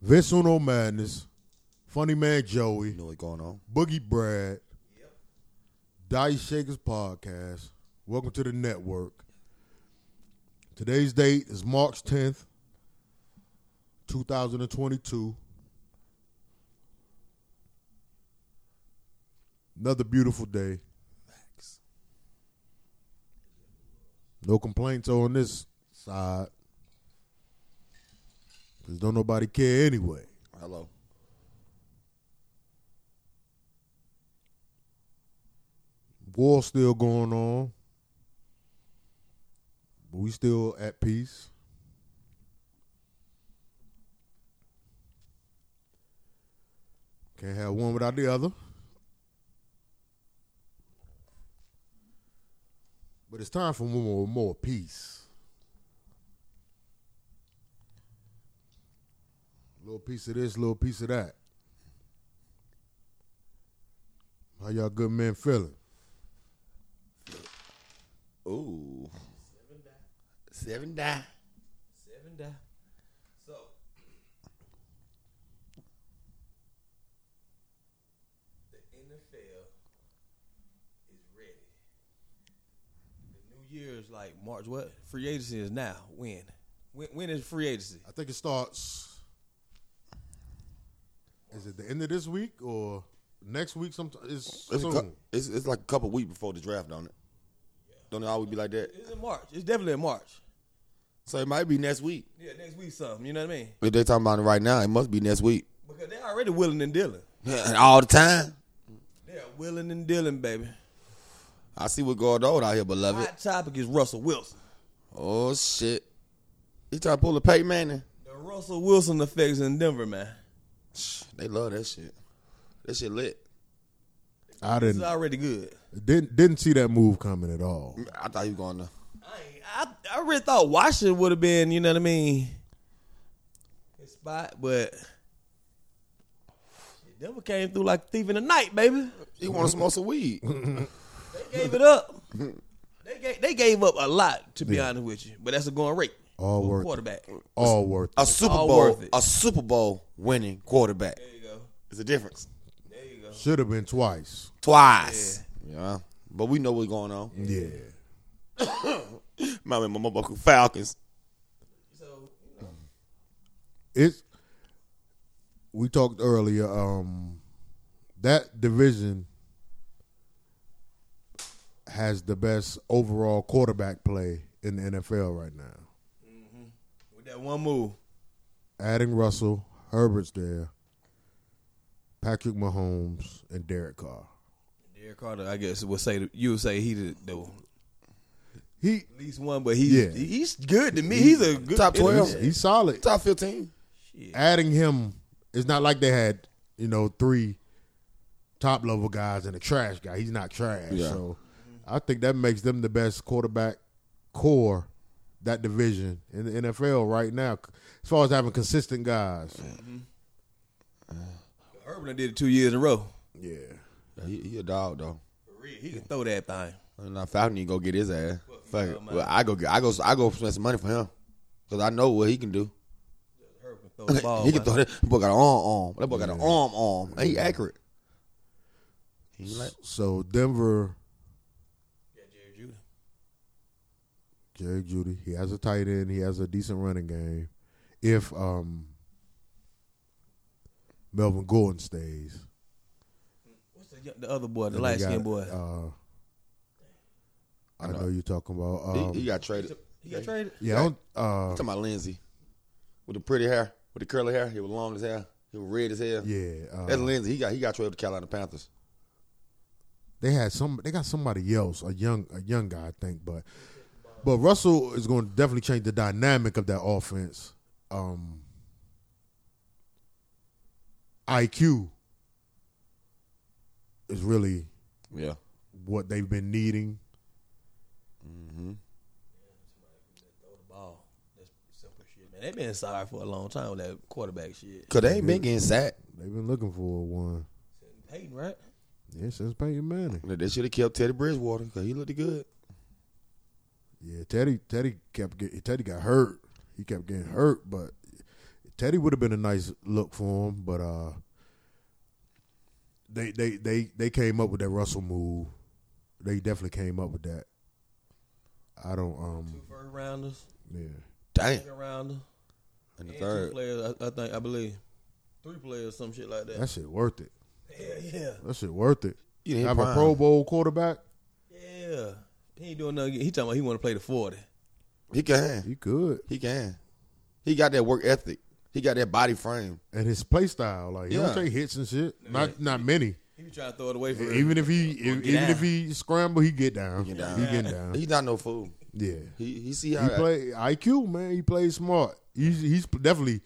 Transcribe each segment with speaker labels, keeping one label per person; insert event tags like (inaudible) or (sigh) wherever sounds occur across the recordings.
Speaker 1: Vince Uno Madness, Funny Man Joey,
Speaker 2: know what's going on.
Speaker 1: Boogie Brad, Dice Shakers Podcast. Welcome to the network. Today's date is March 10th, 2022. Another beautiful day. No complaints on this side. Because don't nobody care anyway.
Speaker 2: Hello.
Speaker 1: War still going on. But we still at peace. Can't have one without the other. But it's time for more more peace. Little piece of this, little piece of that. How y'all good men feeling?
Speaker 2: Ooh. Seven die.
Speaker 3: Seven die. So the NFL is ready. The new year is like March. What free agency is now? When? When, when is free agency?
Speaker 1: I think it starts. Is it the end of this week or next week? Sometime it's,
Speaker 2: It's, a
Speaker 1: soon.
Speaker 2: cou- it's, it's like a couple weeks before the draft, don't it? Don't it always be like that?
Speaker 3: It's in March. It's definitely in March.
Speaker 2: So it might be next week.
Speaker 3: Yeah, next week something. You know what I mean?
Speaker 2: If they talking about it right now, it must be next week.
Speaker 3: Because they're already willing and dealing.
Speaker 2: (laughs) All the time.
Speaker 3: They're willing and dealing, baby.
Speaker 2: I see what going on out here, beloved.
Speaker 3: Hot topic is Russell Wilson.
Speaker 2: Oh shit. He trying to pull a Peyton Manning.
Speaker 3: The Russell Wilson effects in Denver, man.
Speaker 2: Shh, They love that shit. That shit lit.
Speaker 1: I
Speaker 3: It's
Speaker 1: didn't
Speaker 3: already good.
Speaker 1: didn't didn't see that move coming at all.
Speaker 2: I thought he was going to.
Speaker 3: I, ain't- I I really thought Washington would have been, you know what I mean, his spot, but shit, Denver came through like a thief in the night, baby.
Speaker 2: He want to smoke some (laughs) weed.
Speaker 3: They gave
Speaker 1: (laughs)
Speaker 3: it up. They gave, they gave up a lot, to be honest with you, but that's a going rate.
Speaker 1: All
Speaker 3: for a
Speaker 1: worth it.
Speaker 3: quarterback.
Speaker 1: All worth
Speaker 2: A
Speaker 1: it.
Speaker 2: Super
Speaker 3: all
Speaker 2: Bowl,
Speaker 3: worth it.
Speaker 2: a Super Bowl winning quarterback.
Speaker 3: There you go.
Speaker 2: It's a difference.
Speaker 3: There you go.
Speaker 1: should have been twice.
Speaker 2: Twice. Yeah. But we know what's going on.
Speaker 1: Yeah,
Speaker 2: My man, my motherfucking Falcons.
Speaker 3: So you know,
Speaker 1: it's we talked earlier. Um, that division has the best overall quarterback play in the NFL right now.
Speaker 3: with that one move,
Speaker 1: adding Russell, Herbert's there, Patrick Mahomes, and Derek Carr.
Speaker 3: Derek Carter, I guess would say you would say he the, the
Speaker 1: He
Speaker 3: least one, but he's
Speaker 1: Yeah.
Speaker 3: he's good to me. He's a good
Speaker 2: Top 12.
Speaker 1: he's, he's solid.
Speaker 2: Top 15.
Speaker 1: Adding him, it's not like they had you know three top level guys and a trash guy. He's not trash,
Speaker 2: Yeah.
Speaker 1: so I think that makes them the best quarterback core that division in the NFL right now. As far as having consistent guys,
Speaker 3: Urban did it two years in a row.
Speaker 1: yeah.
Speaker 2: He, he a dog, though.
Speaker 3: For real, he can throw that thing.
Speaker 2: And now Falcon need to go get his ass. Fuck it.
Speaker 3: Oh, man.
Speaker 2: Well, I go get, I go I go spend some money for him. Cause I know what he can do.
Speaker 3: Herb can throw the ball.
Speaker 2: he can
Speaker 3: man.
Speaker 2: throw that. that boy got an arm arm. That boy got an arm arm. He accurate. He like
Speaker 1: So Denver,
Speaker 3: Yeah, Jerry Judy.
Speaker 1: Jerry Judy. He has a tight end. He has a decent running game. If um, Melvin Gordon stays,
Speaker 3: What's the, the other boy, the
Speaker 1: And they
Speaker 3: light
Speaker 1: got,
Speaker 3: skinned boy?
Speaker 1: Uh, I
Speaker 2: know.
Speaker 1: know you're talking about.
Speaker 2: he,
Speaker 1: Um,
Speaker 2: he got traded.
Speaker 3: he got traded.
Speaker 1: yeah, I don't- uh,
Speaker 2: Talking about Lindsay. With the pretty hair, with the curly hair, he was long as hell. He was red as hell.
Speaker 1: yeah.
Speaker 2: That's
Speaker 1: Uh,
Speaker 2: Lindsay. He got he got traded to Carolina Panthers.
Speaker 1: they had some. They got somebody else, a young, a young guy, I think. But but Russell is going to definitely change the dynamic of that offense. Um, IQ is really
Speaker 2: Yeah.
Speaker 1: what they've been needing.
Speaker 3: Throw the ball. That's simple shit, man. They've been sorry for a long time with that quarterback shit.
Speaker 2: Cause they ain't been getting sacked.
Speaker 1: They've been looking for one.
Speaker 3: Peyton, right?
Speaker 1: Yeah, since Peyton Manning.
Speaker 2: They should have kept Teddy Bridgewater because he looked good.
Speaker 1: Yeah, Teddy Teddy kept get, Teddy got hurt. He kept getting hurt, but Teddy would have been a nice look for him, but uh, they they they they came up with that Russell move. They definitely came up with that. I don't um
Speaker 3: Two first rounders,
Speaker 1: yeah.
Speaker 2: Damn.
Speaker 3: second rounder,
Speaker 2: And
Speaker 3: and
Speaker 2: the
Speaker 3: two
Speaker 2: third.
Speaker 3: players. I, I think I believe three players, some shit like that.
Speaker 1: That shit worth it.
Speaker 3: yeah, yeah,
Speaker 1: That shit worth it.
Speaker 2: You didn't
Speaker 1: Have
Speaker 2: prime.
Speaker 1: a Pro Bowl quarterback,
Speaker 3: yeah. He ain't doing nothing. He talking about he want to play the forty.
Speaker 2: He can.
Speaker 1: you could.
Speaker 2: He can. He got that work ethic. He got that body frame.
Speaker 1: And his play style, like he
Speaker 2: Yeah.
Speaker 1: don't take hits and shit. Not not many.
Speaker 3: He be trying to throw it away for
Speaker 1: Even if he if, even
Speaker 3: down.
Speaker 1: if he scramble, he get down. He,
Speaker 2: get down.
Speaker 1: getting down.
Speaker 2: (laughs) He's not no fool.
Speaker 1: Yeah.
Speaker 2: He he see how
Speaker 1: He play IQ, man. He plays smart. He's he's definitely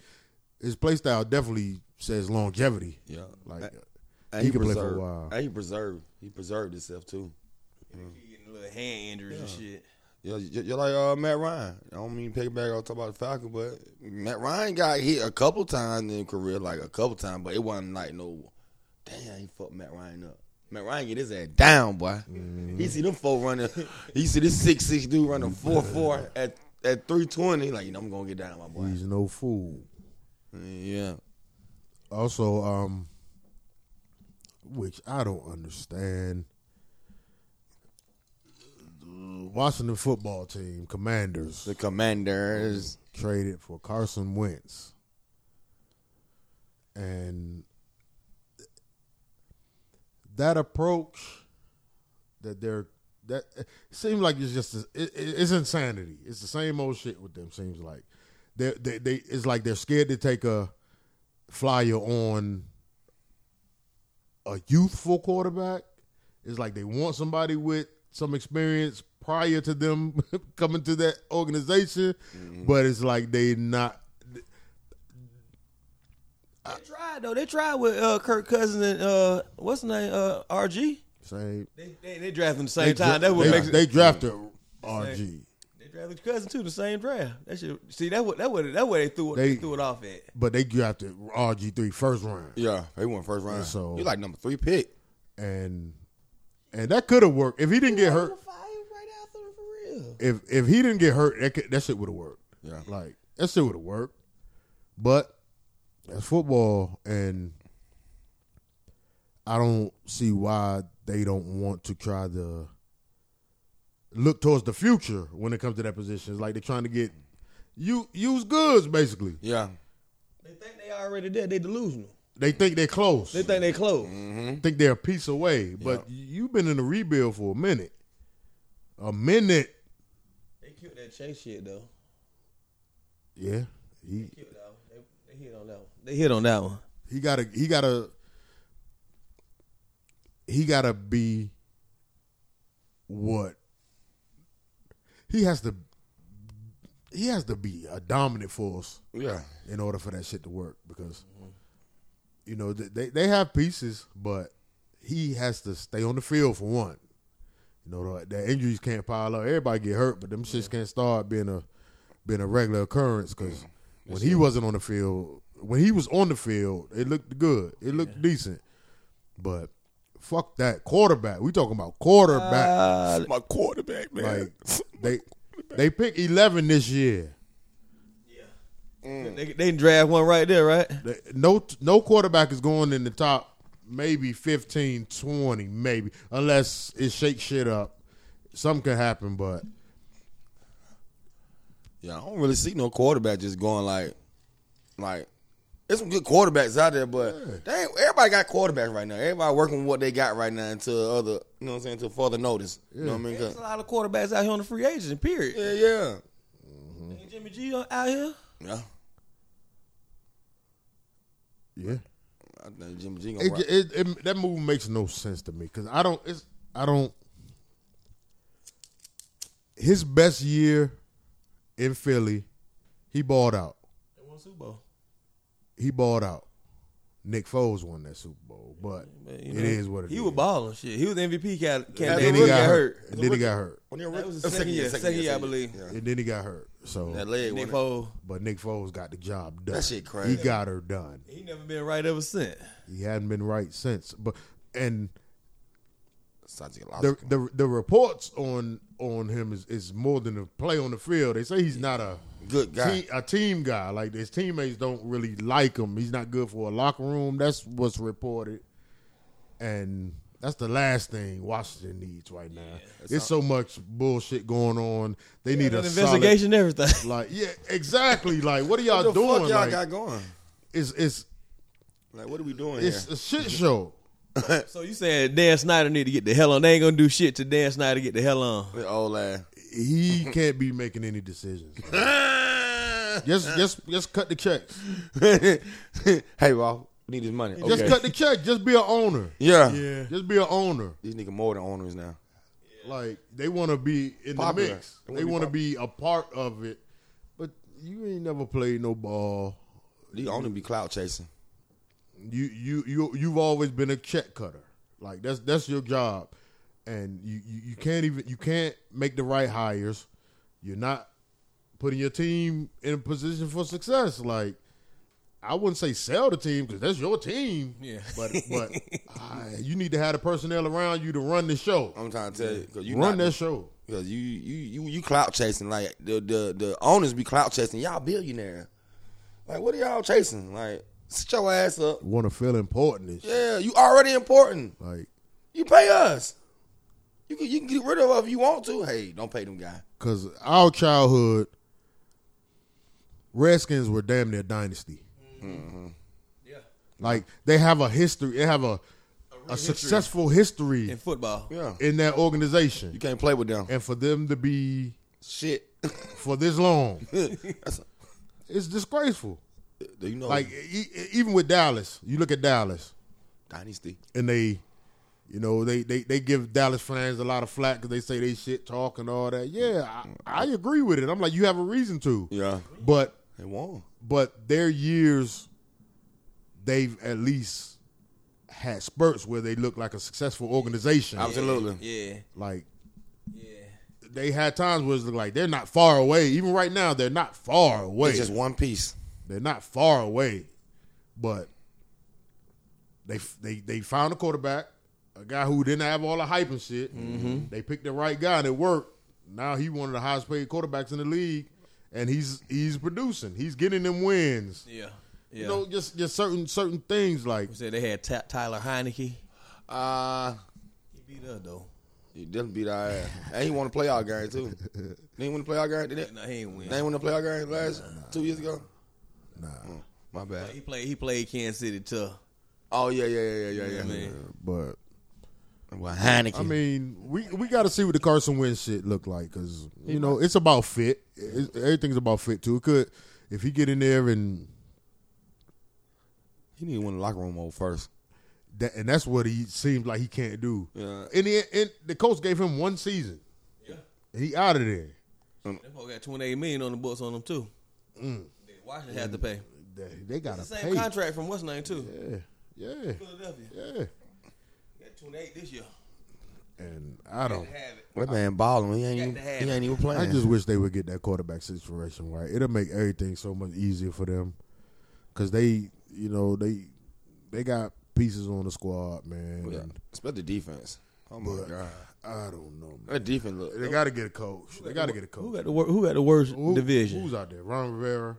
Speaker 1: his play style definitely says longevity.
Speaker 2: Yeah.
Speaker 1: Like
Speaker 2: And-
Speaker 1: he can play for a while.
Speaker 2: And he preserved. He preserved himself too.
Speaker 3: he getting little hand injuries and shit.
Speaker 2: Yeah, you- you're like uh, Matt Ryan. I don't mean piggyback. I'll talk about the Falcon, but Matt Ryan got hit a couple times in his career, like a couple times, but it wasn't like no. Damn, he fucked Matt Ryan up. Matt Ryan get his ass down, boy.
Speaker 1: Mm-hmm.
Speaker 2: He see them four running. (laughs) He see this six six dude running
Speaker 1: (laughs)
Speaker 2: four four at at three twenty. Like you know, I'm gonna get down, my boy.
Speaker 1: He's no fool. Mm-hmm.
Speaker 2: Yeah,
Speaker 1: Also, um, which I don't understand. The Washington football team, Commanders,
Speaker 2: the Commanders.
Speaker 1: traded for Carson Wentz. And that approach that they're that it seems like it's just it, it- it's insanity. It's the same old shit with them. Seems like they they they it's like they're scared to take a flyer on a youthful quarterback. It's like they want somebody with some experience prior to them (laughs) coming to that organization, but it's like they not.
Speaker 3: They tried though. They tried with uh, Kirk Cousins and uh, what's his name? Uh, RG.
Speaker 1: Same.
Speaker 3: They they, they drafted the same time. That Mm-hmm. what
Speaker 1: they,
Speaker 3: makes it.
Speaker 1: they drafted RG,
Speaker 3: They drafted Cousins too, the same draft. That shit. See, that what that what that way they threw it. They,
Speaker 1: They-
Speaker 3: threw it off at.
Speaker 1: but they drafted RG three first round,
Speaker 2: Yeah, they won first round.
Speaker 1: So-
Speaker 2: you like number three pick.
Speaker 1: and and that could have worked if he didn't get hurt.
Speaker 3: right after for real.
Speaker 1: If if he didn't get hurt, that, could, that shit would have worked.
Speaker 2: Yeah.
Speaker 1: like that shit would have worked. But that's football, and I don't see why they don't want to try to look towards the future when it comes to that position. It's like they're trying to get you use goods basically.
Speaker 2: Yeah,
Speaker 3: They think they already did. They delusional.
Speaker 1: They think they're close.
Speaker 3: They
Speaker 1: They
Speaker 3: think they close.
Speaker 1: Mm-hmm.
Speaker 2: Mm-hmm.
Speaker 1: think they're a piece away. But you've been in a rebuild for a minute. A minute.
Speaker 3: They killed that Chase shit though.
Speaker 1: Yeah. He
Speaker 3: Killed that one. They, they hit on that one. They hit on that one.
Speaker 1: he gotta he gotta he gotta be what he has to he has to be a dominant force
Speaker 2: yeah.
Speaker 1: in order for that shit to work because you know th- they they have pieces but he has to stay on the field for one you know the, the injuries can't pile up everybody get hurt but them shits can't start being a being a regular occurrence because when he wasn't on the field when he was on the field it looked good it looked decent but fuck that quarterback we talking about quarterback
Speaker 2: my quarterback,
Speaker 1: Uh, like they they pick 11 this year Mm.
Speaker 3: They they draft one right there, right?
Speaker 1: The- no no quarterback is going in the top maybe 15 20 maybe unless it shakes shit up something could happen but
Speaker 2: Yeah, I don't really see no quarterback just going like, like, there's some good quarterbacks out there, but dang, everybody got quarterbacks right now. Everybody working with what they got right now until other, you know what I'm saying, until further notice. You know what I mean?
Speaker 3: There's
Speaker 2: 'Cause-
Speaker 3: a lot of quarterbacks out here on the free agent. Period.
Speaker 2: Yeah, yeah,
Speaker 3: Ain't Jimmy G on- out here.
Speaker 2: yeah.
Speaker 1: yeah
Speaker 2: I think Jimmy G gonna
Speaker 1: it,
Speaker 2: rock.
Speaker 1: it, it- that move makes no sense to me because i don't it's i don't his best year in philly he balled out
Speaker 3: They won Super Bowl.
Speaker 1: he balled out nick foles won that super bowl but
Speaker 3: But,
Speaker 1: it
Speaker 3: you
Speaker 1: is
Speaker 3: know,
Speaker 1: what it is
Speaker 3: He was balling shit. He was MVP cat.
Speaker 1: and
Speaker 3: cat
Speaker 1: then he got
Speaker 2: Rookie got
Speaker 1: hurt,
Speaker 2: hurt.
Speaker 1: and then he got hurt
Speaker 2: When you're
Speaker 3: That
Speaker 2: rookie-
Speaker 3: was the second year, second year, I believe.
Speaker 2: Yeah.
Speaker 1: and then he got hurt so
Speaker 2: That leg, wasn't
Speaker 3: Nick
Speaker 2: it?
Speaker 3: Foles.
Speaker 1: But Nick Foles got the job done.
Speaker 2: That shit crazy.
Speaker 1: He got her done.
Speaker 3: He never been right ever since.
Speaker 1: He hadn't been right since. But and the
Speaker 2: Psychological.
Speaker 1: the the reports on on him is, is more than a play on the field. They say he's not a
Speaker 2: Good guy.
Speaker 1: te- a team guy. Like his teammates don't really like him. He's not good for a locker room. That's what's reported, and that's the last thing Washington needs right now. it's so much bullshit going on. They need
Speaker 3: An
Speaker 1: a
Speaker 3: investigation, and
Speaker 1: (laughs)
Speaker 3: everything.
Speaker 1: Solid, like yeah, exactly. Like what are y'all
Speaker 2: what the
Speaker 1: doing?
Speaker 2: fuck y'all
Speaker 1: like,
Speaker 2: got going?
Speaker 1: it's it's
Speaker 2: Like, what are we doing
Speaker 1: it's
Speaker 2: here?
Speaker 1: a shit show.
Speaker 3: so you saying Dan Snyder need to get the hell on? They ain't gonna do shit to Dan Snyder get the hell on.
Speaker 2: With old
Speaker 3: (laughs)
Speaker 2: ass.
Speaker 1: He can't be making any decisions.
Speaker 2: (laughs)
Speaker 1: Just just just cut the checks.
Speaker 2: (laughs) hey, Ralph, we need his money. Okay.
Speaker 1: Just cut the check. Just be an owner.
Speaker 2: yeah.
Speaker 1: Just be an owner.
Speaker 2: These niggas more than owners now.
Speaker 1: Like they want to be in
Speaker 2: Popular.
Speaker 1: the mix.
Speaker 2: They
Speaker 1: They
Speaker 2: wanna be
Speaker 1: want to be a part of it. But you ain't never played no ball.
Speaker 2: These only be clout chasing.
Speaker 1: You you you you've always been a check cutter. Like that's that's your job, and you you, you can't even you can't make the right hires. You're not putting your team in a position for success. Like I wouldn't say sell the team because that's your team.
Speaker 3: Yeah.
Speaker 1: But but
Speaker 2: (laughs)
Speaker 1: ah, you need to have the personnel around you to run the show.
Speaker 2: I'm trying to tell you because you
Speaker 1: run
Speaker 2: not,
Speaker 1: that show.
Speaker 2: because you you you you clout chasing like the the the owners be clout chasing. Y'all billionaire. Like what are y'all chasing? Like sit your ass up.
Speaker 1: Want to feel important? and shit.
Speaker 2: Yeah, you already important.
Speaker 1: Like
Speaker 2: You pay us. You can you can get rid of us if you want to. Hey, don't pay them guy.
Speaker 1: Cause our childhood, Redskins were damn near dynasty.
Speaker 3: Mm-hmm. Yeah,
Speaker 1: Like they have a history, they have a a,
Speaker 3: history.
Speaker 1: successful history
Speaker 3: in football.
Speaker 2: Yeah,
Speaker 1: in that
Speaker 2: you
Speaker 1: organization,
Speaker 2: can't play with them.
Speaker 1: and for them to be
Speaker 2: Shit.
Speaker 1: for this long,
Speaker 2: That's
Speaker 1: it's disgraceful.
Speaker 2: do you know
Speaker 1: Like e- e- even with Dallas, you look at Dallas,
Speaker 2: dynasty?
Speaker 1: and they, you know, they they, they give Dallas fans a lot of flack because they say they shit talk and all that. Yeah, I, I agree with it. I'm like, you have a reason to,
Speaker 2: Yeah,
Speaker 1: but
Speaker 2: they won.
Speaker 1: but their years, they've at least had spurts where they look like a successful organization.
Speaker 2: Absolutely.
Speaker 3: Yeah,
Speaker 1: Like
Speaker 3: yeah.
Speaker 1: they had times where it's like they're not far away. Even right now, they're not far away.
Speaker 2: It's just one piece.
Speaker 1: they're not far away, but they they they found a quarterback, a guy who didn't have all the hype and shit. They picked the right guy and it worked. Now he one of the highest paid quarterbacks in the league, and he's he's producing. He's getting them wins.
Speaker 3: Yeah. Yeah.
Speaker 1: You know, just just certain certain things like
Speaker 3: we said they had Ta Tyler Heineke. He
Speaker 2: Uh
Speaker 3: beat us though.
Speaker 2: you definitely beat our ass. And he won the playoff
Speaker 1: (laughs)
Speaker 2: game too. They ain't win the playoff game, did it?
Speaker 3: No, he ain't win.
Speaker 2: They ain't win the playoff game last two years ago?
Speaker 1: nah.
Speaker 2: My bad.
Speaker 3: He played. He played Kansas City too.
Speaker 2: Oh yeah, yeah, yeah, yeah, yeah,
Speaker 3: I
Speaker 2: yeah.
Speaker 3: mean,
Speaker 1: But
Speaker 2: Well, Heineken.
Speaker 1: I mean, we we got to see what the Carson Wentz shit look like because you know it's about fit. It's, everything's about fit too. It could if he get in there and
Speaker 2: he need to win the locker room mode first.
Speaker 1: that and that's what he seems like he can't do.
Speaker 2: Yeah.
Speaker 1: And, he, and the coach gave him one season.
Speaker 3: yeah.
Speaker 1: He out of there.
Speaker 3: They probably got twenty eight million on the books on them too. They- Washington had to pay.
Speaker 1: They, they got
Speaker 3: The
Speaker 1: to
Speaker 3: same
Speaker 1: Mm. pay.
Speaker 3: contract from what's name too.
Speaker 1: Yeah, yeah,
Speaker 3: Philadelphia.
Speaker 1: yeah.
Speaker 3: They got twenty eight this year.
Speaker 1: And I
Speaker 3: Had
Speaker 1: don't.
Speaker 3: to have it.
Speaker 2: That man balling. He ain't
Speaker 3: Got
Speaker 2: even,
Speaker 3: to have
Speaker 2: he ain't even playing.
Speaker 1: I just wish they would get that quarterback situation right. It'll make everything so much easier for them because they, you know, they they got pieces on the squad, man.
Speaker 2: yeah.
Speaker 1: And
Speaker 2: Especially the defense. Oh my
Speaker 1: But-
Speaker 2: god.
Speaker 1: I don't know. Man.
Speaker 2: That defense look.
Speaker 1: They got to get a coach. They got to get a
Speaker 3: Who
Speaker 1: coach.
Speaker 3: got the wor- Who got the worst
Speaker 1: Who-
Speaker 3: division?
Speaker 1: Who's out there? Ron Rivera.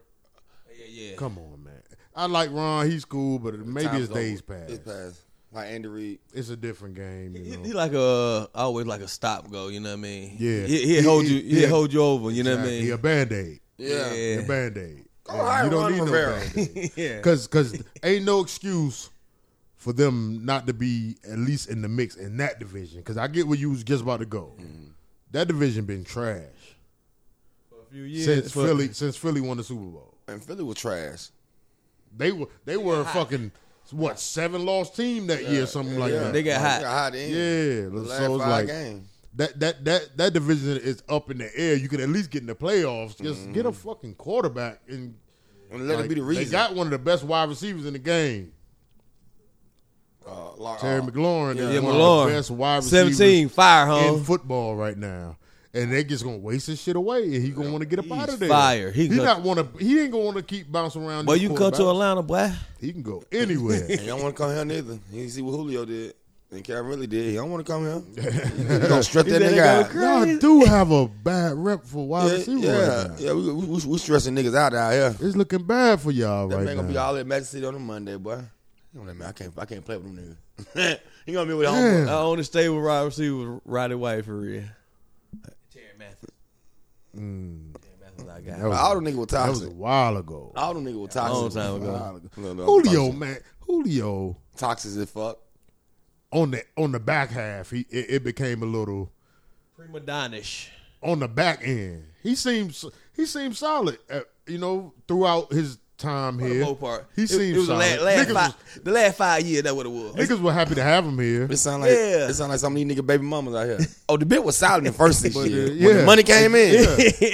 Speaker 3: yeah, yeah.
Speaker 1: Come on, man. I like Ron. He's cool, but maybe
Speaker 2: Time's
Speaker 1: his days
Speaker 2: over.
Speaker 1: pass.
Speaker 2: It's past. Like Andy Reid.
Speaker 1: It's a different game.
Speaker 3: (laughs) He,
Speaker 1: You know?
Speaker 3: he like a always like a stop go. You know what I mean?
Speaker 1: Yeah.
Speaker 3: He, he'll hold
Speaker 1: He-
Speaker 3: you.
Speaker 1: he-
Speaker 3: He'll
Speaker 1: yeah.
Speaker 3: hold you over. You know what I
Speaker 1: Exactly. He a
Speaker 3: mean?
Speaker 1: band aid.
Speaker 2: Yeah.
Speaker 1: A band aid.
Speaker 2: Go hire Ron Rivera.
Speaker 3: (laughs) yeah.
Speaker 1: Cause, cause ain't no excuse for them not to be at least in the mix in that division. Cause I get where you was just about to go.
Speaker 2: Mm-hmm.
Speaker 1: That division been trash
Speaker 3: For a few years.
Speaker 1: since
Speaker 3: for-
Speaker 1: Philly since Philly won the Super Bowl.
Speaker 2: And Philly was trash.
Speaker 1: They were they were a fucking what seven loss team that year, something like that.
Speaker 3: They got hot.
Speaker 2: They got hot in.
Speaker 1: yeah,
Speaker 2: The last
Speaker 1: so it's
Speaker 2: five
Speaker 1: like
Speaker 2: games.
Speaker 1: that that that that division is up in the air. You could at least get in the playoffs. Just get a fucking quarterback and
Speaker 2: And let
Speaker 1: like,
Speaker 2: it Mm-hmm. be the
Speaker 1: They
Speaker 2: reason.
Speaker 1: got one of the best wide receivers in the game,
Speaker 2: uh, like,
Speaker 1: Terry
Speaker 2: uh,
Speaker 1: McLaurin.
Speaker 2: yeah.
Speaker 1: is
Speaker 3: Oh. Yeah,
Speaker 1: one
Speaker 3: McLaurin.
Speaker 1: of the best wide receivers
Speaker 3: Seventeen fire home.
Speaker 1: in football right now. And they just gonna waste his shit away, and he gonna want to get up out
Speaker 3: He's
Speaker 1: of there.
Speaker 3: fired.
Speaker 1: He,
Speaker 3: He gonna-
Speaker 1: not want to. He ain't gonna want to keep bouncing around.
Speaker 3: But
Speaker 1: these
Speaker 3: you come to
Speaker 1: quarterbacks.
Speaker 3: (laughs) Atlanta, boy.
Speaker 1: He can go anywhere.
Speaker 2: And y'all want to come here neither. You see what Julio did. And Cam really did. He don't want to come here. He gonna strip that
Speaker 3: He said they
Speaker 2: nigga
Speaker 3: go
Speaker 2: out.
Speaker 3: crazy.
Speaker 1: Y'all do have a bad rep for wide
Speaker 2: Yeah,
Speaker 1: receiver.
Speaker 2: yeah,
Speaker 1: right now.
Speaker 2: yeah. We, we, we, we stressing niggas out out here.
Speaker 1: It's looking bad for y'all
Speaker 2: That
Speaker 1: right
Speaker 2: man
Speaker 1: now.
Speaker 2: gonna be all at Magic City on a Monday, boy. You know what I mean? I can't, I can't play with them niggas. (laughs) he gonna be with
Speaker 1: Damn.
Speaker 2: homeboy.
Speaker 3: I only stayed with wide receiver Roddy White for real. Terry Mathis.
Speaker 1: Mm.
Speaker 3: Terry Mathis, I got.
Speaker 1: That was-
Speaker 2: All them niggas were
Speaker 1: that was a
Speaker 2: toxic.
Speaker 1: while ago.
Speaker 2: All them niggas were toxic.
Speaker 3: Long time ago.
Speaker 2: No, no,
Speaker 1: Julio,
Speaker 2: toxic.
Speaker 1: man, Julio
Speaker 2: Toxic as fuck.
Speaker 1: on the on the back half, he it, it became a little
Speaker 3: Prima Donish.
Speaker 1: on the back end. He seems he seems solid. At, you know, throughout his time
Speaker 3: For the
Speaker 1: here,
Speaker 3: most part.
Speaker 1: he
Speaker 3: it,
Speaker 1: seems
Speaker 3: it was the
Speaker 1: solid.
Speaker 3: last, last
Speaker 1: niggas,
Speaker 3: five, the last five years, that what it was.
Speaker 1: was, niggas were happy to have him here.
Speaker 2: It sound like
Speaker 3: Yeah.
Speaker 2: it sound like some of these nigga baby mamas out here. Oh, the bit was solid in first six
Speaker 1: But, uh,
Speaker 2: years. When
Speaker 1: yeah.
Speaker 2: the money came in,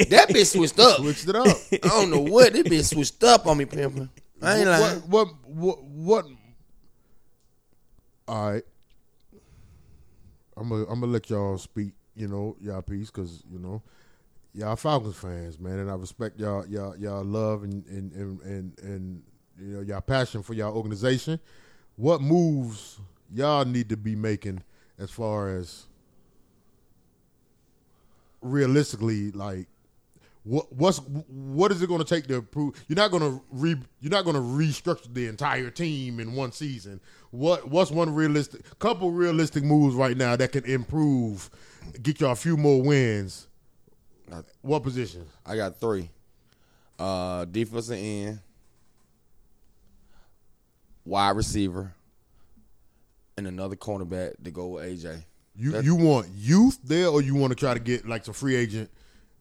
Speaker 2: that bitch switched up.
Speaker 1: Switched
Speaker 3: (laughs)
Speaker 1: it up.
Speaker 2: I don't know what this bitch switched up on me, pimpin'. I ain't lying.
Speaker 1: uh, what, what what what? All right, I'm gonna I'm gonna let y'all speak. You know, y'all peace, cause you know, y'all Falcons fans, man, and I respect y'all y'all y'all love and and and and, and you know y'all passion for y'all organization. What moves y'all need to be making as far as realistically, like what what's what is it going to take to improve? You're not going to re you're not going to restructure the entire team in one season. What what's one realistic couple realistic moves right now that can improve, get y'all a few more wins? What position?
Speaker 2: I got three. Uh defensive end, wide receiver, and another cornerback to go with AJ.
Speaker 1: You
Speaker 2: That-
Speaker 1: you want youth there, or you want to try to get like some free agent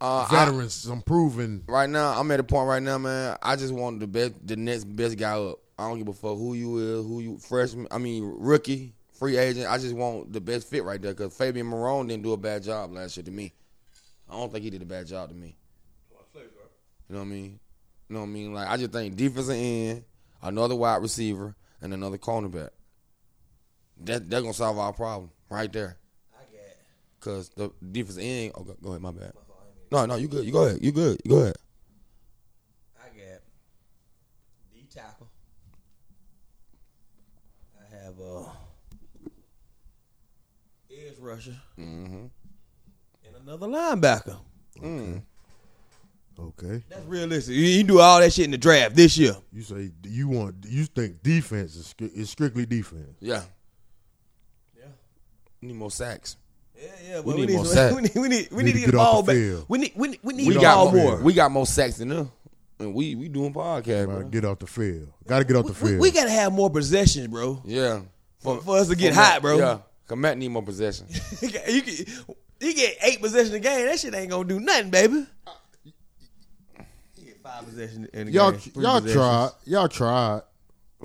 Speaker 2: Uh, I-
Speaker 1: veterans, some proven?
Speaker 2: Right now, I'm at a point right now, man. I just want the best, the next best guy up. I don't give a fuck who you is, who you freshman. I mean rookie, free agent. I just want the best fit right there because Fabian Marone didn't do a bad job last year to me. I don't think he did a bad job to me. You know what I mean? You know what I mean? Like I just think defensive end, another wide receiver, and another cornerback. That that gonna solve our problem right there.
Speaker 3: I got.
Speaker 2: Cause the defensive end. Oh, go, go ahead. My bad. No, no, you good. You go ahead. You good. You go ahead.
Speaker 3: I got D tackle. I have uh edge rusher
Speaker 2: Mm-hmm.
Speaker 3: and another linebacker.
Speaker 2: Mm.
Speaker 1: Okay,
Speaker 3: That's realistic. You, you do all that shit in the draft this year.
Speaker 1: you say you want you think defense is, stri- is strictly defense.
Speaker 2: Yeah.
Speaker 3: Yeah.
Speaker 2: Need more sacks.
Speaker 3: Yeah, yeah, but
Speaker 2: We
Speaker 3: we,
Speaker 2: need
Speaker 3: need,
Speaker 2: more
Speaker 3: some- (laughs)
Speaker 2: sack.
Speaker 3: we need we need we
Speaker 1: Need to
Speaker 3: need to get
Speaker 1: get
Speaker 3: the
Speaker 1: off
Speaker 3: ball
Speaker 1: the
Speaker 3: back.
Speaker 1: field.
Speaker 3: We need we need we need
Speaker 2: We
Speaker 3: the
Speaker 2: got
Speaker 3: ball
Speaker 2: more.
Speaker 3: more.
Speaker 2: We got more sacks than them, and we we doing
Speaker 1: Gotta
Speaker 2: podcast, bro.
Speaker 1: get off the field. Got to get off the
Speaker 3: We,
Speaker 1: field.
Speaker 3: we gotta have more possessions, bro.
Speaker 2: Yeah.
Speaker 3: For, for us to get
Speaker 2: for
Speaker 3: hot,
Speaker 2: Matt-
Speaker 3: bro.
Speaker 2: Yeah. Cause Matt need more possession.
Speaker 3: (laughs) you get you get eight possessions a game. That shit ain't gonna do nothing, baby. You get five possessions in the
Speaker 1: y'all
Speaker 3: game. three
Speaker 1: y'all
Speaker 3: possessions.
Speaker 1: tried. Y'all tried.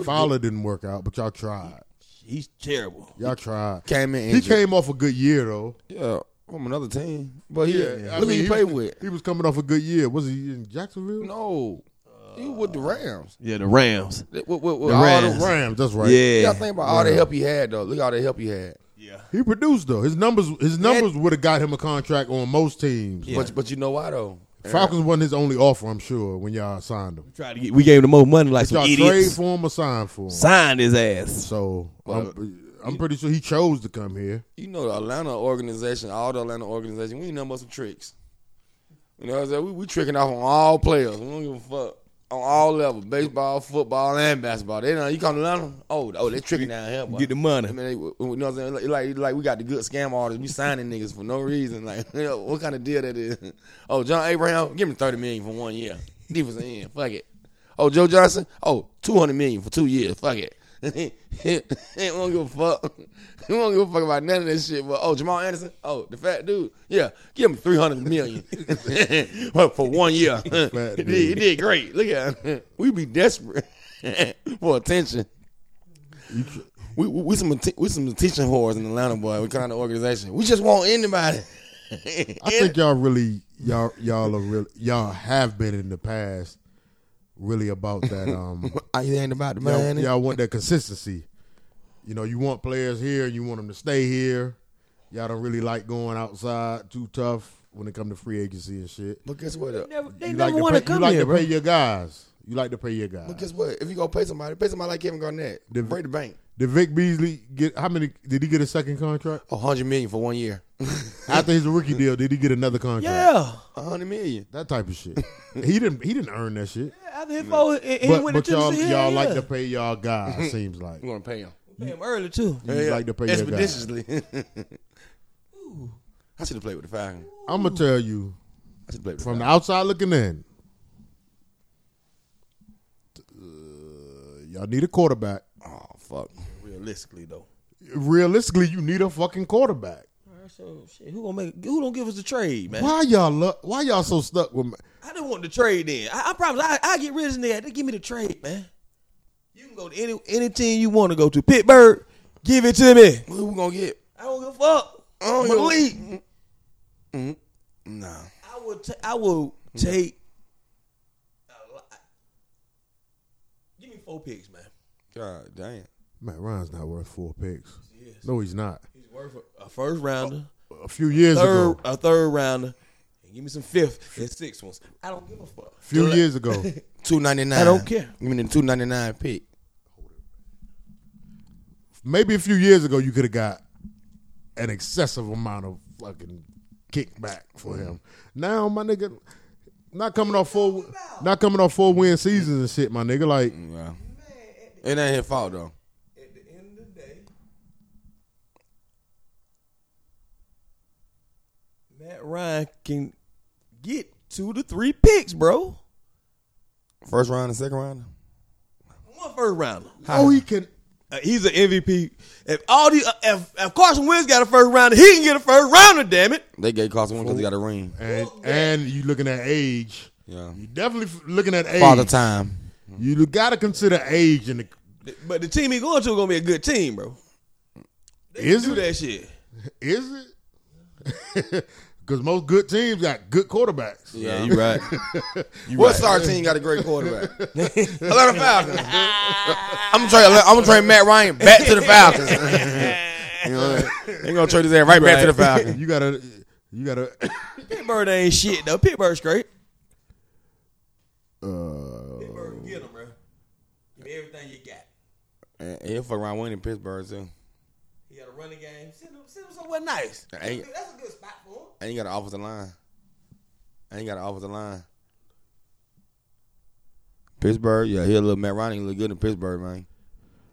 Speaker 1: Fowler didn't work out, but y'all tried.
Speaker 3: He's terrible.
Speaker 1: Y'all tried.
Speaker 2: Came in
Speaker 1: He
Speaker 2: injured.
Speaker 1: came off a good year though.
Speaker 2: yeah, from another team, but he,
Speaker 1: I
Speaker 2: look
Speaker 1: mean,
Speaker 2: who he played
Speaker 1: was,
Speaker 2: with.
Speaker 1: He was coming off a good year. Was he in Jacksonville?
Speaker 2: No, he was with the Rams.
Speaker 3: Yeah, the Rams.
Speaker 2: With, with, with
Speaker 3: The
Speaker 2: all
Speaker 1: The
Speaker 3: Rams.
Speaker 2: the
Speaker 1: Rams. That's right.
Speaker 3: Yeah.
Speaker 2: Yeah, think about all the help he had though. Look all the help he had.
Speaker 3: Yeah.
Speaker 1: He produced though. His numbers. His numbers would have got him a contract on most teams.
Speaker 3: Yeah.
Speaker 2: But but you know why though?
Speaker 1: Falcons wasn't his only offer, I'm sure, when y'all signed him.
Speaker 3: Try to get. We gave him more money, like
Speaker 1: Did y'all
Speaker 3: some
Speaker 1: trade
Speaker 3: idiots.
Speaker 1: for him or signed for him?
Speaker 3: Signed his ass.
Speaker 1: So
Speaker 2: Well,
Speaker 1: I'm, I'm pretty sure he chose to come here.
Speaker 2: you know the Atlanta organization, all the Atlanta organization, we ain't nothing but some tricks. You know what I'm saying? We, we tricking off on all players. We don't give a fuck. On all levels, baseball, football, and basketball. They know you come to Atlanta, oh, oh, they tricking down here. Boy.
Speaker 3: Get the money.
Speaker 2: I mean, they, you know what I'm saying? Like, like, like we got the good scam artists. We signing niggas for no reason. Like, (laughs) you know, what kind of deal that is? (laughs) Oh, John Abraham, give me thirty million for one year. Defensive end, fuck it. Oh, Joe Johnson, oh, two hundred million for two years, fuck it. (laughs) we don't give a fuck. (laughs) We don't give a fuck about none of this shit. But oh, Jamal Anderson, oh, the fat dude, yeah, give him three hundred million (laughs) Well, for one year. (laughs)
Speaker 1: Fat
Speaker 2: He did- he
Speaker 1: dude.
Speaker 2: did great. Look at him. (laughs) we be desperate (laughs) for attention. We, we, we some atten- we some attention whores in Atlanta, boy. We kind of organization. We just want anybody.
Speaker 1: I think y'all really y'all y'all are really y'all have been in the past really about that
Speaker 3: (laughs)
Speaker 1: um
Speaker 2: (laughs) I ain't about the
Speaker 1: y'all, y'all want that consistency. You know, you want players here, you want them to stay here. Y'all don't really like going outside too tough when it comes to free agency and shit.
Speaker 2: But guess what? though?
Speaker 3: Never, they
Speaker 1: you
Speaker 3: never
Speaker 1: like
Speaker 3: want to
Speaker 1: pay, you
Speaker 3: come
Speaker 1: like
Speaker 3: here,
Speaker 1: to
Speaker 3: bro.
Speaker 1: pay your guys. You like to pay your guys.
Speaker 2: But guess what? If you gonna pay somebody, pay somebody like Kevin Garnett.
Speaker 1: The-
Speaker 2: break the bank.
Speaker 1: Did Vic Beasley get how many? Did he get a second
Speaker 3: (laughs)
Speaker 1: contract
Speaker 2: A hundred million for one year.
Speaker 1: after his rookie deal? Did he get another contract?
Speaker 3: Yeah.
Speaker 2: (laughs) A hundred million.
Speaker 1: that type of shit. he didn't. He didn't earn that shit.
Speaker 3: After his four, and, and he
Speaker 1: but
Speaker 3: went
Speaker 1: but
Speaker 3: to
Speaker 1: y'all
Speaker 3: Tennessee,
Speaker 1: y'all
Speaker 3: yeah,
Speaker 1: like
Speaker 3: yeah.
Speaker 1: to pay y'all guys. seems like
Speaker 2: We're gonna pay him.
Speaker 3: Pay him early too.
Speaker 1: you like to pay your guys.
Speaker 2: expeditiously. (laughs) I should have played with the Falcons.
Speaker 1: I'm gonna tell you
Speaker 2: I should have played with
Speaker 1: from
Speaker 2: the
Speaker 1: the
Speaker 2: Falcons.
Speaker 1: outside looking in. uh, y'all need a quarterback.
Speaker 2: Oh fuck.
Speaker 3: Realistically though.
Speaker 1: Realistically, you need a fucking quarterback.
Speaker 3: Alright, So shit, who gonna make? Who don't give us the trade, man?
Speaker 1: Why y'all? Lo- why y'all so stuck with? Ma-
Speaker 3: I didn't want the trade. Then I, I promise I I get rid of this nigga. They Give me the trade, man. You can go to any any team you want to go to. Pittsburgh, give it to me.
Speaker 2: Who we gonna get?
Speaker 3: I don't give a fuck. I
Speaker 2: don't
Speaker 3: don't
Speaker 2: give a-
Speaker 3: believe.
Speaker 2: Nah.
Speaker 3: I would. T- I would take. a lot. Give me four picks, man.
Speaker 2: God damn.
Speaker 1: Matt Ryan's not worth four picks.
Speaker 3: Yes.
Speaker 1: No, he's not.
Speaker 3: He's worth a, a first rounder,
Speaker 1: A few years
Speaker 3: third
Speaker 1: ago,
Speaker 3: a third rounder, and give me some fifth and sixth ones. I don't give a fuck.
Speaker 1: a few years ago,
Speaker 2: Two ninety nine.
Speaker 3: I don't care.
Speaker 2: You mean the two ninety nine pick?
Speaker 1: maybe a few years ago, you could have got an excessive amount of fucking kickback for him. Now, my nigga, not coming off four, not coming off four win seasons and shit, my nigga. Like,
Speaker 2: Yeah. It ain't his fault though.
Speaker 3: At the end of the day, Matt Ryan can get two to three picks, bro.
Speaker 2: First round and second round.
Speaker 3: One first rounder.
Speaker 1: oh, he can.
Speaker 3: Uh, he's an MVP. If all the uh, if, if Carson Wentz got a first rounder, he can get a first rounder. Damn it!
Speaker 2: They gave Carson one because he got a ring.
Speaker 1: And
Speaker 3: Well,
Speaker 1: and you looking at age.
Speaker 2: Yeah.
Speaker 1: You definitely f- looking at age.
Speaker 2: Father time.
Speaker 1: You gotta consider age in the.
Speaker 3: But the team he going to is gonna be a good team, bro.
Speaker 1: Is
Speaker 3: Do
Speaker 1: it?
Speaker 3: that shit.
Speaker 1: (laughs) Is it? Because most good teams got good quarterbacks.
Speaker 2: Yeah, you (laughs) right. What star team got a great quarterback? (laughs) Atlanta Falcons. I'm gonna trade. I'm gonna trade Matt Ryan back to the (laughs) Falcons. you know, they gonna trade his ass right, back to the (laughs) Falcons.
Speaker 1: (laughs) You gotta, you gotta.
Speaker 3: Pittsburgh ain't shit though. Pittsburgh's great. Uh, Pittsburgh get him, bro. Give me everything you got.
Speaker 2: And He'll fuck around winning Pittsburgh too.
Speaker 3: He got a running game. Send him, send him somewhere nice.
Speaker 2: I ain't,
Speaker 3: That's a good spot for him.
Speaker 2: I ain't got an offensive line. I ain't got an offensive line. Pittsburgh, yeah, he a little Matt Ryan. He look good in Pittsburgh, man.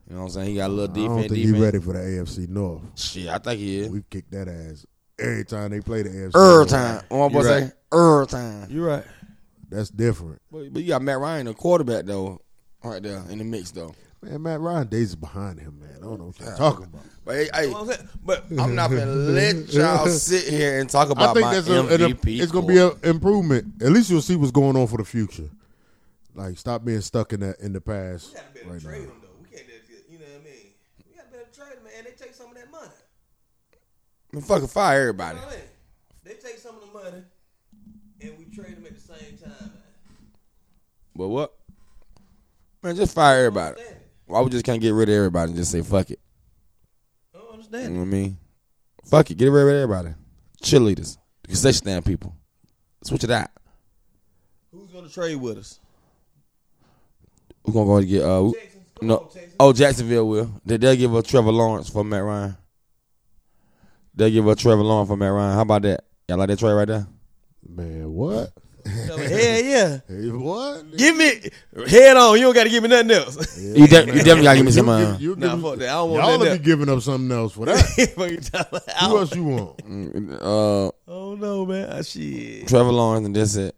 Speaker 2: You know what I'm saying? He got a little
Speaker 1: I don't
Speaker 2: defense.
Speaker 1: think
Speaker 2: defense.
Speaker 1: he ready for the AFC North.
Speaker 2: Shit, I think he is.
Speaker 1: We kicked that ass every time they play the AFC.
Speaker 2: Earl
Speaker 1: North.
Speaker 2: time. What my boy
Speaker 1: You right.
Speaker 2: say? Earl time.
Speaker 3: You're right.
Speaker 1: That's different.
Speaker 2: But, but you got Matt Ryan, a quarterback though, right there in the mix though.
Speaker 1: Man, Matt Ryan days is behind him, man. I don't know what you're talking about.
Speaker 2: But hey, hey,
Speaker 3: You know what I'm saying? But
Speaker 2: I'm not gonna
Speaker 1: (laughs)
Speaker 2: let y'all sit here and talk
Speaker 1: I
Speaker 2: about
Speaker 1: think
Speaker 2: my
Speaker 1: that's a, an,
Speaker 2: MVP.
Speaker 1: it's gonna be an improvement. At least you'll see what's going on for the future. Like stop being stuck in that in the past
Speaker 3: we got to better
Speaker 1: right
Speaker 3: trade
Speaker 1: now.
Speaker 3: him though. We can't just get, you know what I mean. We got to better trade him, man. And they take some of that money.
Speaker 2: Man, fucking fire everybody.
Speaker 3: You know what I mean? They take some of the money, and we trade him at the same time.
Speaker 2: But what? Man, just fire
Speaker 3: Man. I
Speaker 2: everybody.
Speaker 3: don't understand it.
Speaker 2: Why we just can't get rid of everybody and just say fuck it?
Speaker 3: I don't
Speaker 2: You
Speaker 3: understand
Speaker 2: know
Speaker 3: it.
Speaker 2: what I mean? Fuck it, get rid of everybody. Cheerleaders, concession stand people, switch it out.
Speaker 3: Who's gonna trade with us?
Speaker 2: We're gonna go and get uh, we-
Speaker 3: Texans. Come on,
Speaker 2: no.
Speaker 3: Texans.
Speaker 2: Oh, Jacksonville will. They they'll give us Trevor Lawrence for Matt Ryan. They'll give us Trevor Lawrence for Matt Ryan. How about that? Y'all like that trade right there?
Speaker 1: Man, what? (laughs)
Speaker 3: Tell me, Hell yeah.
Speaker 1: Hey, what?
Speaker 3: Give me head on. You don't got to give me nothing else.
Speaker 2: You, de- you definitely gotta give
Speaker 1: You
Speaker 2: me some.
Speaker 1: give-
Speaker 2: Uh,
Speaker 1: you give-
Speaker 3: Nah, fuck that. I don't want
Speaker 1: y'all
Speaker 3: that
Speaker 1: will be
Speaker 3: now.
Speaker 1: giving up something else for
Speaker 3: (laughs)
Speaker 1: that.
Speaker 3: Fuck you talking about. I
Speaker 1: Who
Speaker 3: don't-
Speaker 1: else you
Speaker 2: (laughs)
Speaker 1: want?
Speaker 2: uh,
Speaker 3: I don't know, man. I shit.
Speaker 2: Trevor Lawrence, and that's it.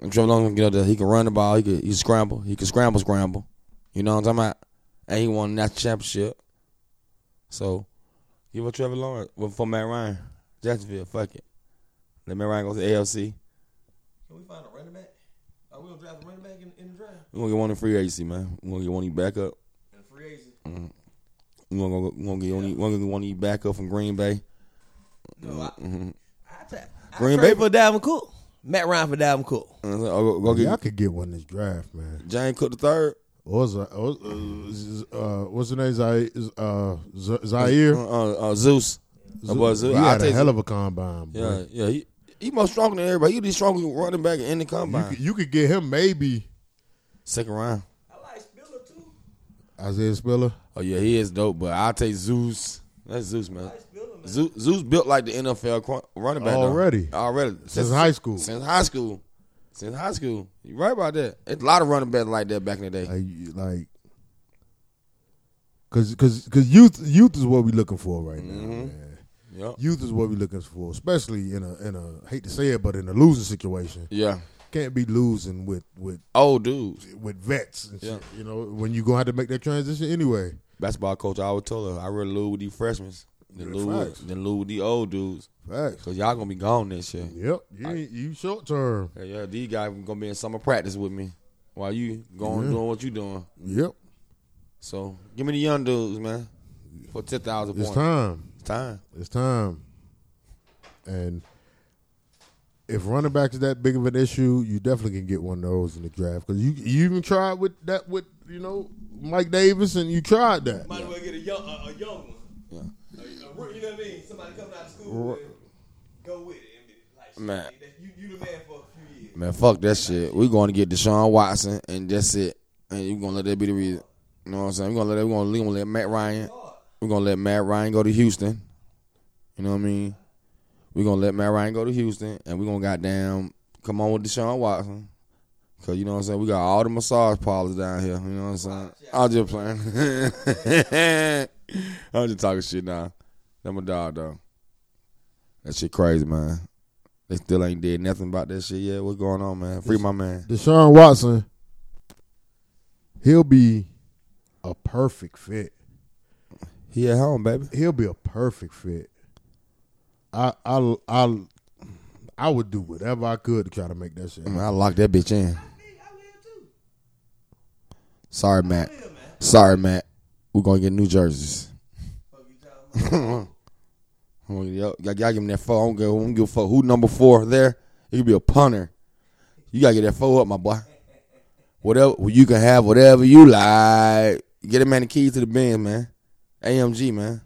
Speaker 2: And Trevor Lawrence can get up there. He can run the ball. He can, he can scramble. He can scramble, scramble. You know what I'm talking about? And he won that championship. So, give up Trevor Lawrence well, for Matt Ryan. Jacksonville, fuck it. Let Matt Ryan go to the AFC.
Speaker 3: Can we find a running back? Are we gonna draft a running back in, in the draft?
Speaker 2: We're going to get one in free agency, man. We're going to get one of these back up.
Speaker 3: In the free agent?
Speaker 2: We're going to get one of we're gonna get one of these back up from Green Bay.
Speaker 3: No, I, I, ta- I
Speaker 2: Green
Speaker 3: trade
Speaker 2: Bay-
Speaker 3: for Dalvin Cook. Matt Ryan for Dalvin Cook.
Speaker 2: And so, I'll Uh, go, go
Speaker 1: Y'all
Speaker 2: get
Speaker 1: could get one this draft, man.
Speaker 2: Jane Cook the third.
Speaker 1: Or, Z- or uh, Z- uh, what's the name? Zaire. Uh, Z- Zaire.
Speaker 2: Uh, uh, uh, Zeus. That boy Zeus.
Speaker 1: He
Speaker 2: I'll
Speaker 1: had
Speaker 2: tell
Speaker 1: a
Speaker 2: you-
Speaker 1: hell of a combine. Bro.
Speaker 2: Yeah, yeah. He, he most stronger than everybody. He the strongest running back in the
Speaker 1: You
Speaker 2: combine.
Speaker 1: could, you could get him maybe.
Speaker 2: Second round.
Speaker 3: I like Spiller too.
Speaker 1: Isaiah Spiller.
Speaker 2: Oh yeah, he is dope. But I'll take Zeus. That's Zeus, man. Zeus, Zeus built like the NFL cr- running back though.
Speaker 1: Already.
Speaker 2: Already since,
Speaker 1: high school.
Speaker 2: Since high school. Since high school. You right about that. It's a lot of running backs like that back in the day.
Speaker 1: Like, you- like cause, cause, cause youth, youth is what we looking for right now.
Speaker 2: Mm-hmm.
Speaker 1: Man.
Speaker 2: Yup.
Speaker 1: Youth is what we looking for, especially in a in a hate to say it, but in a losing situation.
Speaker 2: Yeah.
Speaker 1: Can't be losing with with
Speaker 2: Oh, dude.
Speaker 1: with vets. And
Speaker 2: Yeah.
Speaker 1: shit, you know when you gonna have to make that transition anyway.
Speaker 2: Basketball coach, I always told her, I really lose with these freshmen. Then
Speaker 1: Yeah,
Speaker 2: lose,
Speaker 1: facts.
Speaker 2: with, then lose with these old dudes.
Speaker 1: Facts.
Speaker 2: Cause y'all gonna be gone this year.
Speaker 1: Yep. You, ain't- you short term.
Speaker 2: Yeah, yeah these guys gonna be in summer practice with me while you going
Speaker 1: Yeah.
Speaker 2: doing what you doing.
Speaker 1: Yep.
Speaker 2: So give me the young dudes, man. For ten thousand
Speaker 1: It's
Speaker 2: points.
Speaker 1: time.
Speaker 2: It's time.
Speaker 1: It's time. And if running back is that big of an issue, you definitely can get one of those in the draft because you you even tried with that with you know Mike Davis and you tried that.
Speaker 3: Might as well get a young, a, a young one.
Speaker 2: Yeah.
Speaker 3: A, a rookie, you know what I mean? Somebody coming out of school,
Speaker 1: Right.
Speaker 3: and go with it. And be like, shit,
Speaker 2: Man.
Speaker 3: that- You, you the man for a few years.
Speaker 2: Man, fuck that shit. We're going to get Deshaun Watson, and that's it. And we're going to let that be the reason. You know what I'm saying? We're going to let, we're gonna, we gonna let Matt Ryan. We're going to let Matt Ryan go to Houston. You know what I mean? We're going to let Matt Ryan go to Houston, and we're going to goddamn come on with Deshaun Watson. Because, you know what I'm saying? We got all the massage parlors down here. You know what I'm saying? I'm just playing. (laughs) I'm just talking shit now. That my dog, though. That shit crazy, man. They still ain't did nothing about that shit yet. What's going on, man? Free my man.
Speaker 1: Deshaun Watson, he'll be a perfect fit.
Speaker 2: He at home, baby.
Speaker 1: He'll be a perfect fit. I I I I would do whatever I could to try to make that shit.
Speaker 2: I,
Speaker 1: happen.
Speaker 2: I locked that bitch in.
Speaker 3: I mean, I will
Speaker 2: Sorry, Matt.
Speaker 3: too. Yeah, man.
Speaker 2: Sorry, Matt. We're gonna get new jerseys. (laughs)
Speaker 3: Fuck you talking about.
Speaker 2: Oh, Yo, y'all gotta give him that four. I don't give, I don't give a fuck who number four there. It could be a punter. You gotta get that four up, my boy. Whatever you can have, whatever you like. Get a man the keys to the Benz, man. AMG, man.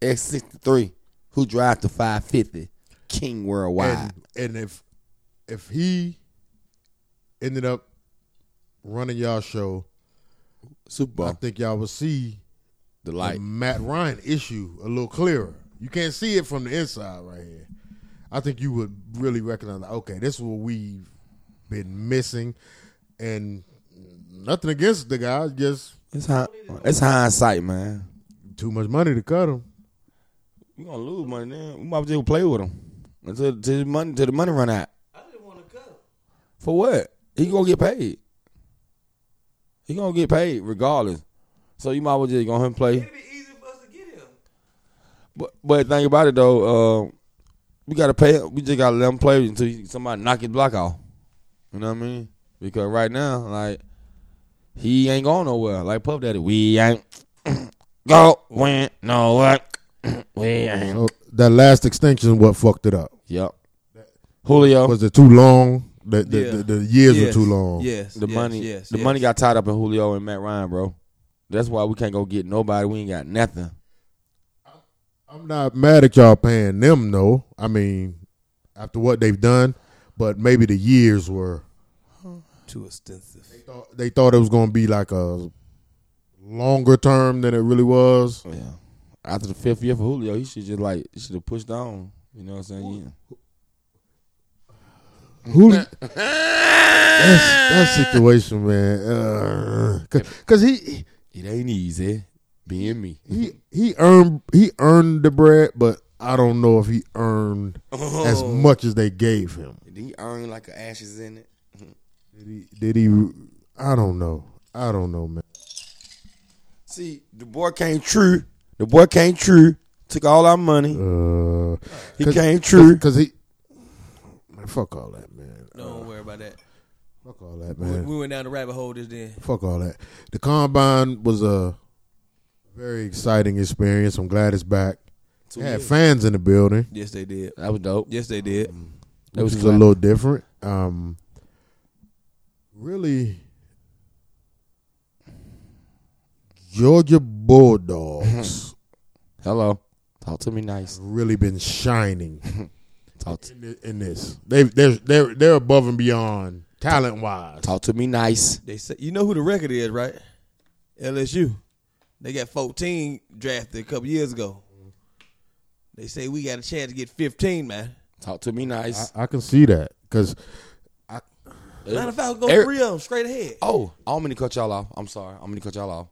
Speaker 2: X sixty three. Who drives the five fifty? King worldwide.
Speaker 1: And, and if if he ended up running y'all show,
Speaker 2: Super
Speaker 1: I
Speaker 2: Bowl.
Speaker 1: think y'all will see
Speaker 2: The
Speaker 1: the
Speaker 2: light.
Speaker 1: Matt Ryan issue a little clearer. You can't see it from the inside right here. I think you would really recognize, like, okay, this is what we've been missing, and nothing against the guy, just
Speaker 2: It's hi- it's hindsight, man.
Speaker 1: too much money to cut him.
Speaker 2: We gonna lose money then. We might as well play with him until till the money till the money run out.
Speaker 3: I didn't want to cut him.
Speaker 2: For what? He gonna get paid. He gonna get paid regardless. So you might as well just go ahead and play.
Speaker 3: It'd be easy for us to get him.
Speaker 2: But but think about it though. Uh, we gotta pay. him. We just gotta let him play until he- somebody knock his block off. You know what I mean? Because right now, like he ain't going nowhere. Like Puff Daddy, we ain't (clears throat) go win nowhere. (clears throat) we ain't.
Speaker 1: So that last extension, what fucked it up
Speaker 2: Yep. Julio.
Speaker 1: was it too long? The the,
Speaker 3: Yeah.
Speaker 1: the, the years were
Speaker 3: Yes,
Speaker 1: too long.
Speaker 3: Yes.
Speaker 2: The
Speaker 3: yes,
Speaker 2: money,
Speaker 3: Yes.
Speaker 2: the
Speaker 3: yes.
Speaker 2: money got tied up in Julio and Matt Ryan, bro. That's why we can't go get nobody. We ain't got nothing.
Speaker 1: I'm not mad at y'all paying them though. I mean, after what they've done, but maybe the years were
Speaker 3: too extensive.
Speaker 1: they thought, they thought it was going to be like a longer term than it really was.
Speaker 2: Yeah. After the fifth year for Julio, he should just like he should have pushed on. You know what I'm saying?
Speaker 1: (laughs) Who that's, that situation, man? Because he
Speaker 2: Yeah. It ain't easy being me.
Speaker 1: he he earned he earned the bread, but I don't know if he earned as much as they gave him.
Speaker 2: Did he earn like a ashes in it?
Speaker 1: Did he? Did he? I don't know. I don't know, man.
Speaker 2: See, the boy came true. The boy came true. Took all our money.
Speaker 1: Uh,
Speaker 2: He
Speaker 1: 'cause-
Speaker 2: came true.
Speaker 1: because he. Man, fuck all that, man.
Speaker 3: Don't worry about that.
Speaker 1: Fuck all that,
Speaker 3: We,
Speaker 1: man.
Speaker 3: we went down the rabbit hole just then.
Speaker 1: fuck all that. The combine was a very exciting experience. I'm glad it's back.
Speaker 2: Two
Speaker 1: It had
Speaker 2: years.
Speaker 1: fans in the building,
Speaker 3: Yes, they did.
Speaker 2: That was dope.
Speaker 3: Yes, they did.
Speaker 1: which
Speaker 2: That was
Speaker 1: was a
Speaker 2: glad.
Speaker 1: little different. Um, really, Georgia
Speaker 2: (laughs)
Speaker 1: Bulldogs
Speaker 2: Hello. Talk to me nice.
Speaker 1: really been shining
Speaker 2: Talk to,
Speaker 1: in, thi- in this. They they're they're they're above and beyond talent wise.
Speaker 2: talk to me nice.
Speaker 3: They said, you know who the record is, right? LSU. They got 14 drafted a couple years ago. They say we got a chance to get 15, man.
Speaker 2: Talk to me nice.
Speaker 1: I, I can see that because
Speaker 3: Atlanta Falcons go
Speaker 2: Eric-
Speaker 3: three of them straight ahead.
Speaker 2: Oh, I don't mean to cut y'all off. I'm sorry. I'm gonna cut y'all off.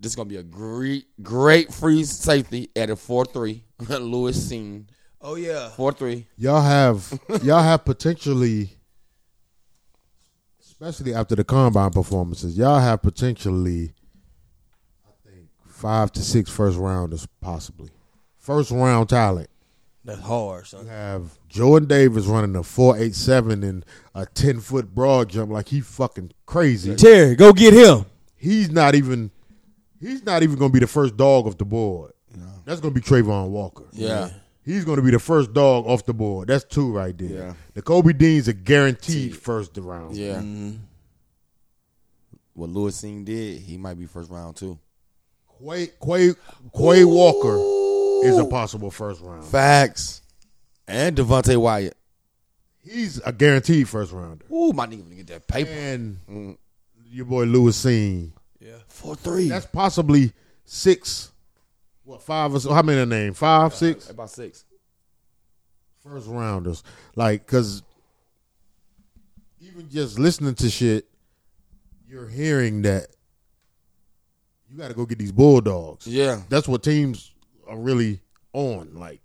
Speaker 2: This is gonna be a great, great free safety at a four three. (laughs) Lewis Seen
Speaker 3: Oh yeah,
Speaker 2: four three.
Speaker 1: y'all have y'all have potentially, especially after the combine performances, y'all have potentially, I think five to six first rounders possibly, first round talent.
Speaker 3: that's hard, son.
Speaker 1: have Jordan Davis running a four eight seven and a ten foot broad jump like he fucking crazy.
Speaker 3: Terry, go get him.
Speaker 1: He's not even he's not even gonna be the first dog off the board. That's gonna be Trayvon Walker.
Speaker 2: Yeah.
Speaker 1: He's gonna be the first dog off the board. That's two right there.
Speaker 2: Yeah.
Speaker 1: The Kobe Dean's a guaranteed first round.
Speaker 2: Yeah. What Lewis Seen did, he might be first round too.
Speaker 1: Quay Quay Quay Walker is a possible first round.
Speaker 2: Facts. And Devontae Wyatt.
Speaker 1: He's a guaranteed first rounder.
Speaker 2: Ooh, my nigga, gonna get that paper.
Speaker 1: And
Speaker 2: Mm.
Speaker 1: your boy Lewis Seen.
Speaker 3: Yeah,
Speaker 2: Four three.
Speaker 1: that's possibly six, what five or so? How many name? Five, six
Speaker 2: about six.
Speaker 1: first rounders. Like, cause even just listening to shit, you're hearing that you got to go get these bulldogs.
Speaker 2: Yeah.
Speaker 1: that's what teams are really on. Like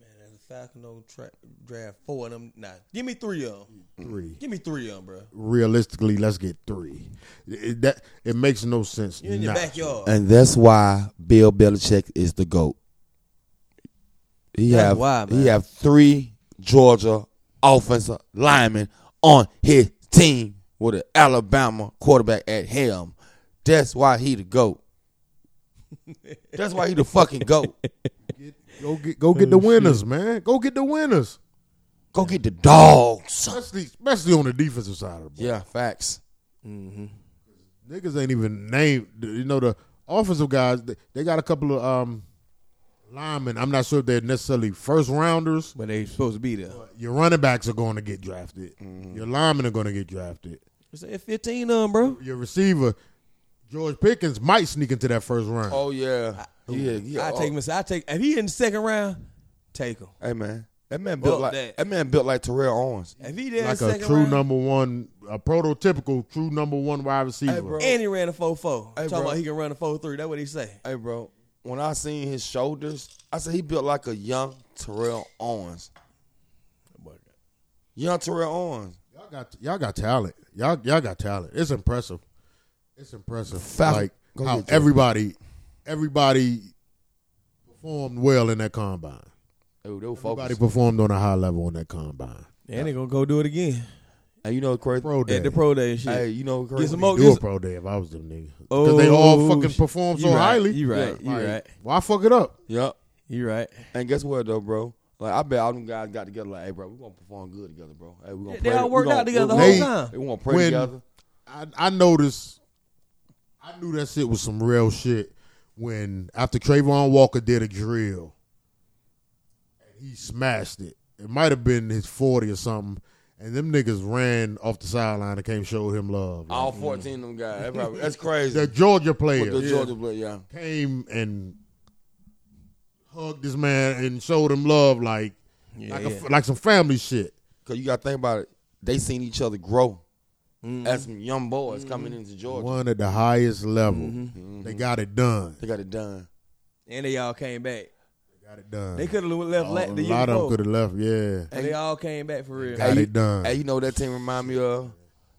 Speaker 3: man, as a Falcon don't tra- draft four of them. Nah, give me three of them.
Speaker 1: three.
Speaker 3: Give me three of them, bro.
Speaker 1: Realistically, let's get three. It, that it makes no sense.
Speaker 3: You in your
Speaker 1: not to.
Speaker 3: backyard.
Speaker 2: And that's why Bill Belichick is the GOAT. He
Speaker 3: That's
Speaker 2: have
Speaker 3: why, man.
Speaker 2: he have three Georgia offensive linemen on his team with an Alabama quarterback at helm. That's why he the
Speaker 3: (laughs)
Speaker 2: GOAT. that's why he the fucking GOAT.
Speaker 1: Go get go get the winners, man. Go get the winners,
Speaker 2: Go get the dogs.
Speaker 1: especially especially on the defensive side of the ball.
Speaker 2: Yeah, facts.
Speaker 1: niggas ain't even named. You know the offensive guys. They, they got a couple of um linemen. I'm not sure if they're necessarily first rounders.
Speaker 3: But they supposed to be there.
Speaker 1: Your running backs are going to get drafted.
Speaker 3: Mm-hmm.
Speaker 1: Your linemen are going to get drafted.
Speaker 3: Say 15 of them, bro.
Speaker 1: Your receiver, George Pickens, might sneak into that first round.
Speaker 2: Oh yeah. yeah, yeah.
Speaker 3: I
Speaker 2: oh.
Speaker 3: take him. I take. If he in the second round, take him.
Speaker 2: Hey man. That man built
Speaker 3: Fuck
Speaker 2: like
Speaker 3: that.
Speaker 2: that. man built like Terrell Owens.
Speaker 3: If he there
Speaker 1: like
Speaker 3: in the
Speaker 1: a
Speaker 3: second
Speaker 1: true
Speaker 3: round,
Speaker 1: number one, a prototypical true number one wide receiver.
Speaker 2: bro.
Speaker 3: and he ran a 4 4.
Speaker 2: Hey,
Speaker 3: Talking
Speaker 2: bro.
Speaker 3: about he can run a 4 3. That's what he say.
Speaker 2: Hey, bro. When I seen his shoulders, I said he built like a young Terrell Owens. Young Terrell Owens.
Speaker 1: Y'all got y'all got talent. Y'all y'all got talent. It's impressive. It's impressive.
Speaker 2: Fal-
Speaker 1: like
Speaker 2: Go
Speaker 1: how
Speaker 2: ahead, Joe.
Speaker 1: everybody everybody performed well in that combine.
Speaker 2: Hey, they were
Speaker 1: Everybody
Speaker 2: focused.
Speaker 1: performed on a high level in that combine.
Speaker 3: And they going to go do it again
Speaker 2: Hey, you know what's crazy?
Speaker 1: Pro day.
Speaker 3: at the pro day and shit.
Speaker 2: Hey, you know what's crazy?
Speaker 3: Get some more-
Speaker 1: do a
Speaker 3: just-
Speaker 1: pro day if I was them niggas. Because they all
Speaker 3: Oh,
Speaker 1: fucking
Speaker 3: sh-
Speaker 1: perform so
Speaker 3: you right,
Speaker 1: highly.
Speaker 3: you right, you
Speaker 1: Like,
Speaker 3: right.
Speaker 1: Why fuck it up?
Speaker 2: Yup.
Speaker 3: You right.
Speaker 2: And guess what though, bro? Like I bet all them guys got together. Like, hey, bro, we gonna perform good together, bro. Hey, we gonna
Speaker 3: They
Speaker 2: play,
Speaker 3: all
Speaker 2: we
Speaker 3: worked
Speaker 2: gonna-
Speaker 3: out together the
Speaker 1: whole
Speaker 2: we-
Speaker 3: time.
Speaker 2: We gonna pray
Speaker 1: When-
Speaker 2: together.
Speaker 1: I, I noticed I knew that shit was some real shit when after Trayvon Walker did a drill and he smashed it. It might have been his forty or something. And them niggas ran off the sideline and came show him love.
Speaker 2: All fourteen of them guys. That's, probably- (laughs) that's
Speaker 1: the
Speaker 2: crazy.
Speaker 1: Georgia
Speaker 2: With
Speaker 1: players
Speaker 2: the Georgia blood, yeah.
Speaker 1: came and hugged this man and showed him love like
Speaker 3: Yeah,
Speaker 1: like, A,
Speaker 3: yeah.
Speaker 1: like some family shit.
Speaker 2: Cause you gotta think about it. They seen each other grow. As some young boys coming into Georgia.
Speaker 1: One at the highest level.
Speaker 2: Mm-hmm.
Speaker 1: They got it done.
Speaker 2: They got it done.
Speaker 3: And they all came back.
Speaker 1: They got it done.
Speaker 3: They could have left la-
Speaker 1: a
Speaker 3: the year
Speaker 1: lot of them
Speaker 3: before.
Speaker 1: could have left. Yeah.
Speaker 3: And they all came back for real.
Speaker 1: Got
Speaker 2: Hey,
Speaker 1: it done.
Speaker 2: Hey, you know what that team remind me of?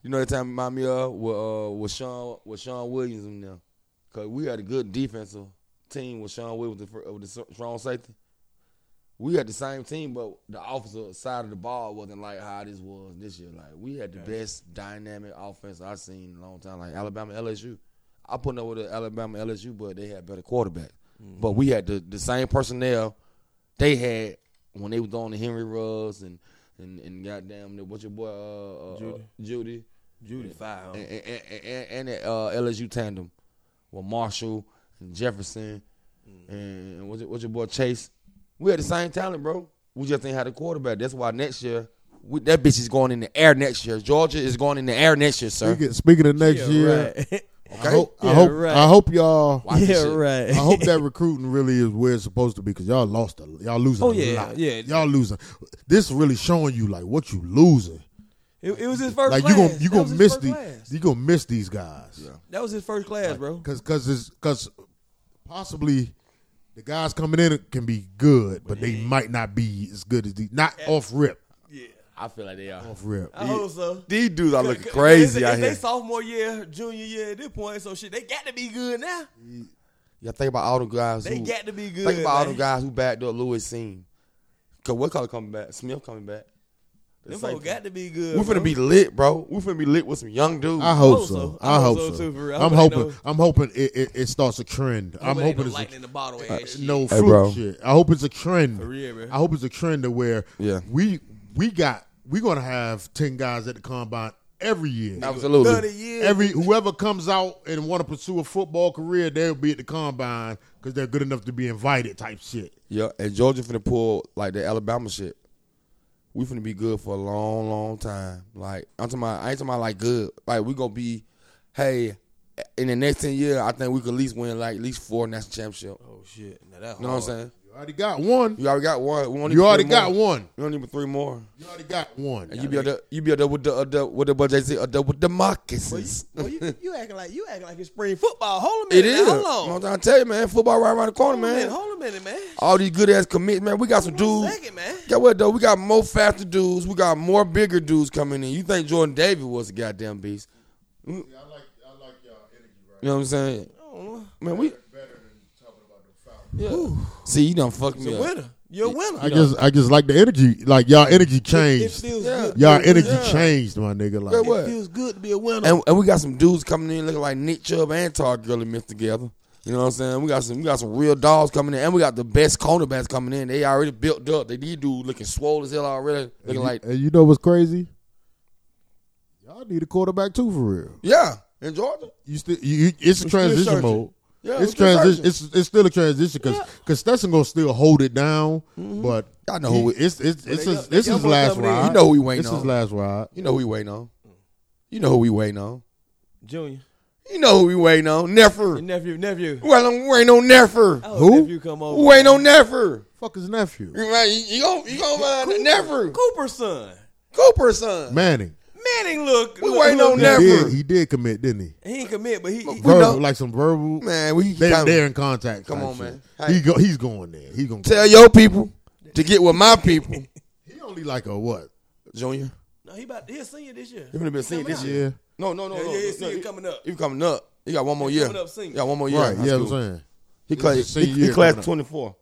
Speaker 2: You know that time remind me of with uh, with Sean with Sean Williams and them, cause we had a good defensive team with Sean Williams with the, fir- with the s- strong safety. We had the same team, but the offensive side of the ball wasn't like how this was this year. Like we had the best dynamic offense I've seen in a long time. Like Alabama, LSU. I put up with the Alabama, LSU, but they had better quarterback. But we had the, the same personnel they had when they was on the Henry Ruggs and and and goddamn what's your boy uh, uh, Judy Judy
Speaker 3: Judy, five.
Speaker 2: Oh. and and, and, and, and that, uh, LSU tandem with Marshall and Jefferson
Speaker 3: Mm.
Speaker 2: and, and what's, your, what's your boy Chase. We had the same talent, bro. We just ain't had a quarterback. That's why next year we, that bitch is going in the air next year. Georgia is going in the air next year, sir.
Speaker 1: Speaking, speaking of next year,
Speaker 3: right.
Speaker 1: I hope, I
Speaker 3: Yeah,
Speaker 1: hope,
Speaker 3: right.
Speaker 1: I hope y'all.
Speaker 2: Watch this
Speaker 3: (laughs) yeah,
Speaker 2: shit.
Speaker 1: I
Speaker 3: right.
Speaker 1: hope that recruiting really is where it's supposed to be because y'all lost a, y'all losing.
Speaker 3: Oh,
Speaker 1: a
Speaker 3: yeah,
Speaker 1: lot.
Speaker 3: yeah.
Speaker 1: Y'all losing. This really showing you like what you losing.
Speaker 3: it, it was his first.
Speaker 1: like
Speaker 3: class.
Speaker 1: you gonna you
Speaker 3: That
Speaker 1: gonna
Speaker 3: was his
Speaker 1: miss
Speaker 3: first
Speaker 1: these
Speaker 3: class.
Speaker 1: you gonna miss these guys.
Speaker 2: Yeah.
Speaker 3: That was his first class, bro.
Speaker 1: Cause cause it's cause possibly the guys coming in can be good, but they might not be as good as these. Not off rip.
Speaker 3: Yeah,
Speaker 2: I feel like they
Speaker 3: Oh,
Speaker 2: are.
Speaker 1: Off rip.
Speaker 3: I hope so.
Speaker 2: These dudes are
Speaker 3: Cause-
Speaker 2: looking
Speaker 3: cause
Speaker 2: crazy
Speaker 3: it's-
Speaker 2: out
Speaker 3: it's
Speaker 2: here.
Speaker 3: They sophomore year, junior year at this point, so shit, they got to be good now.
Speaker 2: Y'all think about all the guys.
Speaker 3: They
Speaker 2: who,
Speaker 3: got to be good.
Speaker 2: Think about all the
Speaker 3: man.
Speaker 2: guys who backed up Lewis Seen. Cause what color coming back? Smith coming back. The
Speaker 3: Them
Speaker 2: same
Speaker 3: folks
Speaker 2: thing.
Speaker 3: got to be good.
Speaker 2: We
Speaker 3: bro. Uh-huh.
Speaker 2: finna be lit, bro. We finna be lit with some young dudes.
Speaker 1: I hope
Speaker 3: hope
Speaker 1: so.
Speaker 3: so.
Speaker 1: I hope so.
Speaker 3: too, for real. I
Speaker 1: I'm
Speaker 3: hope they
Speaker 1: hoping.
Speaker 3: know-
Speaker 1: I'm hoping it, it, it starts a trend. I'm
Speaker 3: Nobody ain't no
Speaker 1: hoping
Speaker 3: lightning
Speaker 1: it's
Speaker 3: in the bottle
Speaker 1: a, Uh,
Speaker 3: ass shit.
Speaker 1: no
Speaker 2: Hey,
Speaker 1: fruit
Speaker 2: bro.
Speaker 1: shit. I hope it's a trend.
Speaker 3: For real, bro.
Speaker 1: I hope it's a trend to where
Speaker 2: Yeah.
Speaker 1: we we got we gonna have ten guys at the combine every year.
Speaker 2: Absolutely.
Speaker 3: Thirty years.
Speaker 1: Every whoever comes out and want to pursue a football career, they'll be at the combine because they're good enough to be invited. Type shit.
Speaker 2: Yeah, and Georgia finna pull like the Alabama shit. We finna be good for a long, long time. Like I'm talking about, I ain't talking about like good. Like we gonna be, hey, in the next ten years, I think we could at least win like at least four national championship.
Speaker 3: oh shit! Now that
Speaker 2: You know what I'm
Speaker 3: hard.
Speaker 2: saying?
Speaker 1: You already got one.
Speaker 2: You already got one. We only
Speaker 1: You already got
Speaker 2: one.
Speaker 1: one.
Speaker 2: We only need three more.
Speaker 1: You already got one.
Speaker 2: And you be up there, you be up there with the uh, the- with the budget, say, uh, the- with the
Speaker 3: Well, you,
Speaker 2: moccasins.
Speaker 3: well, you,
Speaker 2: (laughs)
Speaker 3: you acting like you acting like it's spring football. Hold a
Speaker 2: It
Speaker 3: minute.
Speaker 2: is.
Speaker 3: now,
Speaker 2: You know what
Speaker 3: Hold on.
Speaker 2: I'm trying to tell you, man. Football right around the corner,
Speaker 3: Hold a minute.
Speaker 2: man.
Speaker 3: Hold a minute, man.
Speaker 2: All these good ass commits, man. We got some
Speaker 3: One
Speaker 2: dudes.
Speaker 3: second, man.
Speaker 2: Get what though? We got more faster dudes. We got more bigger dudes coming in. You think Jordan Davis was a goddamn beast?
Speaker 1: I like I like y'all energy right
Speaker 2: You know what I'm saying?
Speaker 3: I don't know.
Speaker 2: Man, we
Speaker 1: better than talking about the foul.
Speaker 2: see you done fucked
Speaker 3: You're
Speaker 2: me
Speaker 3: a
Speaker 2: up.
Speaker 3: winner. You're a winner.
Speaker 1: I just I just like the energy. Like y'all energy
Speaker 3: It- It
Speaker 1: changed.
Speaker 3: feels
Speaker 2: Yeah.
Speaker 3: good.
Speaker 1: Y'all energy
Speaker 2: Yeah.
Speaker 1: changed, my nigga. Like
Speaker 2: what?
Speaker 3: It feels good to be a winner.
Speaker 2: And, and we got some dudes coming in looking like Nick Chubb and Todd Gurley mixed together. You know what I'm saying? We got some we got some real dogs coming in, and we got the best cornerbacks coming in. They already built up. They these dudes looking swole as hell already,
Speaker 1: and
Speaker 2: looking
Speaker 1: you,
Speaker 2: like
Speaker 1: and you know what's crazy? Y'all need a quarterback too for real.
Speaker 2: yeah. In Georgia,
Speaker 1: You still you, you- it's a
Speaker 2: still
Speaker 1: transition
Speaker 2: searching.
Speaker 1: mode.
Speaker 2: Yeah,
Speaker 1: it's
Speaker 2: we still
Speaker 1: transition.
Speaker 2: searching.
Speaker 1: It's it's still a transition because Stetson gonna still hold it down,
Speaker 2: Mm-hmm.
Speaker 1: but
Speaker 2: I know who
Speaker 1: he- it's it's it's
Speaker 3: they
Speaker 1: his,
Speaker 3: young- they
Speaker 1: it's
Speaker 3: young
Speaker 1: his
Speaker 3: boys
Speaker 1: last
Speaker 3: coming in.
Speaker 1: ride.
Speaker 2: You know who he waiting
Speaker 1: It's his
Speaker 2: on.
Speaker 1: last ride.
Speaker 2: you know who we waiting on. You know who we waiting on.
Speaker 3: Junior,
Speaker 2: You know who we waiting on.
Speaker 3: your
Speaker 2: Nefer.
Speaker 3: nephew, nephew.
Speaker 2: Well, I'm waiting on Nefer.
Speaker 3: I hope
Speaker 1: Who?
Speaker 3: Nephew Oh, come over.
Speaker 2: We waiting on Nefer.
Speaker 1: Fuck his nephew,
Speaker 2: You right, you, you gon' you gon' find
Speaker 3: Cooper-
Speaker 2: Never
Speaker 3: Cooper's son.
Speaker 2: Cooper son.
Speaker 1: Manning.
Speaker 3: Manning look.
Speaker 2: We
Speaker 3: look-
Speaker 2: waiting
Speaker 3: look-
Speaker 2: on
Speaker 1: He
Speaker 2: Never.
Speaker 1: did he did commit, didn't he?
Speaker 3: He ain't commit, but he. he
Speaker 2: We
Speaker 1: Verbal,
Speaker 2: know-
Speaker 1: like some verbal.
Speaker 2: Man, we
Speaker 1: They,
Speaker 2: kinda-
Speaker 1: they're in contact.
Speaker 2: Come
Speaker 1: type
Speaker 2: on,
Speaker 1: shit.
Speaker 2: man. Hey.
Speaker 1: He go, he's going there. He gonna.
Speaker 2: tell your people to get with my people.
Speaker 1: He only like a what?
Speaker 2: (laughs) Junior,
Speaker 3: no, he about he a senior this year.
Speaker 2: you finna be a senior this
Speaker 3: Coming
Speaker 2: year.
Speaker 1: Yeah.
Speaker 2: No, no, no,
Speaker 3: Yeah,
Speaker 2: no.
Speaker 3: yeah,
Speaker 2: no,
Speaker 3: senior
Speaker 2: you-
Speaker 3: coming up.
Speaker 2: You coming up. You got one more year.
Speaker 3: coming up senior.
Speaker 2: You got one more year.
Speaker 1: Right.
Speaker 2: in high
Speaker 1: Yeah, I'm
Speaker 2: school.
Speaker 1: saying.
Speaker 2: He
Speaker 1: This
Speaker 2: class
Speaker 1: is
Speaker 2: he,
Speaker 1: senior
Speaker 2: he
Speaker 1: year
Speaker 2: class
Speaker 1: coming up.
Speaker 2: 24.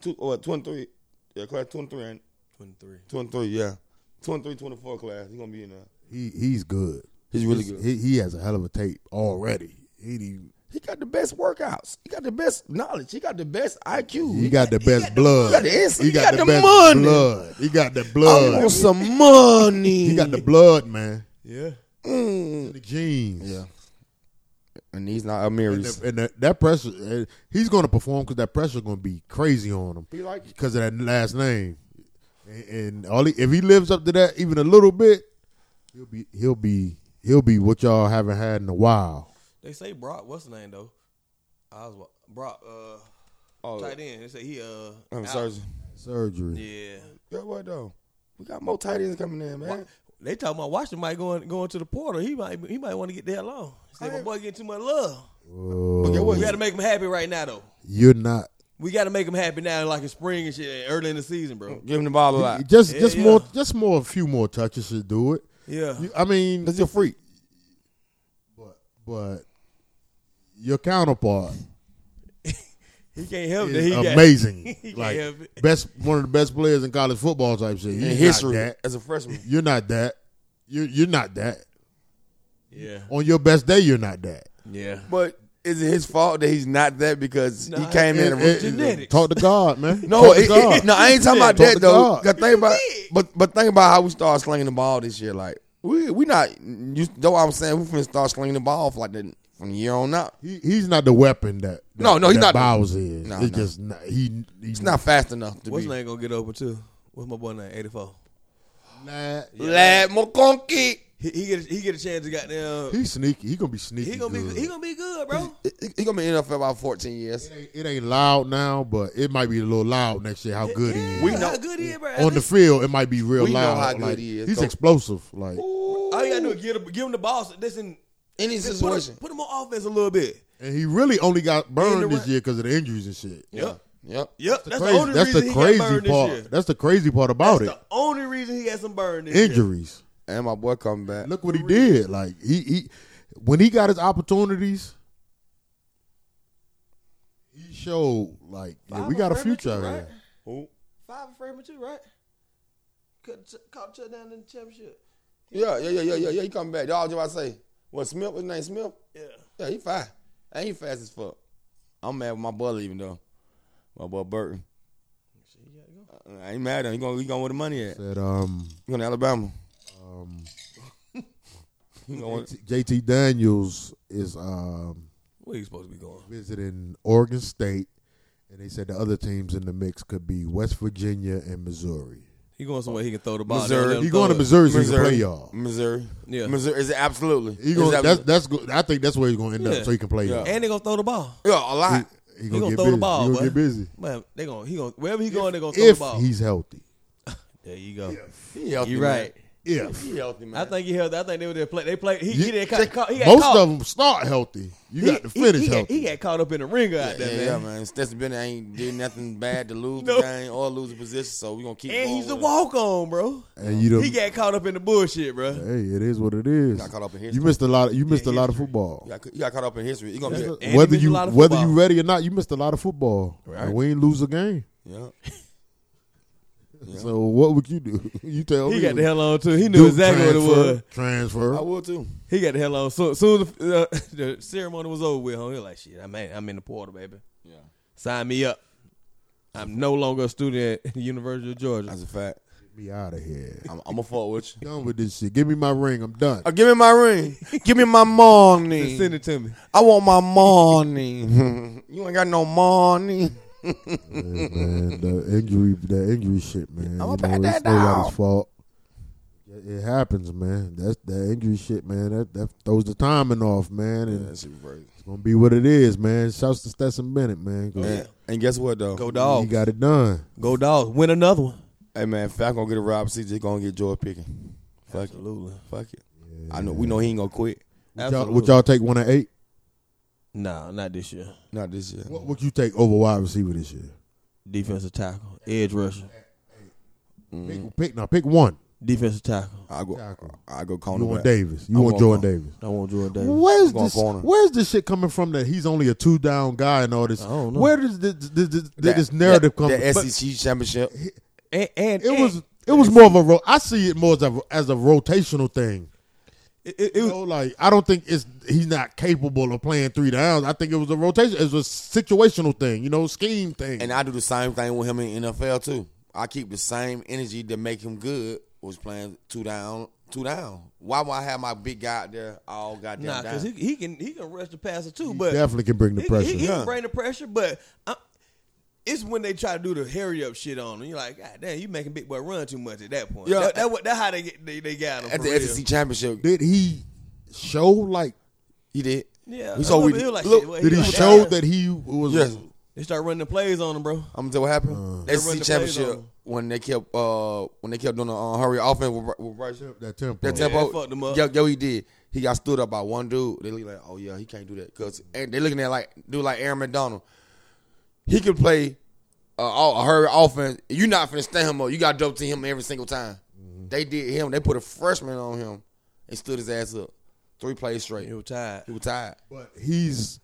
Speaker 2: Two or 23. Yeah, class 23 and
Speaker 3: Twenty three.
Speaker 2: 23, yeah. 23 24 class. He going to be in there.
Speaker 1: He he's good.
Speaker 2: He's really good.
Speaker 1: He he has a hell of a tape already. He the-
Speaker 2: He got the best workouts. He got the best knowledge. He got the best IQ.
Speaker 1: he got the best blood.
Speaker 2: He got the ins- he got the
Speaker 1: best
Speaker 2: money.
Speaker 1: blood. He got the
Speaker 2: I want
Speaker 1: blood.
Speaker 2: some money.
Speaker 1: He got the blood, man.
Speaker 3: Yeah.
Speaker 2: Mm.
Speaker 1: The genes.
Speaker 2: Yeah. And he's not
Speaker 1: And,
Speaker 2: Amiri's.
Speaker 1: the, and the, that pressure, eh, he's going to perform because that pressure going to be crazy on him
Speaker 2: Be like-
Speaker 1: because of that last name. And, and all he, if he lives up to that even a little bit, he'll be he'll be he'll be what y'all haven't had in a while.
Speaker 3: They say Brock. What's the name though? Oswald. Brock. Uh,
Speaker 2: Oh,
Speaker 3: tight end. They say he. Uh,
Speaker 2: I'm
Speaker 3: out.
Speaker 2: sorry.
Speaker 1: Surgery.
Speaker 3: Yeah.
Speaker 2: Yeah, what though? We got more tight ends coming in, man.
Speaker 3: They talking about Washington might going going to the portal. He might he might want to get that long. Say my boy getting too much love.
Speaker 1: Whoa.
Speaker 2: Okay, what?
Speaker 3: We got to make him happy right now though.
Speaker 1: Uh, You're not
Speaker 3: We got to make him happy now, like in spring and shit, early in the season, bro.
Speaker 2: Give him the ball a lot.
Speaker 1: just
Speaker 3: Yeah,
Speaker 1: just
Speaker 3: yeah.
Speaker 1: more just more a few more touches should do it.
Speaker 3: Yeah.
Speaker 1: You- I mean,
Speaker 2: That's your freak.
Speaker 1: but, but your counterpart
Speaker 3: He can't help that.
Speaker 1: is
Speaker 3: He got-
Speaker 1: amazing.
Speaker 2: (laughs)
Speaker 3: he can't
Speaker 1: like
Speaker 3: help it.
Speaker 1: best one of the best players in college football type shit. You're
Speaker 2: In
Speaker 1: not
Speaker 2: history,
Speaker 1: that.
Speaker 2: as a freshman.
Speaker 1: You're not that. You're you're not that.
Speaker 3: Yeah.
Speaker 1: On your best day, you're not that.
Speaker 3: Yeah.
Speaker 2: But is it his fault that he's not that because he
Speaker 3: Nah,
Speaker 2: came in?
Speaker 1: It- it-
Speaker 2: and
Speaker 3: genetics.
Speaker 1: Talk to God, man.
Speaker 2: (laughs) no,
Speaker 1: Talk to
Speaker 2: it,
Speaker 1: God.
Speaker 2: it- no, I ain't talking about
Speaker 1: Talk
Speaker 2: that
Speaker 1: to
Speaker 2: though.
Speaker 1: God.
Speaker 2: 'Cause Think about,
Speaker 3: did.
Speaker 2: but but think about how we start slinging the ball this year. Like we we not. You know what I'm saying? We finna start slinging the ball for like the, from year on out.
Speaker 1: He, he's not the weapon that, that
Speaker 2: No, no, he's
Speaker 1: that
Speaker 2: not the-
Speaker 1: Bowers is.
Speaker 2: No,
Speaker 1: it's
Speaker 2: no.
Speaker 1: just not, he he's
Speaker 2: It's not fast enough to
Speaker 3: What's
Speaker 2: be.
Speaker 3: name gonna get open too? What's my boy name? Eighty four.
Speaker 1: Nah,
Speaker 2: Lad McConkey.
Speaker 3: He he, he get a, he get a chance to goddamn.
Speaker 1: He's sneaky. He gonna be sneaky.
Speaker 3: He gonna
Speaker 1: good.
Speaker 3: be he gonna be good, bro.
Speaker 2: He, he- he gonna be in the NFL about fourteen years.
Speaker 1: It ain't, it ain't loud now, but it might be a little loud next year. How good he is
Speaker 2: We
Speaker 3: Yeah,
Speaker 2: know-
Speaker 3: how good he is, bro.
Speaker 1: on the field, it might be real
Speaker 2: We know
Speaker 1: loud.
Speaker 2: how good
Speaker 1: Like,
Speaker 2: he is,
Speaker 1: He's
Speaker 2: though.
Speaker 1: explosive. Like
Speaker 3: All you gotta do is give him, give him the ball. Listen,
Speaker 2: Any
Speaker 3: just put
Speaker 2: situation.
Speaker 3: him, put him on offense a little bit.
Speaker 1: And he really only got
Speaker 3: In
Speaker 1: burned
Speaker 3: the
Speaker 1: this
Speaker 3: ra-
Speaker 1: year because of the injuries and shit.
Speaker 3: Yep.
Speaker 2: Yep.
Speaker 3: Yep, that's
Speaker 1: Crazy-
Speaker 3: the only
Speaker 1: that's
Speaker 3: reason
Speaker 1: the
Speaker 3: he
Speaker 1: crazy
Speaker 3: got burned
Speaker 1: part.
Speaker 3: this year.
Speaker 1: That's the crazy part about
Speaker 3: That's
Speaker 1: it.
Speaker 3: the only reason he got some burn this year.
Speaker 1: Injuries.
Speaker 2: And my boy coming back.
Speaker 1: Look what he did. Like he, he when he got his opportunities, he showed like yeah,
Speaker 3: Five
Speaker 1: we got a
Speaker 3: of
Speaker 1: future out
Speaker 3: Freeman,
Speaker 1: here.
Speaker 3: right?
Speaker 2: Who?
Speaker 3: Five of Freeman too, right? Cut- t- Caught touchdown in the championship.
Speaker 2: Yeah, yeah, yeah, yeah, yeah, yeah. He coming back. Y'all just about to say, what Smith? What's his name? Smith?
Speaker 3: Yeah.
Speaker 2: Yeah, he fine. And he fast as fuck. I'm mad with my boy leaving though. My boy Burton.
Speaker 3: Shit, he gotta go.
Speaker 2: I ain't mad at him. He going he going with the money at.
Speaker 1: Said um,
Speaker 2: He going to Alabama.
Speaker 1: um
Speaker 2: (laughs) He going
Speaker 1: JT JT Daniels is um
Speaker 3: Where you supposed to be going?
Speaker 1: visiting Oregon State, and they said the other teams in the mix could be West Virginia and Missouri.
Speaker 3: He going somewhere he can throw the ball.
Speaker 2: Missouri.
Speaker 3: Let him
Speaker 1: He
Speaker 3: throw
Speaker 1: going to
Speaker 3: it.
Speaker 1: Missouri so he can
Speaker 2: Missouri.
Speaker 1: play y'all.
Speaker 2: Missouri.
Speaker 3: Yeah.
Speaker 2: Missouri. Is it absolutely?
Speaker 1: He
Speaker 2: Is
Speaker 1: gonna,
Speaker 2: it
Speaker 1: that's
Speaker 2: absolutely?
Speaker 1: that's good. I think that's where he's gonna end
Speaker 3: Yeah.
Speaker 1: up, so he can play.
Speaker 2: Yeah.
Speaker 1: y'all.
Speaker 3: And they gonna throw the ball.
Speaker 2: yeah, a lot.
Speaker 1: he, he gonna,
Speaker 3: gonna
Speaker 1: get
Speaker 3: throw the
Speaker 1: busy.
Speaker 3: ball,
Speaker 1: He gonna
Speaker 3: boy.
Speaker 1: get busy
Speaker 3: Man, they gonna he gonna wherever he going, they gonna throw the
Speaker 1: if
Speaker 3: ball.
Speaker 1: he's healthy.
Speaker 3: there you go.
Speaker 2: He healthy.
Speaker 3: You
Speaker 2: man.
Speaker 3: right.
Speaker 1: Yeah,
Speaker 2: He healthy, man.
Speaker 3: I think he held. I think they were there play. They played. He, he
Speaker 1: You-
Speaker 3: didn't got caught. He got
Speaker 1: most
Speaker 3: caught.
Speaker 1: of them start healthy. You
Speaker 3: He-
Speaker 1: got to
Speaker 3: he-
Speaker 1: finish
Speaker 3: he, got-
Speaker 1: healthy.
Speaker 3: He got caught up in the ringer out
Speaker 2: yeah,
Speaker 3: there,
Speaker 2: yeah,
Speaker 3: man.
Speaker 2: man. Stetson Bennett ain't did nothing bad to
Speaker 3: (laughs)
Speaker 2: lose
Speaker 3: No.
Speaker 2: the game or lose the position, so we gonna keep.
Speaker 3: And
Speaker 2: going
Speaker 3: he's a
Speaker 2: with it.
Speaker 3: walk on, bro.
Speaker 1: and you done,
Speaker 3: He got caught up in the bullshit, bro.
Speaker 1: hey, it is what it is.
Speaker 2: Got caught up in
Speaker 1: You
Speaker 2: history.
Speaker 1: missed a lot. Of, you missed a lot of
Speaker 2: You
Speaker 1: football.
Speaker 2: got, you got caught up in history. You gonna be.
Speaker 3: And he
Speaker 1: whether
Speaker 3: missed a
Speaker 1: you
Speaker 3: lot of
Speaker 1: whether you
Speaker 3: football.
Speaker 1: ready or not, you missed a lot of football.
Speaker 2: Right.
Speaker 1: And we ain't lose a game.
Speaker 2: Yeah.
Speaker 1: So what would you do? (laughs) you tell me.
Speaker 3: He got the hell on too. He
Speaker 1: Do
Speaker 3: knew exactly what it
Speaker 1: Oh, transfer,
Speaker 3: was.
Speaker 1: Transfer.
Speaker 2: I will too.
Speaker 3: He got the hell on. So soon as the, uh, (laughs) the ceremony was over with, him, he was like, "Shit, I'm in, I'm in the portal, baby.
Speaker 2: Yeah.
Speaker 3: Sign me up. I'm no longer a student at (laughs) the University of Georgia."
Speaker 2: That's a fact.
Speaker 1: Get me out of here.
Speaker 2: I'm, I'm a fuck with
Speaker 1: (laughs)
Speaker 2: you.
Speaker 1: done with this shit. Give me my ring. I'm done.
Speaker 2: Uh, give me my ring. Give me my money.
Speaker 3: Just send it to me.
Speaker 2: I want my money. (laughs) you ain't got no money.
Speaker 1: Hey, man, the injury, the injury shit, man.
Speaker 2: I'ma
Speaker 1: you
Speaker 2: pat
Speaker 1: know,
Speaker 2: that
Speaker 1: it's nobody's
Speaker 2: dog.
Speaker 1: fault. It it happens, man. That's that injury shit, man. That that throws the timing off, man. And it's gonna be what it is, man. Shouts to Stetson Bennett, man. 'cause
Speaker 2: And, and guess what though?
Speaker 3: Go
Speaker 1: He
Speaker 3: dog.
Speaker 1: got it done.
Speaker 3: Go dog. Win another one.
Speaker 2: Hey man, Fat gonna get a rob. CJ gonna get George Pickens. Fuck
Speaker 3: Absolutely.
Speaker 2: it. Fuck it. I know. We know he ain't gonna quit.
Speaker 1: Would y'all,
Speaker 3: Absolutely.
Speaker 1: would y'all take one at eight?
Speaker 3: Nah, not this year.
Speaker 2: Not this year.
Speaker 1: What would you take over wide receiver this year?
Speaker 3: Defensive tackle, edge rusher, Mm-hmm.
Speaker 1: Pick, pick now. Pick one.
Speaker 3: defensive tackle.
Speaker 2: I go.
Speaker 1: Tackle.
Speaker 2: I go
Speaker 1: You
Speaker 2: cornerback.
Speaker 1: want Davis? You
Speaker 2: I
Speaker 1: want
Speaker 2: want
Speaker 1: Jordan
Speaker 2: one.
Speaker 1: Davis?
Speaker 3: I want Jordan Davis.
Speaker 1: Where's
Speaker 2: I'm going
Speaker 1: this?
Speaker 2: corner.
Speaker 1: Where's this shit coming from? That he's only a two down guy and all this.
Speaker 3: I don't know.
Speaker 1: Where does this, this, this,
Speaker 2: That-
Speaker 1: this narrative
Speaker 2: that,
Speaker 1: come?
Speaker 2: The
Speaker 1: from?
Speaker 3: E
Speaker 1: But
Speaker 2: SEC championship.
Speaker 3: And, and
Speaker 1: it
Speaker 3: and
Speaker 1: was it was more of a. Ro- I see it more as a as a rotational thing.
Speaker 3: it, it, it
Speaker 1: You
Speaker 3: was
Speaker 1: know, like I don't think it's he's not capable of playing three downs. I think it was a rotation. It was a situational thing. You know, scheme thing.
Speaker 2: And I do the same thing with him in NFL too. I keep the same energy to make him good. Was playing two down, two down. Why would I have my big guy out there all goddamn
Speaker 3: nah,
Speaker 2: down?
Speaker 3: because he, he can he can rush the passer too,
Speaker 1: He
Speaker 3: but
Speaker 1: definitely can bring the
Speaker 3: he,
Speaker 1: pressure.
Speaker 3: he, he
Speaker 2: Yeah.
Speaker 3: can bring the pressure. But i it's when they try to do the hurry up shit on him. You're like, God damn, you making big boy run too much at that point.
Speaker 2: Yeah.
Speaker 3: Yeah, that, that, what- that how they get they, they got him
Speaker 2: at
Speaker 3: for
Speaker 2: the
Speaker 3: real.
Speaker 2: SEC championship,
Speaker 1: Did he show like?
Speaker 2: he did.
Speaker 3: Yeah,
Speaker 2: we
Speaker 3: that's
Speaker 2: saw
Speaker 3: what
Speaker 2: we
Speaker 3: it was like,
Speaker 2: look,
Speaker 3: shit, what
Speaker 1: Did he
Speaker 3: like,
Speaker 1: show
Speaker 3: damn.
Speaker 1: that he was?
Speaker 2: Yes,
Speaker 3: They start running the plays on him, bro.
Speaker 2: I'm gonna tell you what happened.
Speaker 3: They run
Speaker 2: SEC
Speaker 3: Uh. the plays on
Speaker 2: championship
Speaker 3: him.
Speaker 2: when they kept uh when they kept doing the uh, hurry offense with, Br- with Bryce. Young.
Speaker 1: That tempo.
Speaker 2: That
Speaker 3: Yeah,
Speaker 2: tempo,
Speaker 3: it fucked him up.
Speaker 2: Yo, yo, he did. He got stood up by one dude. They look like, oh yeah, he can't do that because they looking at like dude like Aaron McDonald. He could play uh, all, a hurry offense. you not finna stand him up. You got to double to him every single time. They did him. They put a freshman on him and stood his ass up. Three plays straight.
Speaker 3: He was tired.
Speaker 2: He was tired.
Speaker 1: But he's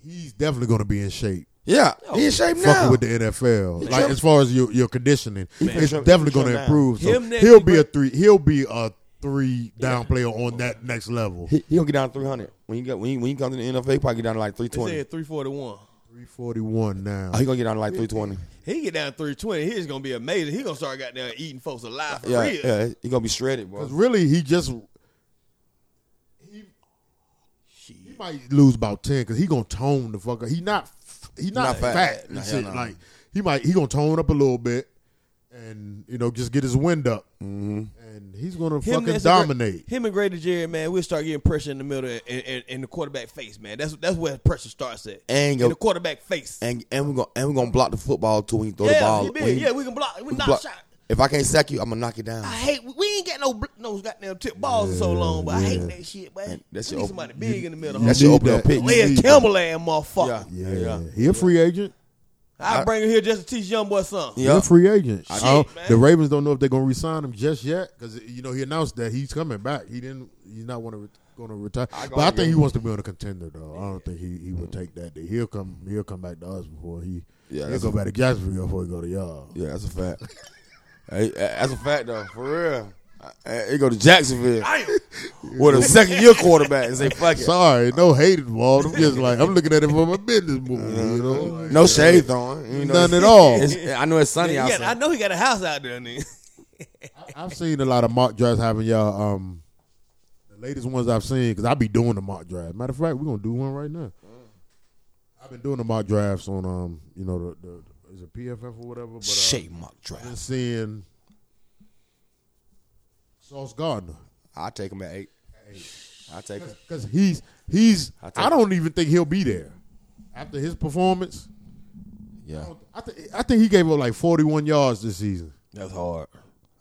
Speaker 1: he's definitely going to be in shape.
Speaker 2: Yeah, he in shape now.
Speaker 1: Fucking with the NFL, like
Speaker 2: sure.
Speaker 1: as far as your your conditioning, it's
Speaker 2: sure-
Speaker 1: definitely
Speaker 2: for sure
Speaker 1: going to
Speaker 2: now.
Speaker 1: improve. So
Speaker 3: Him next
Speaker 1: he'll
Speaker 3: to
Speaker 1: be
Speaker 3: Bra-
Speaker 1: a three. He'll be a three down player on that next level.
Speaker 2: he, he gonna get down to 300 when he got when he, when he comes to the NFL. He probably get down to like
Speaker 3: They
Speaker 2: 320.
Speaker 3: said three forty one.
Speaker 1: Three forty one now.
Speaker 2: Oh, he gonna get down to like 320.
Speaker 3: He get down three twenty. He's gonna be amazing. He gonna start goddamn eating folks alive for
Speaker 2: Yeah,
Speaker 3: real.
Speaker 2: yeah, he gonna be shredded, bro.
Speaker 1: Because really, he just he, he might lose about ten because he gonna tone the fuck up. He not f- he not,
Speaker 2: Not fat.
Speaker 1: fat, and
Speaker 2: Nah,
Speaker 1: shit.
Speaker 2: hell no.
Speaker 1: Like he might he gonna tone up a little bit, and you know just get his wind up,
Speaker 2: Mm-hmm.
Speaker 1: and he's gonna
Speaker 3: Him
Speaker 1: fucking
Speaker 3: that's a great-
Speaker 1: dominate.
Speaker 3: him and Grady Jarrett, man, we'll start getting pressure in the middle and, and, and the quarterback face, man. That's that's where pressure starts at.
Speaker 2: And
Speaker 3: in
Speaker 2: go,
Speaker 3: the quarterback face.
Speaker 2: and and we gonna and we gonna block the football too when you throw
Speaker 3: yeah,
Speaker 2: the ball.
Speaker 3: he big.
Speaker 2: When you-
Speaker 3: yeah, we can block. We
Speaker 2: you
Speaker 3: knock
Speaker 2: block-
Speaker 3: shot.
Speaker 2: If I can't sack you, I'm gonna knock you down.
Speaker 3: I hate. We ain't got no bl- no goddamn tip balls in so long, but I
Speaker 1: yeah.
Speaker 3: hate that shit, man.
Speaker 2: That's your
Speaker 3: we need
Speaker 2: op-
Speaker 3: somebody big in the middle.
Speaker 2: That's
Speaker 3: homie.
Speaker 2: your
Speaker 1: need
Speaker 2: opening
Speaker 1: that.
Speaker 2: pick.
Speaker 1: You
Speaker 3: Les
Speaker 1: need
Speaker 3: Campbell, motherfucker.
Speaker 1: Yeah,
Speaker 2: Yeah, yeah, yeah.
Speaker 1: he a free agent.
Speaker 3: I bring him here just to teach young boy something.
Speaker 1: He's
Speaker 2: Yeah.
Speaker 1: a free agent.
Speaker 2: I-
Speaker 1: I don't-
Speaker 3: Shit, man.
Speaker 1: the Ravens don't know if they're gonna resign him just yet because you know he announced that he's coming back. He didn't. He's not want to re- going to retire.
Speaker 2: I
Speaker 1: but I
Speaker 2: gonna
Speaker 1: think he
Speaker 2: go.
Speaker 1: wants to be on a contender though. I don't think he, he would take that. He'll come. He'll come back to us before he.
Speaker 2: Yeah,
Speaker 1: he'll
Speaker 2: that's
Speaker 1: go back to Jacksonville before he go to y'all.
Speaker 2: Yeah, that's a fact. Hey, that's a fact though, for real. It go to Jacksonville
Speaker 3: (laughs) Damn.
Speaker 2: with a second year quarterback and say fuck it.
Speaker 1: Sorry, no hate involved. I'm just like I'm looking at it from a business
Speaker 2: Uh-huh.
Speaker 1: move. You know, Like,
Speaker 2: No shade throwing, you know,
Speaker 1: none at
Speaker 2: it's-
Speaker 1: all.
Speaker 2: it's- I know it's sunny
Speaker 3: (laughs) Yeah,
Speaker 2: outside.
Speaker 3: I know he got a house out there, nigga.
Speaker 1: I've seen a lot of mock drafts having y'all. Um, the latest ones I've seen because I be doing the mock draft. Matter of fact, we're gonna do one right now. I've been doing the mock drafts on um, you know, the, the is it PFF or whatever. But uh,
Speaker 2: Shade mock
Speaker 1: I've been
Speaker 2: draft.
Speaker 1: seeing Sauce Gardner
Speaker 2: I take him at eight. I take him.
Speaker 1: because he's he's.
Speaker 2: I take-
Speaker 1: I don't even think he'll be there after his performance.
Speaker 2: Yeah,
Speaker 1: I think I think he gave up like forty one yards this season.
Speaker 3: That's hard.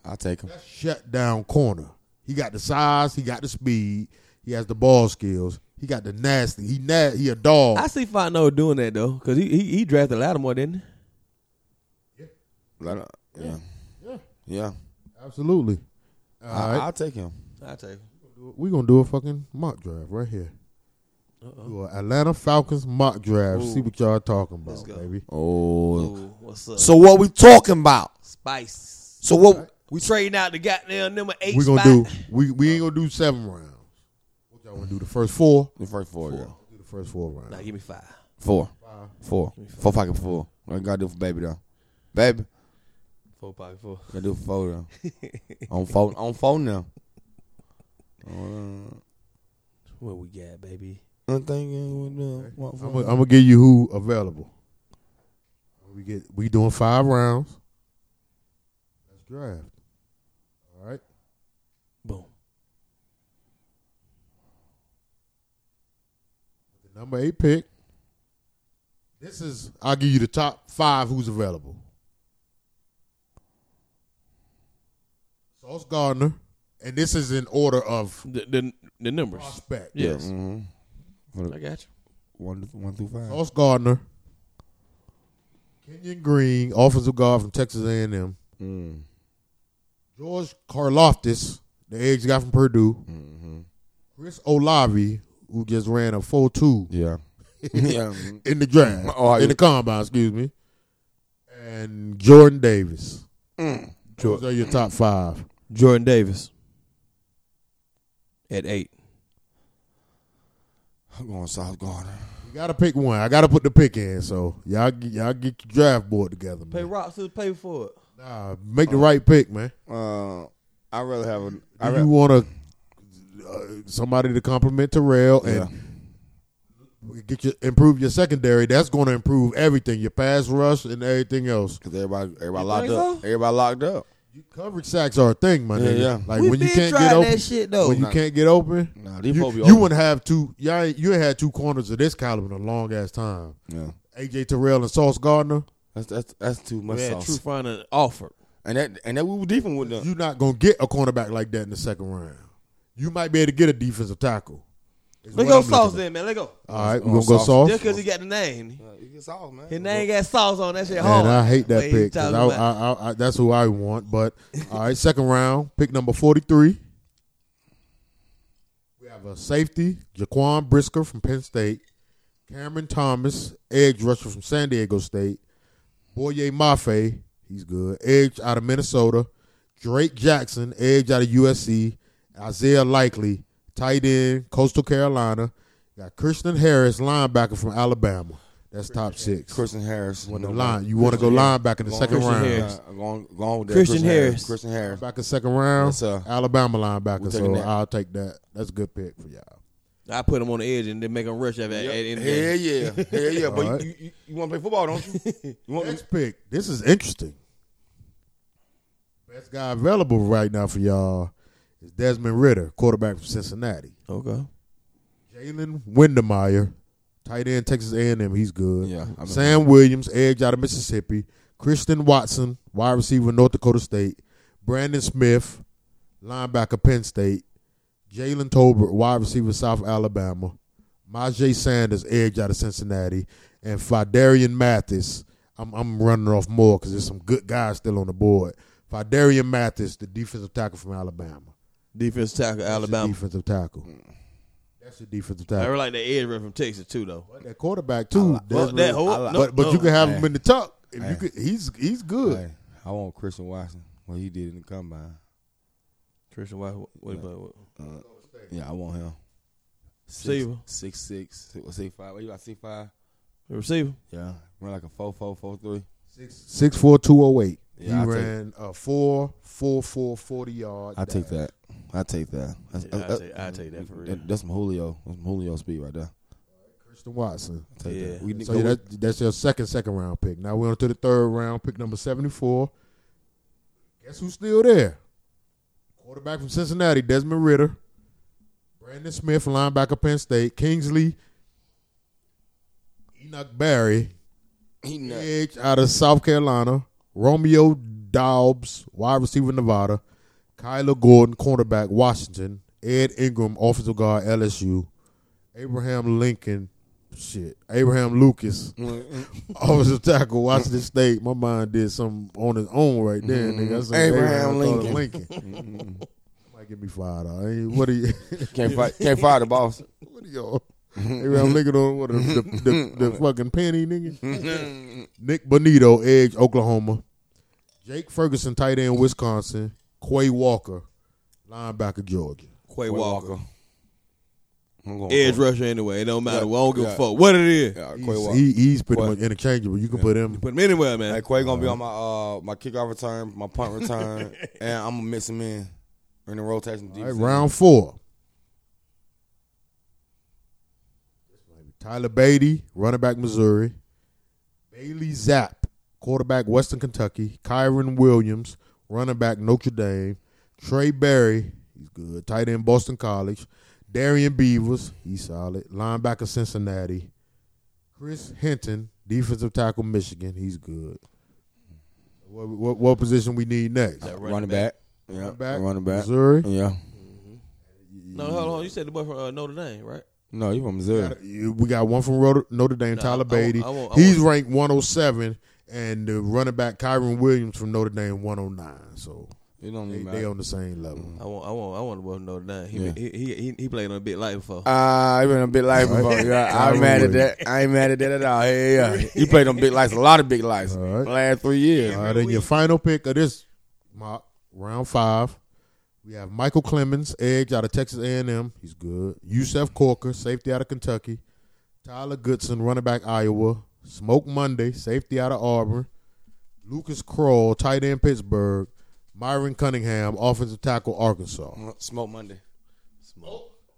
Speaker 2: I take him.
Speaker 1: shut down corner. He got the size, he got the speed, he has the ball skills, he got the nasty. He na- he a dog.
Speaker 3: (laughs) I see Fano doing that though, because he, he he drafted Lattimore, didn't he?
Speaker 2: Let- Yeah,
Speaker 1: Yeah.
Speaker 2: yeah.
Speaker 1: Absolutely. All
Speaker 2: I,
Speaker 1: right,
Speaker 2: I'll take him.
Speaker 3: I take him.
Speaker 1: we gonna do a fucking mock draft right here. Do a Atlanta Falcons mock draft. See what y'all talking
Speaker 3: Let's
Speaker 1: about,
Speaker 3: go.
Speaker 1: baby.
Speaker 2: Oh,
Speaker 3: Ooh, what's up?
Speaker 2: so what we talking about?
Speaker 3: Spice.
Speaker 2: So what?
Speaker 3: We trading out the goddamn number 8
Speaker 1: We gonna
Speaker 3: spot.
Speaker 1: do. We we ain't gonna do seven rounds. What y'all wanna do? The first four.
Speaker 2: The first four, yeah,
Speaker 1: Do the first four rounds.
Speaker 3: Nah, give me five.
Speaker 2: four, four, four fucking four. I gotta do for baby though, baby.
Speaker 3: Four pocket four.
Speaker 2: Gotta do four now. on phone, on phone now.
Speaker 3: What we got, baby?
Speaker 2: Uh, I'm thinking with the what
Speaker 1: I'm gonna, give you who available. We get we doing five rounds. Let's draft. All right.
Speaker 3: Boom.
Speaker 1: The number eight pick. This is I'll give you the top five who's available. Sauce Gardner. And this is in order of
Speaker 3: The the, the numbers.
Speaker 1: prospect.
Speaker 3: Yes.
Speaker 2: hmm
Speaker 3: I got you.
Speaker 2: One, one through five.
Speaker 1: Sauce Gardner. Kenyon Green, offensive guard from Texas A and M.
Speaker 2: Mm.
Speaker 1: George Karloftis, the eggs guy from Purdue.
Speaker 2: hmm
Speaker 1: Chris Olavi, who just ran a 4 2
Speaker 2: Yeah. (laughs) yeah.
Speaker 1: in the draft,
Speaker 2: Oh, I-
Speaker 1: in the combine, excuse me, and Jordan Davis.
Speaker 2: Mm.
Speaker 1: Those are your top five.
Speaker 3: Jordan Davis. At eight.
Speaker 2: I'm going South Garden.
Speaker 1: You got to pick one. I got to put the pick in, so y'all, get- y'all get your draft board together,
Speaker 3: Pay
Speaker 1: man.
Speaker 3: rocks to pay for it.
Speaker 1: Nah, make the right pick, man.
Speaker 2: Uh, I really have a. Oh. I
Speaker 1: Do
Speaker 2: re-
Speaker 1: you want to uh, somebody to compliment Terrell and
Speaker 2: yeah.
Speaker 1: get your improve your secondary? That's going to improve everything, your pass rush and everything else.
Speaker 2: Cause everybody, everybody
Speaker 3: You
Speaker 2: locked
Speaker 3: think
Speaker 2: up.
Speaker 3: so?
Speaker 2: Everybody locked up.
Speaker 1: You coverage sacks are a thing, my
Speaker 2: Yeah,
Speaker 1: nigga.
Speaker 2: yeah.
Speaker 1: Like
Speaker 3: we
Speaker 1: when you
Speaker 3: been
Speaker 1: can't
Speaker 3: trying
Speaker 1: get open,
Speaker 3: that shit though.
Speaker 1: when you can't get open,
Speaker 2: Oh, Nah, these
Speaker 1: you,
Speaker 2: folks be
Speaker 1: you
Speaker 2: open.
Speaker 1: wouldn't have two. Y'all, ain't- you ain't had two corners of this caliber in a long ass time.
Speaker 2: Yeah.
Speaker 1: AJ Terrell and Sauce Gardner,
Speaker 2: That's that's that's too much
Speaker 3: we had
Speaker 2: sauce.
Speaker 3: True Fronter offered.
Speaker 2: And that and that we were different with them.
Speaker 1: you're not gonna get a cornerback like that in the second round. You might be able to get a defensive tackle. is
Speaker 3: Let
Speaker 1: what
Speaker 3: go
Speaker 1: I'm
Speaker 3: sauce
Speaker 1: looking at.
Speaker 3: then, man. Let go.
Speaker 1: All right,
Speaker 2: Oh,
Speaker 1: we're gonna go
Speaker 2: Sauce.
Speaker 1: Sauce.
Speaker 3: Just because he got the name.
Speaker 2: You get sauce,
Speaker 3: His
Speaker 2: man.
Speaker 3: name got sauce on that shit hard.
Speaker 1: And I hate that
Speaker 3: "Oh, What you
Speaker 1: pick. 'cause
Speaker 3: talking
Speaker 1: I,
Speaker 3: about?
Speaker 1: I, I, I, that's who I want. But all right, second round, pick number forty-three. We have a safety, Jaquan Brisker from Penn State, Cameron Thomas, edge rusher from San Diego State, Boye Mafe, he's good, edge out of Minnesota, Drake Jackson, edge out of USC, Isaiah Likely, tight end, Coastal Carolina. Got Christian Harris, linebacker from Alabama. That's top six.
Speaker 2: Christian Harris.
Speaker 1: When the
Speaker 2: No,
Speaker 1: line, you want to go lineback in the
Speaker 2: Going-
Speaker 1: second
Speaker 3: Christian
Speaker 1: round.
Speaker 3: Harris.
Speaker 2: Yeah, going, going with that.
Speaker 3: Christian Harris.
Speaker 2: Christian Harris.
Speaker 1: Back in second round,
Speaker 2: Yes, sir.
Speaker 1: Alabama
Speaker 2: We're
Speaker 1: linebacker.
Speaker 2: taking
Speaker 1: So
Speaker 2: that.
Speaker 1: I'll take that. That's a good pick for y'all.
Speaker 3: I put him on the edge and then make him rush at, at, at
Speaker 2: Yep.
Speaker 3: end of the
Speaker 2: Hell
Speaker 3: game.
Speaker 2: yeah, (laughs) hell yeah. But
Speaker 1: Alright.
Speaker 2: (laughs) you, you, you want to play football, don't you? You want
Speaker 1: Next pick. This is interesting. Best guy available right now for y'all is Desmond Ritter, quarterback from Cincinnati.
Speaker 2: Okay.
Speaker 1: Jalen Windemeyer, tight end Texas A&M. He's good.
Speaker 2: Yeah, I remember.
Speaker 1: Sam Williams, edge out of Mississippi. Christian Watson, wide receiver North Dakota State. Brandon Smith, linebacker Penn State. Jalen Tolbert, wide receiver South Alabama. Majay Sanders, edge out of Cincinnati, and Fidarian Mathis. I'm, I'm running off more because there's some good guys still on the board. Fidarian Mathis, the defensive tackle from Alabama.
Speaker 3: Defense tackle
Speaker 1: That's your
Speaker 3: Alabama.
Speaker 1: defensive tackle. That's a defensive
Speaker 3: I
Speaker 1: tackle.
Speaker 3: really like that edge run from Texas too, though.
Speaker 1: But that quarterback too.
Speaker 3: Well,
Speaker 1: that's
Speaker 3: that
Speaker 1: really-
Speaker 3: whole,
Speaker 2: I like-
Speaker 3: no,
Speaker 1: but but
Speaker 3: no.
Speaker 1: you can have him
Speaker 2: Hey.
Speaker 1: in the tuck. If
Speaker 2: Hey.
Speaker 1: you could, he's he's good.
Speaker 2: Hey, I want Christian Watson. What he did in the combine.
Speaker 3: Christian White. What, what, what, what,
Speaker 2: Uh, yeah, I want him. Six,
Speaker 3: Receiver.
Speaker 2: six, six, six, six five. What you got? Six five.
Speaker 3: the receiver.
Speaker 2: Yeah, run like a four, four, four, three.
Speaker 1: Six four two oh eight. He
Speaker 2: Yeah, I take-
Speaker 1: ran uh, four four four forty yard.
Speaker 2: I take
Speaker 1: dash.
Speaker 2: that. I take that. That's,
Speaker 3: Yeah, I
Speaker 1: uh,
Speaker 2: that-
Speaker 3: take- I take that for real.
Speaker 2: That's some Julio. That's some Julio speed right there.
Speaker 1: Christian Watson.
Speaker 2: I take
Speaker 3: Yeah.
Speaker 2: that. We need
Speaker 1: So
Speaker 2: go
Speaker 1: yeah, that, that's your second second round pick. Now we're on to the third round pick, number seventy four. Guess who's still there? Quarterback from Cincinnati, Desmond Ritter, Brandon Smith, linebacker Penn State, Kingsley, Enoch Barry,
Speaker 2: with- he nut.
Speaker 1: edge out of South Carolina, Romeo Dobbs, wide receiver Nevada, Kyler Gordon, cornerback Washington, Ed Ingram, offensive guard LSU, Abraham Lincoln, shit, Abraham Lucas, (laughs) offensive tackle Washington State. My mind did something on his own right there. Nigga. I said
Speaker 2: Abraham
Speaker 1: I thought of
Speaker 2: Lincoln.
Speaker 1: (laughs) Lincoln. Might give me five dollars. What are you?
Speaker 2: (laughs)
Speaker 1: (laughs)
Speaker 2: Can't fight. Can't fire the (laughs) boss.
Speaker 1: what are y'all? Abraham Lincoln on what the, the,
Speaker 2: (laughs)
Speaker 1: the, the fucking penny nigga.
Speaker 2: Mm-hmm.
Speaker 1: Nick Bonito, Edge, Oklahoma. Jake Ferguson, tight end, Wisconsin. Quay Walker, linebacker, Georgia.
Speaker 3: Quay
Speaker 2: Quay
Speaker 3: Walker.
Speaker 2: I'm going
Speaker 3: Edge
Speaker 2: Quay-
Speaker 3: rusher anyway. It don't matter.
Speaker 2: Yeah,
Speaker 3: Well, I don't give a
Speaker 2: yeah.
Speaker 3: fuck what it is.
Speaker 2: Yeah, Uh, Quay
Speaker 1: He's,
Speaker 2: Walker.
Speaker 1: he, he's pretty
Speaker 2: Quay.
Speaker 1: much interchangeable. You can put him.
Speaker 3: Put him anywhere, man.
Speaker 2: Hey, Quay gonna be on my uh my kickoff return, my
Speaker 1: (laughs)
Speaker 2: punt return, and I'm gonna mix him in in the rotation.
Speaker 1: All
Speaker 2: defense.
Speaker 1: right, round four. Tyler Beatty, running back, Missouri. Bailey Zapp, quarterback, Western Kentucky. Kyron Williams, running back, Notre Dame. Trey Barry, he's good. Tight end, Boston College. Darian Beavers, he's solid. Linebacker, Cincinnati. Chris Hinton, defensive tackle, Michigan, he's good. What, what, what position we need next?
Speaker 3: That
Speaker 2: running, back. Yeah,
Speaker 1: Running back,
Speaker 2: running back.
Speaker 1: Missouri.
Speaker 2: Yeah.
Speaker 3: No, hold on. You said the boy from uh, Notre Dame, right?
Speaker 2: No, you from Missouri.
Speaker 1: You- We got one from Rot- Notre Dame,
Speaker 3: No,
Speaker 1: Tyler
Speaker 3: I want-
Speaker 1: Beatty.
Speaker 3: I want- I
Speaker 1: He's
Speaker 3: want-
Speaker 1: ranked 107, and the running back Kyron Williams from Notre Dame 109. So
Speaker 2: It don't
Speaker 1: they,
Speaker 2: even
Speaker 1: they
Speaker 2: matter.
Speaker 1: on the same level.
Speaker 3: I want, I want, I want the boy from Notre Dame. He,
Speaker 2: Yeah.
Speaker 3: he, he, he, he played on a big light before.
Speaker 2: Ah, uh, been a big life
Speaker 1: (laughs) All right.
Speaker 2: before. Yeah,
Speaker 1: All
Speaker 2: I ain't
Speaker 1: right.
Speaker 2: mad at that. I ain't mad at that at all. Hey, yeah, you played on big lights, a lot of big lights,
Speaker 1: All right.
Speaker 2: the last three years.
Speaker 1: All right, then your final pick of this mock round five, we have Michael Clemens, edge out of Texas A&M. He's good. Yusef Corker, safety out of Kentucky. Tyler Goodson, running back Iowa. Smoke Monday, safety out of Auburn. Lucas Kroll, tight end Pittsburgh. Myron Cunningham, offensive tackle Arkansas.
Speaker 2: Smoke Monday.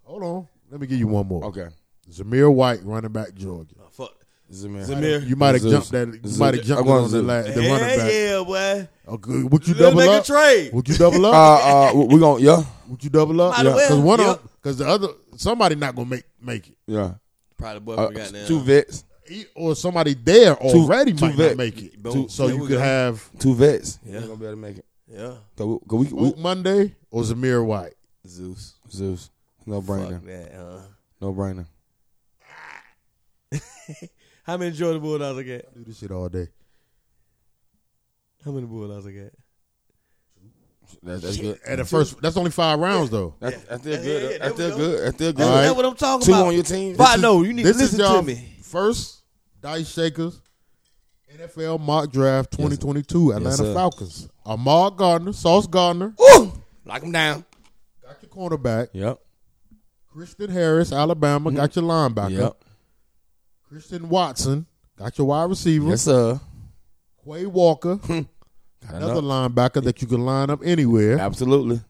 Speaker 1: Hold on. Let me give you one more.
Speaker 2: Okay,
Speaker 1: Zamir White, running back Georgia.
Speaker 3: Oh, fuck.
Speaker 2: Zamir.
Speaker 3: Zamir.
Speaker 1: You might have
Speaker 2: Zeus.
Speaker 1: jumped that. You
Speaker 2: Zeus.
Speaker 1: might have
Speaker 2: I'm
Speaker 1: jumped on
Speaker 2: going
Speaker 1: the,
Speaker 2: Zeus.
Speaker 1: la- the
Speaker 3: Hell
Speaker 1: running back.
Speaker 3: yeah, boy.
Speaker 1: Okay, would you
Speaker 3: Let's
Speaker 1: double
Speaker 3: make
Speaker 1: up?
Speaker 3: a trade.
Speaker 1: Would you double up?
Speaker 2: Uh, uh, we we gonna yeah,
Speaker 1: Would you double up?
Speaker 3: Might as well.
Speaker 1: Because one
Speaker 3: Yep.
Speaker 1: of because the other somebody not gonna make make it,
Speaker 2: yeah.
Speaker 3: Probably boy
Speaker 2: Uh,
Speaker 1: Oh,
Speaker 3: from goddamn.
Speaker 2: two vets,
Speaker 1: E- or somebody there already
Speaker 2: two
Speaker 1: might
Speaker 2: vet-
Speaker 1: not make it.
Speaker 3: Boom.
Speaker 1: so
Speaker 3: There
Speaker 1: you
Speaker 3: we
Speaker 1: could
Speaker 3: go.
Speaker 1: have
Speaker 2: two vets.
Speaker 3: Yeah.
Speaker 2: We're gonna be able to make it.
Speaker 3: Yeah.
Speaker 2: So we, we, we
Speaker 3: mm.
Speaker 1: Luke Monday or Zamir White.
Speaker 3: Zeus.
Speaker 2: Zeus, no brainer,
Speaker 3: Fuck that. Uh.
Speaker 2: no brainer.
Speaker 3: How many Jordan Bulldogs I got?
Speaker 1: I do this shit all day.
Speaker 3: How many Bulldogs I got?
Speaker 2: That, that's good.
Speaker 1: At the first, that's only five rounds though.
Speaker 2: That's, that's still
Speaker 3: Yeah,
Speaker 2: good.
Speaker 3: yeah, yeah,
Speaker 2: that's
Speaker 3: there
Speaker 2: still
Speaker 3: we go.
Speaker 2: good. That's still good.
Speaker 1: All
Speaker 3: That's
Speaker 1: right.
Speaker 3: what I'm talking
Speaker 2: Two
Speaker 3: about.
Speaker 2: on your team.
Speaker 3: But I
Speaker 1: is-
Speaker 3: know you need to
Speaker 1: this is
Speaker 3: listen to
Speaker 1: y'all
Speaker 3: me.
Speaker 1: First, Dice Shakers, NFL Mock Draft 2022, Atlanta
Speaker 2: sir.
Speaker 1: Falcons. Ahmad Gardner, Sauce Gardner,
Speaker 3: Woo! Lock him down.
Speaker 1: got your cornerback.
Speaker 2: Yep.
Speaker 1: Christian Harris,
Speaker 3: Mm-hmm.
Speaker 1: Alabama, got your linebacker.
Speaker 2: Yep.
Speaker 1: Christian Watson, got your wide receiver.
Speaker 2: Yes, sir.
Speaker 1: Quay Walker,
Speaker 3: Hmm.
Speaker 2: Got
Speaker 1: another
Speaker 2: enough.
Speaker 1: linebacker that you can line up anywhere.
Speaker 2: Absolutely.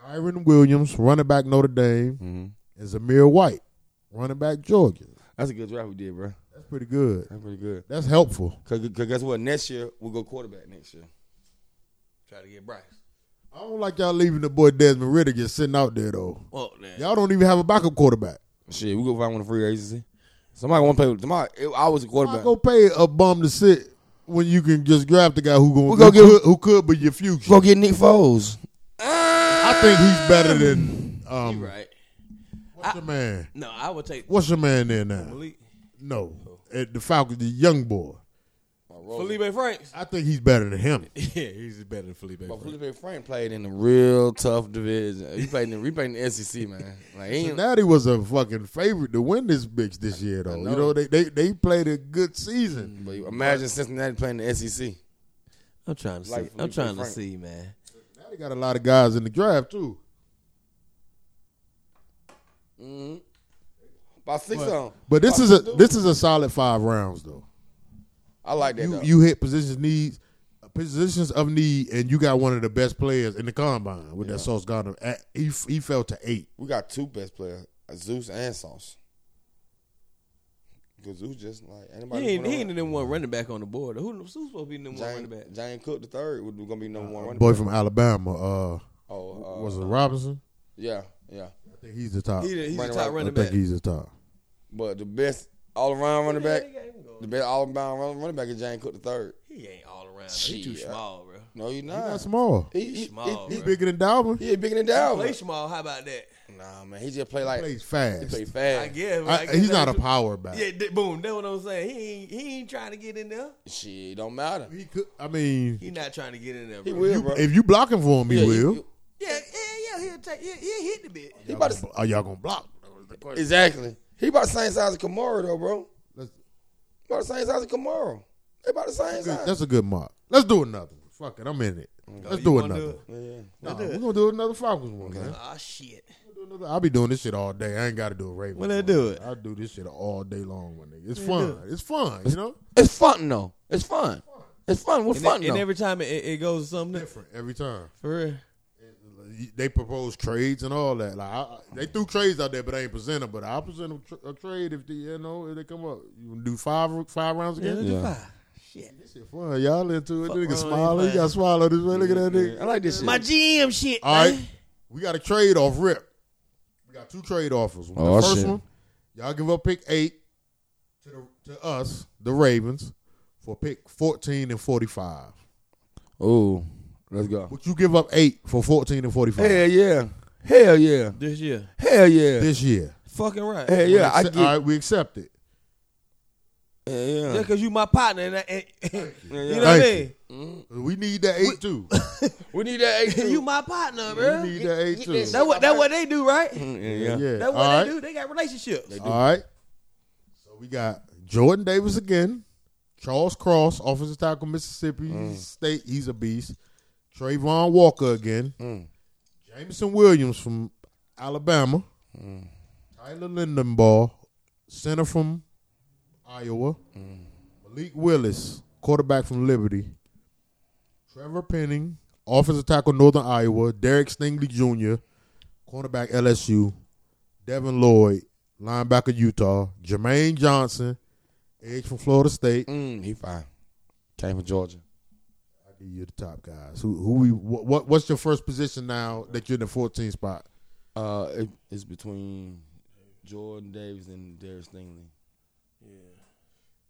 Speaker 1: Kyron Williams, running back Notre Dame,
Speaker 2: Mhm.
Speaker 1: and Zamir White, running back Georgia.
Speaker 2: That's a good draft we did, bro.
Speaker 1: That's pretty good.
Speaker 2: That's pretty good.
Speaker 1: That's helpful.
Speaker 2: Cause, 'cause guess what? Next year we'll go quarterback. Next year.
Speaker 3: Try to get Bryce.
Speaker 1: I don't like y'all leaving the boy Desmond Ritter get sitting out there though.
Speaker 3: Well, then.
Speaker 1: Y'all don't even have a backup quarterback.
Speaker 2: Shit, we go find one of the free agency. Somebody want to play with somebody. If I was a
Speaker 1: Why
Speaker 2: quarterback.
Speaker 1: go pay a bum to sit when you can just grab the guy who going
Speaker 2: We gonna give-
Speaker 1: who, could, who could be your future?
Speaker 2: Go get Nick Foles.
Speaker 1: I think he's better than um.
Speaker 3: right.
Speaker 1: What's your man?
Speaker 3: No, I would take
Speaker 1: What's your man there now?
Speaker 3: Malik,
Speaker 1: No, at the Falcons, the young boy.
Speaker 3: Felipe Franks.
Speaker 1: I think he's better than him.
Speaker 3: (laughs) yeah, he's better than Felipe.
Speaker 2: But
Speaker 3: Franks.
Speaker 2: Felipe Frank played in a real tough division. He played in, he played in the SEC, man. Like he ain't,
Speaker 1: Cincinnati was a fucking favorite to win this bitch this year, though.
Speaker 2: know. Mm,
Speaker 1: You know they, they they played a good season.
Speaker 2: but imagine Cincinnati playing in the E SEC.
Speaker 3: I'm trying to see.
Speaker 2: Like
Speaker 3: I'm
Speaker 2: Felipe
Speaker 3: trying to
Speaker 2: Franks.
Speaker 3: see, man.
Speaker 1: Now they got a lot of guys in the draft too.
Speaker 2: About six of them.
Speaker 1: But this is a this is a solid five rounds though.
Speaker 2: I like that.
Speaker 1: You
Speaker 2: though.
Speaker 1: you hit positions needs uh, positions of need, and you got one of the best players in the combine with that Sauce Gardner. At, he he fell to eight.
Speaker 2: we got two best players, Zeus and Sauce. Because Zeus just like
Speaker 3: He
Speaker 2: anybody.
Speaker 3: ain't, he ain't
Speaker 2: number
Speaker 3: the number one running back on the board. Who, who's supposed to be the number one running
Speaker 2: Jane,
Speaker 3: back?
Speaker 2: Jane Cook the third was gonna be number one running.
Speaker 1: Boy from Alabama, uh,
Speaker 2: back. Oh, uh,
Speaker 1: was it Robinson?
Speaker 2: yeah, yeah.
Speaker 1: I think he's the top.
Speaker 3: He, the- he's the
Speaker 2: Running
Speaker 3: top
Speaker 2: back.
Speaker 1: I
Speaker 3: running
Speaker 1: think
Speaker 3: back.
Speaker 1: he's the top.
Speaker 2: But the best all around running
Speaker 3: Yeah,
Speaker 2: back,
Speaker 3: they got him going.
Speaker 2: the best all around running back is Jane Cook the third.
Speaker 3: He ain't all around. He too
Speaker 2: Shit.
Speaker 3: small, bro.
Speaker 2: No, you
Speaker 1: He's not
Speaker 2: not.
Speaker 1: small.
Speaker 2: He, he,
Speaker 3: small,
Speaker 1: He's
Speaker 2: He, he,
Speaker 3: bruh.
Speaker 1: bigger than Dalvin.
Speaker 2: he, bigger than down.
Speaker 3: Play small. How about that?
Speaker 2: Nah, man, he just play like
Speaker 1: Plays
Speaker 2: he
Speaker 1: fast.
Speaker 2: play
Speaker 3: I
Speaker 2: fast.
Speaker 3: guess. but
Speaker 1: I-
Speaker 3: I guess
Speaker 1: he's
Speaker 3: that's
Speaker 1: not a
Speaker 3: what-
Speaker 1: power (laughs) back.
Speaker 3: Yeah, th- boom. That's what I'm saying. He ain't, he ain't trying to get in there.
Speaker 2: Shit, don't matter.
Speaker 1: He could. I mean,
Speaker 3: He not trying to get in there,
Speaker 2: He
Speaker 3: bro.
Speaker 2: will, bro.
Speaker 1: if you block him for him, he
Speaker 2: Yeah,
Speaker 1: will.
Speaker 3: Yeah, yeah, yeah. He'll take. He'll, he'll hit the bit.
Speaker 2: He about to,
Speaker 1: Are y'all gonna block? That was the question.
Speaker 2: exactly. He about the same size as Kamara though, bro.
Speaker 1: Let's-
Speaker 2: He about the same size as Kamara. They about the same
Speaker 1: Good.
Speaker 2: size.
Speaker 1: That's a good mark. Let's do another one. Fuck it, I'm in it. Let's
Speaker 3: You
Speaker 1: do
Speaker 3: wanna
Speaker 1: another.
Speaker 3: do
Speaker 1: one.
Speaker 3: it?
Speaker 2: Yeah.
Speaker 1: Nah, we're gonna do another Falcons one, man.
Speaker 3: Ah, shit.
Speaker 1: We'll do another- I'll be doing this shit all day. I ain't got to do a Ravens.
Speaker 3: Well, let's
Speaker 1: one.
Speaker 3: do it.
Speaker 1: I do this shit all day long, my nigga. It's fun. It's fun. You know,
Speaker 2: It's fun though. It's fun. It's fun. We're
Speaker 3: And,
Speaker 2: fun
Speaker 3: and
Speaker 2: though.
Speaker 3: every time it, it goes to something different.
Speaker 1: different every time.
Speaker 3: For real.
Speaker 1: They propose trades and all that. Like I, I- they threw trades out there, but I ain't present them. But I'll present them tr- a trade if they, you know if they come up. You wanna do five five rounds
Speaker 3: Yeah.
Speaker 1: again.
Speaker 3: let's do five. Shit.
Speaker 1: This shit fun. Y'all into it. Nigga
Speaker 3: wrong,
Speaker 1: smiling.
Speaker 3: ain't
Speaker 1: You got swallow this way. Look at that nigga.
Speaker 2: I like this shit.
Speaker 3: My GM shit.
Speaker 1: All right.
Speaker 3: man.
Speaker 1: We got a trade off rip. We got two trade offers.
Speaker 2: Oh,
Speaker 1: the first
Speaker 2: shit.
Speaker 1: one, y'all give up pick eight to the to us, the Ravens, for pick fourteen and forty five.
Speaker 2: Ooh, let's go.
Speaker 1: Would you give up eight for fourteen and forty five
Speaker 2: Hell yeah. Hell yeah.
Speaker 3: This year.
Speaker 2: Hell yeah.
Speaker 1: this year?
Speaker 3: Fucking right.
Speaker 2: Hell
Speaker 1: We
Speaker 2: yeah. I
Speaker 1: accept-
Speaker 2: get.
Speaker 1: all right, we accept it.
Speaker 2: Hell yeah.
Speaker 3: Yeah, cause you my partner, and, I, and (laughs)
Speaker 2: Yeah,
Speaker 3: you know
Speaker 2: yeah.
Speaker 3: what I mean.
Speaker 1: Thank We need that eight too.
Speaker 2: We need that (laughs) eight.
Speaker 3: You my partner, bro.
Speaker 1: we need that eight too.
Speaker 2: this-
Speaker 1: Yeah,
Speaker 3: That what that what they do, right?
Speaker 2: Mm, yeah. yeah.
Speaker 1: yeah.
Speaker 3: That what
Speaker 1: all
Speaker 3: they
Speaker 1: right,
Speaker 3: do. They got relationships.
Speaker 1: all right. So we got Jordan Davis again, Charles Cross, offensive tackle, Mississippi State. He's a beast. Trayvon Walker again. Jameson Williams from Alabama. Tyler Lindenball, center from Iowa. Malik Willis, quarterback from Liberty. Trevor Penning, offensive tackle, Northern Iowa. Derek Stingley Jr., cornerback, LSU. Devin Lloyd, linebacker, Utah. Jermaine Johnson, edge from Florida State.
Speaker 2: Mm, he fine. Came from Georgia.
Speaker 1: I give you the top guys. Who who we what, what what's your first position now that you're in the 14th spot?
Speaker 2: Uh, it, it's between Jordan Davis and Darius Stingley.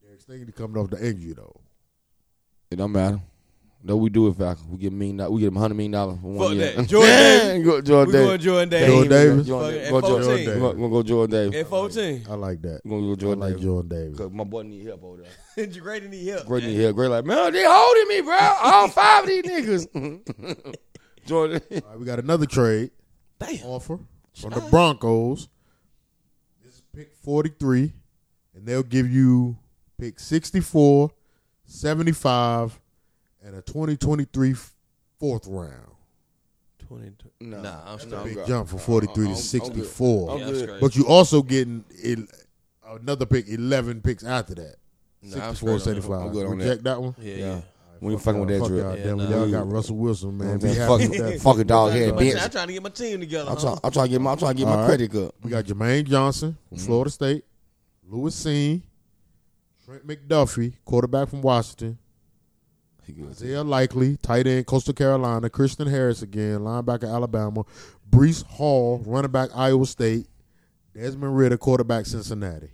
Speaker 1: Derek Stingley coming off the injury though.
Speaker 2: It don't matter. Though we do it, Falcon. We get mean. We get him hundred million dollars for one
Speaker 3: Fuck
Speaker 2: year.
Speaker 3: that. Jordan Davis.
Speaker 2: Go Jordan
Speaker 3: We
Speaker 2: Davis. (laughs)
Speaker 3: going
Speaker 1: Jordan
Speaker 3: Jordan Davis.
Speaker 1: Davis.
Speaker 2: Jordan
Speaker 3: Fucking
Speaker 2: Davis. Go
Speaker 3: at
Speaker 2: Jordan
Speaker 3: 14.
Speaker 2: Davis. We're gonna go Jordan Davis.
Speaker 3: At fourteen, (laughs)
Speaker 1: I like that.
Speaker 2: We're gonna go
Speaker 1: I
Speaker 2: Jordan
Speaker 1: like
Speaker 2: Davis.
Speaker 1: Jordan Davis.
Speaker 2: Cause my boy need help over there.
Speaker 3: you greater need help.
Speaker 2: Great need help. Great like, man, they holding me, bro. All five of these niggas. (laughs) Jordan.
Speaker 1: All right, we got another trade
Speaker 3: Damn.
Speaker 1: offer from the Broncos. This is pick 43, and they'll give you pick 64, 75, and a 2023 fourth round.
Speaker 3: Twenty. tw-
Speaker 2: Nah,
Speaker 3: Nah, I'm
Speaker 2: nah,
Speaker 3: strong.
Speaker 1: Big
Speaker 2: good.
Speaker 1: jump from 43
Speaker 2: I'm-
Speaker 1: to
Speaker 2: I'm good.
Speaker 1: 64.
Speaker 2: I'm
Speaker 3: Yeah, I'm
Speaker 2: good.
Speaker 3: straight.
Speaker 1: But you also getting el- another pick, 11 picks after that.
Speaker 3: Nah, I'm
Speaker 1: 64,
Speaker 3: straight on that.
Speaker 1: 75.
Speaker 2: I'm good on
Speaker 1: Reject that one?
Speaker 3: Yeah,
Speaker 2: Yeah.
Speaker 3: yeah.
Speaker 2: We ain't fucking with that
Speaker 1: Fuck
Speaker 2: drip.
Speaker 1: y'all,
Speaker 3: Yeah,
Speaker 1: damn it.
Speaker 3: nah.
Speaker 1: Y'all got Russell Wilson, man. Be
Speaker 2: Man,
Speaker 1: happy
Speaker 2: fuck,
Speaker 1: with that.
Speaker 2: fuck a dog head,
Speaker 3: I'm, trying,
Speaker 2: bitch.
Speaker 3: to get my team together.
Speaker 2: I'm
Speaker 3: huh?
Speaker 2: trying, I'm trying to get my, I'm trying to get
Speaker 1: All
Speaker 2: my
Speaker 1: right.
Speaker 2: credit up.
Speaker 1: We got Jermaine Johnson
Speaker 2: Mm-hmm.
Speaker 1: from Florida State, Lewis Seen, Trent McDuffie, quarterback from Washington,
Speaker 2: He good.
Speaker 1: Isaiah Likely, tight end, Coastal Carolina. Christian Harris again, linebacker, Alabama. Brees Hall, running back, Iowa State. Desmond Ritter, quarterback, Cincinnati.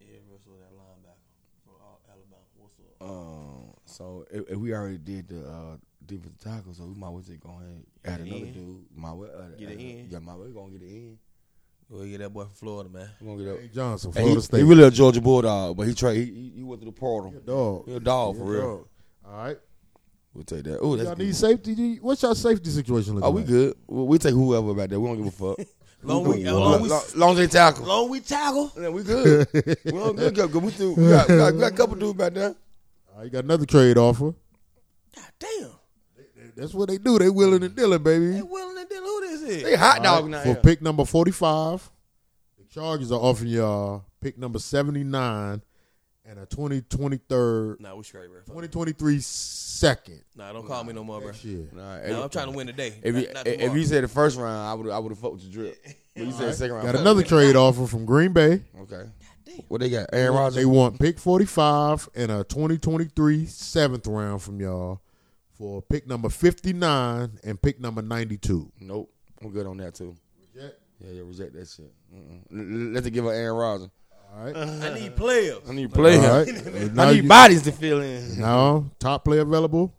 Speaker 3: Ed Russell, that linebacker from uh, Alabama. What's up?
Speaker 2: Um, so if, if we already did the uh, defensive tackle, so we might as well just go ahead and add
Speaker 3: Get it
Speaker 2: another
Speaker 3: in.
Speaker 2: dude. My way, uh,
Speaker 3: Get it
Speaker 2: uh,
Speaker 3: in.
Speaker 2: Yeah, my way gonna get it in.
Speaker 3: Well, yeah, that boy from Florida, man.
Speaker 2: We gonna get up.
Speaker 1: Jay Johnson,
Speaker 2: And
Speaker 1: Florida
Speaker 2: he,
Speaker 1: State.
Speaker 2: he really a Georgia Bulldog, but he tried. He, he, he went to the portal.
Speaker 1: dog.
Speaker 2: He a dog for
Speaker 1: Yeah,
Speaker 2: real.
Speaker 1: dog. All right.
Speaker 2: We'll take that. Oh, that's
Speaker 1: Y'all need
Speaker 2: good.
Speaker 1: safety. Do you- What's y'all safety situation looking
Speaker 2: Are we
Speaker 1: like?
Speaker 2: good? We we take whoever back there. We don't give a fuck.
Speaker 3: (laughs) Long
Speaker 2: Who-
Speaker 3: we,
Speaker 2: who-
Speaker 3: long,
Speaker 2: lo-
Speaker 3: we,
Speaker 2: lo- long as they tackle.
Speaker 3: long we tackle.
Speaker 2: Yeah,
Speaker 1: (laughs)
Speaker 2: we good. we don't good. Cause we, do, we, got, we, got, we got a couple dudes back there.
Speaker 1: All right, you got another trade offer.
Speaker 3: God damn.
Speaker 1: That's what they do. They willing and dealing, baby.
Speaker 2: Mm.
Speaker 3: They willing to deal who this is.
Speaker 2: They hot
Speaker 1: All
Speaker 2: dog
Speaker 1: right,
Speaker 2: now.
Speaker 1: for pick number 45. The Chargers are offering y'all pick number 79 and a 2023
Speaker 3: Nah, we straight, bro.
Speaker 1: 2023 second.
Speaker 3: Nah, don't call me no more, bro.
Speaker 1: Next year.
Speaker 2: Nah,
Speaker 3: Nah, I'm trying to win today.
Speaker 2: If
Speaker 3: not,
Speaker 2: you,
Speaker 3: not
Speaker 2: if
Speaker 3: tomorrow. Uh-huh.
Speaker 2: you said the first round, I would I would have fucked with the drip. But you said the second round.
Speaker 1: Got
Speaker 2: fuck
Speaker 1: another
Speaker 2: with
Speaker 1: trade offer from Green Bay.
Speaker 2: it. Okay.
Speaker 3: damn.
Speaker 2: What they got? Aaron
Speaker 1: They
Speaker 2: Rodgers.
Speaker 1: want pick 45 and a 2023 seventh round from y'all for pick number 59 and pick number 92.
Speaker 2: Nope. I'm good on that too.
Speaker 1: All
Speaker 2: Yeah, yeah. Reject that shit. Mm-mm. L- l- Let them give her Aaron Rodgers.
Speaker 1: right.
Speaker 3: I need players.
Speaker 2: I need players.
Speaker 1: All right.
Speaker 2: (laughs)
Speaker 1: Now
Speaker 2: I need
Speaker 1: you-
Speaker 2: bodies to fill in.
Speaker 1: Now, top player available.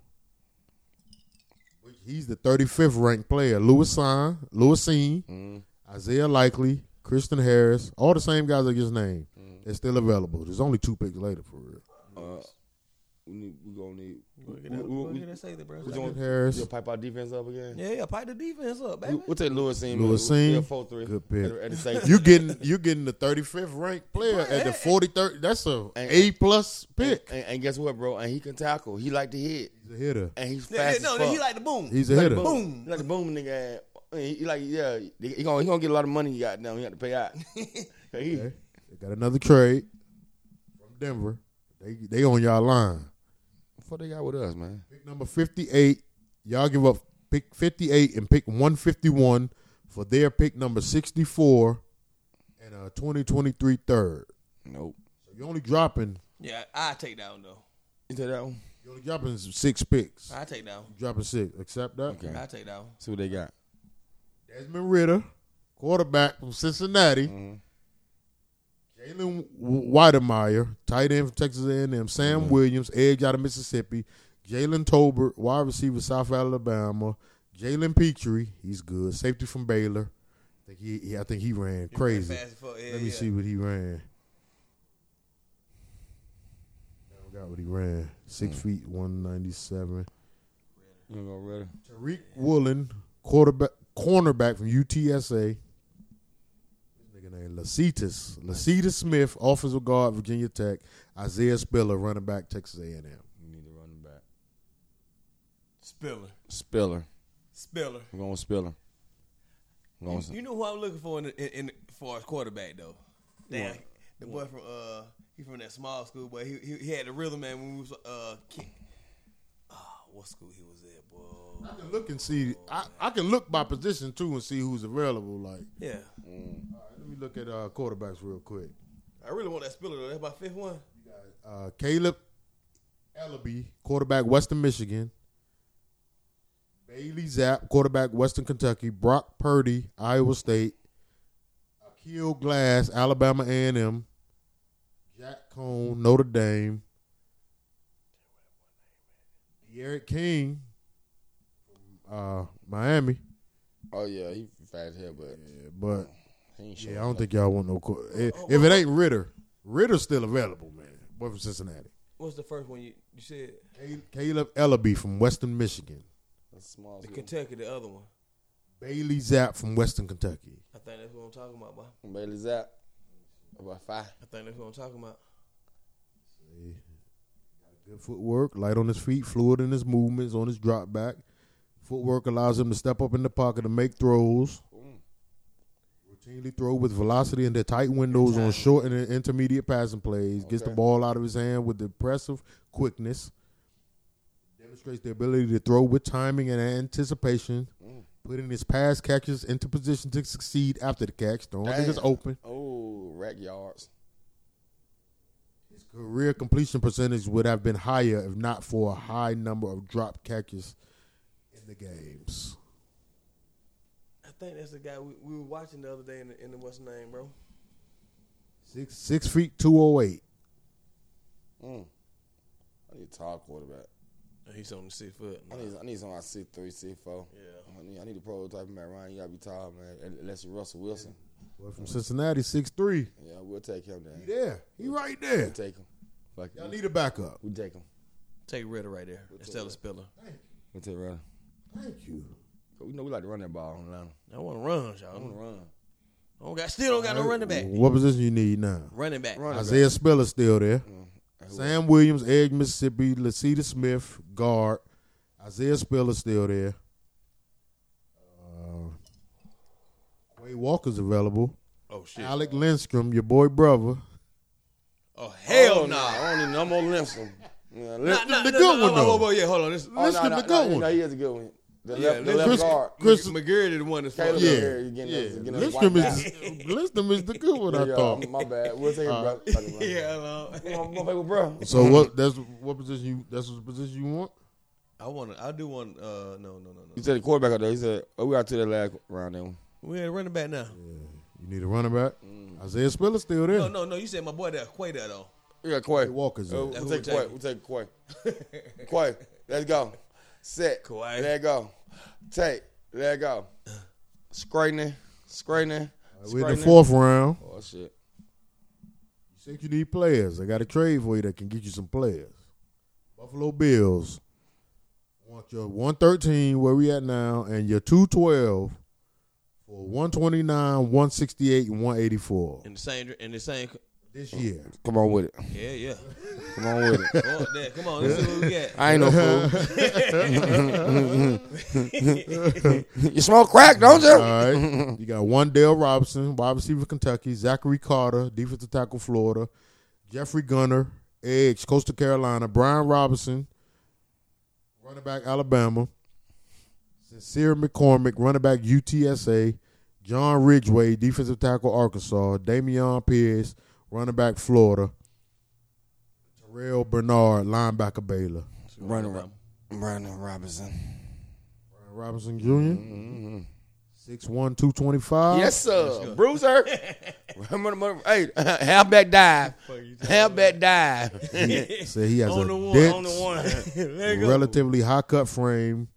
Speaker 1: He's the 35th ranked player. Lewis Sign, Lewis Seen,
Speaker 2: Mm-hmm.
Speaker 1: Isaiah Likely, Kristen Harris, all the same guys that just named.
Speaker 2: Mm-hmm.
Speaker 1: They're still available. There's only two picks later for real.
Speaker 2: Uh, we need. We gonna need.
Speaker 3: Go
Speaker 2: We,
Speaker 3: get
Speaker 2: we,
Speaker 3: that- go
Speaker 2: we,
Speaker 3: get that safety, bro.
Speaker 2: we
Speaker 1: Kristen
Speaker 2: gonna,
Speaker 1: Harris.
Speaker 2: we'll pipe our defense up again.
Speaker 3: Yeah, yeah, pipe the defense up, baby.
Speaker 2: We- We'll take Lewis in.
Speaker 1: Lewis in.
Speaker 2: Yeah, four three.
Speaker 1: Good pick.
Speaker 2: At, the- at the safety.
Speaker 1: You getting you getting the 35th ranked player at the 43rd. That's a A plus pick.
Speaker 2: And, and guess what, bro? And he can tackle. He like to hit,
Speaker 1: He's a hitter.
Speaker 2: and he's fast.
Speaker 3: Yeah, yeah,
Speaker 2: as
Speaker 3: no,
Speaker 2: fuck.
Speaker 3: he like the boom.
Speaker 1: He's a hitter.
Speaker 2: boom.
Speaker 3: Boom.
Speaker 2: He like the boom nigga. ass. And He, he like yeah. He, he gonna he gonna get a lot of money. He got down. He got to pay (laughs) out. He-
Speaker 1: Okay. They got another trade from Denver. They they on y'all line.
Speaker 2: What they got with us, man?
Speaker 1: Pick number 58. Y'all give up pick 58 and pick 151 for their pick number 64 and a 2023 third.
Speaker 2: Nope.
Speaker 1: So you're only dropping
Speaker 3: Yeah, I I take that one, though.
Speaker 2: You take that one.
Speaker 1: you're only dropping six picks.
Speaker 3: I take that one.
Speaker 1: dropping six. Accept that.
Speaker 2: Okay.
Speaker 3: I take that one.
Speaker 2: See what they got.
Speaker 1: Desmond Ritter, quarterback from Cincinnati.
Speaker 2: Mm-hmm.
Speaker 1: Jalen Widemeyer, tight end from Texas A&M.
Speaker 3: Mm-hmm.
Speaker 1: Sam Williams, edge out of Mississippi. Jalen Tolbert, wide receiver, South Alabama. Jalen Petrie, he's good. Safety from Baylor. I think he, he- I think he ran crazy.
Speaker 3: Fast as fuck, yeah,
Speaker 1: Let me
Speaker 3: yeah.
Speaker 1: see what he ran. I forgot what he ran.
Speaker 3: Mm.
Speaker 1: Six feet, one ninety seven.
Speaker 2: You gonna go ready?
Speaker 1: Tariq Woolen, quarterback, cornerback from UTSA. This nigga named Lasitas. Lasitas Smith, offensive guard, Virginia Tech. Isaiah Spiller, running back, Texas A&M.
Speaker 2: We need to run back.
Speaker 3: Spiller.
Speaker 2: Spiller.
Speaker 3: Spiller.
Speaker 2: We're going with Spiller. We're going
Speaker 3: You,
Speaker 2: with-
Speaker 3: you know who I'm looking for in, in, in for a quarterback though. Damn, the boy from uh he from that small school, but he he, he had the rhythm man when we was uh kid. Ah, what school he was at, boy?
Speaker 1: I can look and see. I, I can look by position too and see who's available. Like,
Speaker 3: Yeah,
Speaker 1: all right, let me look at uh, quarterbacks real quick.
Speaker 3: I really want that Spiller though. That's my fifth one.
Speaker 1: Uh, Caleb Ellaby, quarterback, Western Michigan. Bailey Zapp, quarterback, Western Kentucky. Brock Purdy, Iowa State. Akil Glass, Alabama A&M. Jack Cone, Notre Dame. Derek King, uh, Miami.
Speaker 2: Oh yeah, he fast here, but
Speaker 1: But
Speaker 2: he ain't showing
Speaker 1: yeah, I don't think y'all want no. Qu- if, if it ain't Ritter, Ritter's still available, man. Boy from Cincinnati.
Speaker 3: What's the first one you you said?
Speaker 1: Caleb Ellaby from Western Michigan.
Speaker 2: That's small.
Speaker 3: The
Speaker 2: school.
Speaker 3: Kentucky, the other one.
Speaker 1: Bailey Zapp from Western Kentucky.
Speaker 3: I think that's what I'm talking about, boy.
Speaker 2: Bailey Zapp. About five.
Speaker 3: I think that's what I'm talking about.
Speaker 1: Good footwork, light on his feet, fluid in his movements, on his drop back. Footwork allows him to step up in the pocket and make throws. Routinely throw with velocity in the tight windows on short and intermediate passing plays. Gets the
Speaker 2: Okay.
Speaker 1: ball out of his hand with impressive quickness. Demonstrates the ability to throw with timing and anticipation. Putting his pass catches into position to succeed after the catch. Throwing
Speaker 2: Damn.
Speaker 1: niggas open.
Speaker 2: Oh, rack yards.
Speaker 1: His career completion percentage would have been higher if not for a high number of drop catches in the games.
Speaker 3: I think that's the guy we, we were watching the other day in the, in the what's his name, bro.
Speaker 1: Six six feet two oh eight.
Speaker 2: Mm. I need a tall quarterback.
Speaker 3: Oh, He's on the six foot.
Speaker 2: I need I need somebody six three, six four.
Speaker 3: Yeah.
Speaker 2: I need I need a prototype of Matt Ryan. You gotta be tall, man. Unless you're Russell Wilson.
Speaker 1: Boy from Cincinnati, six three.
Speaker 2: Yeah, we'll take him down.
Speaker 1: He there. He right
Speaker 2: We'll
Speaker 1: there.
Speaker 2: take him. Fuck
Speaker 1: Y'all
Speaker 2: it.
Speaker 1: need a backup.
Speaker 2: We'll take him.
Speaker 3: Take Ritter right there. Instead of Spiller.
Speaker 2: We'll take Ryan.
Speaker 1: Thank you.
Speaker 2: We know we like to run that ball on Atlanta.
Speaker 3: I want to run, y'all. I
Speaker 2: I want to run.
Speaker 3: don't got, still don't got no running back.
Speaker 1: What position you need now?
Speaker 3: Running back. Mm-hmm.
Speaker 2: Running
Speaker 1: Isaiah Spiller still there.
Speaker 2: back.
Speaker 1: Sam Williams, Edge, Mississippi. Lasita Smith, guard. Isaiah Spiller still there. Uh, Quay Walker's available.
Speaker 3: Oh, shit.
Speaker 1: Alec Lindstrom, your boy brother.
Speaker 3: Oh, hell
Speaker 2: Oh,
Speaker 3: no. Nah.
Speaker 2: I don't need no more
Speaker 1: (laughs)
Speaker 2: Limson. Yeah, Lim-
Speaker 3: Nah, nah,
Speaker 1: the
Speaker 3: nah,
Speaker 1: good
Speaker 3: nah,
Speaker 1: one,
Speaker 3: nah,
Speaker 1: though.
Speaker 3: whoa, whoa, yeah, hold on. This,
Speaker 2: Oh,
Speaker 1: Lindstrom,
Speaker 2: no,
Speaker 1: the
Speaker 2: no,
Speaker 1: good
Speaker 2: no,
Speaker 1: one.
Speaker 2: No, he is a good one. The
Speaker 3: yeah,
Speaker 2: left, the
Speaker 3: Lindstrom-
Speaker 2: left guard.
Speaker 1: Chris-
Speaker 3: McGarry the one that's
Speaker 2: Caleb
Speaker 3: fucked
Speaker 1: Yeah,
Speaker 2: yeah,
Speaker 3: up.
Speaker 2: here, getting
Speaker 1: yeah.
Speaker 2: us, getting us
Speaker 1: Lindstrom
Speaker 2: wiped
Speaker 1: is Lindstrom is the good one. I
Speaker 2: Yeah,
Speaker 1: thought.
Speaker 2: my bad. We'll take it,
Speaker 1: Uh,
Speaker 2: bro. Fuck it, bro.
Speaker 3: Yeah, hello. (laughs)
Speaker 2: Come on,
Speaker 1: (laughs)
Speaker 2: motherfucker, bro.
Speaker 1: So what? That's what position you. That's what position you want.
Speaker 3: I want to. I do want. Uh, no, no, no,
Speaker 2: You
Speaker 3: no.
Speaker 2: said the quarterback out there. He said, "Oh, we got to that last round then."
Speaker 3: We had running back now.
Speaker 1: You need a running back.
Speaker 2: Mm.
Speaker 1: Isaiah Spiller still there.
Speaker 3: No, Oh, no, no. You said my boy that Quay that though.
Speaker 2: We got Quay.
Speaker 1: Quay Walker's
Speaker 2: Oh,
Speaker 1: in.
Speaker 2: we'll
Speaker 3: Who
Speaker 2: take
Speaker 3: we
Speaker 2: Quay.
Speaker 3: taking?
Speaker 2: We'll take Quay. Quay, let's go. Set.
Speaker 3: Kawhi.
Speaker 2: Let go. Take. Let go. Straightening. Straightening.
Speaker 1: We're in the
Speaker 2: straightening.
Speaker 1: fourth round.
Speaker 2: Oh shit.
Speaker 1: You said you need players. I got a trade for you that can get you some players. Buffalo Bills want your one thirteen where we at now, and your two twelve for one twenty nine, one sixty eight, and one eighty four
Speaker 3: In the same. In the same.
Speaker 1: this year.
Speaker 2: Come on with it.
Speaker 3: Yeah, yeah.
Speaker 2: Come on with it.
Speaker 3: Fuck that. Come on, let's see what we got.
Speaker 2: I ain't no fool. (laughs) you smoke crack, don't
Speaker 1: All
Speaker 2: you?
Speaker 1: (laughs) right, you got one Dale Robinson, wide receiver Kentucky, Zachary Carter, defensive tackle Florida, Jeffrey Gunner, edge Coastal Carolina, Brian Robinson, running back Alabama, Sincere McCormick, running back UTSA, John Ridgeway, defensive tackle Arkansas, Damian Pierce, running back Florida, Terrell Bernard, linebacker Baylor,
Speaker 2: Brandon, Rob- Brandon Robinson.
Speaker 1: Brian Robinson junior six one two twenty five.
Speaker 2: Yes, sir. (laughs) Bruiser. Remember- remember- hey, halfback dive. Halfback dive.
Speaker 1: Say he has
Speaker 3: On
Speaker 1: a
Speaker 3: the one.
Speaker 1: dense,
Speaker 3: On the
Speaker 1: (laughs)
Speaker 3: one. Let go.
Speaker 1: relatively high cut frame.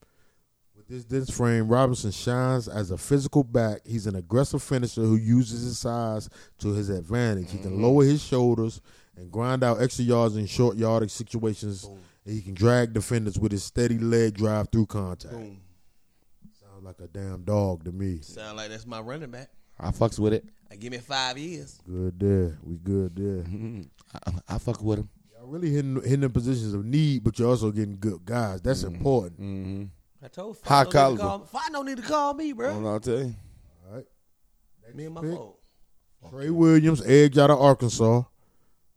Speaker 1: With this dense frame, Robinson shines as a physical back. He's an aggressive finisher who uses his size to his advantage. He
Speaker 3: Mm-hmm.
Speaker 1: can lower his shoulders and grind out extra yards in short yardage situations. And he can drag defenders with his steady leg drive through contact.
Speaker 3: Boom.
Speaker 1: Sounds like a damn dog to me.
Speaker 3: Sound like that's my running back.
Speaker 2: I fucks with it.
Speaker 3: I give me five years.
Speaker 1: Good there. We good there.
Speaker 3: Mm-hmm.
Speaker 2: Mm-hmm. I, I fuck with him.
Speaker 1: Y'all really hitting hitting the positions of need, but you're also getting good guys. That's
Speaker 3: Mm-hmm.
Speaker 1: important.
Speaker 2: Mm-hmm.
Speaker 3: I told
Speaker 2: High
Speaker 3: Fox don't
Speaker 2: caliber.
Speaker 3: need to call me. Fox don't need to call me,
Speaker 2: I don't
Speaker 3: bro.
Speaker 2: know. I'll tell you.
Speaker 1: All right.
Speaker 3: Me and my
Speaker 1: pick.
Speaker 3: phone.
Speaker 1: Trey Williams, edge out of Arkansas.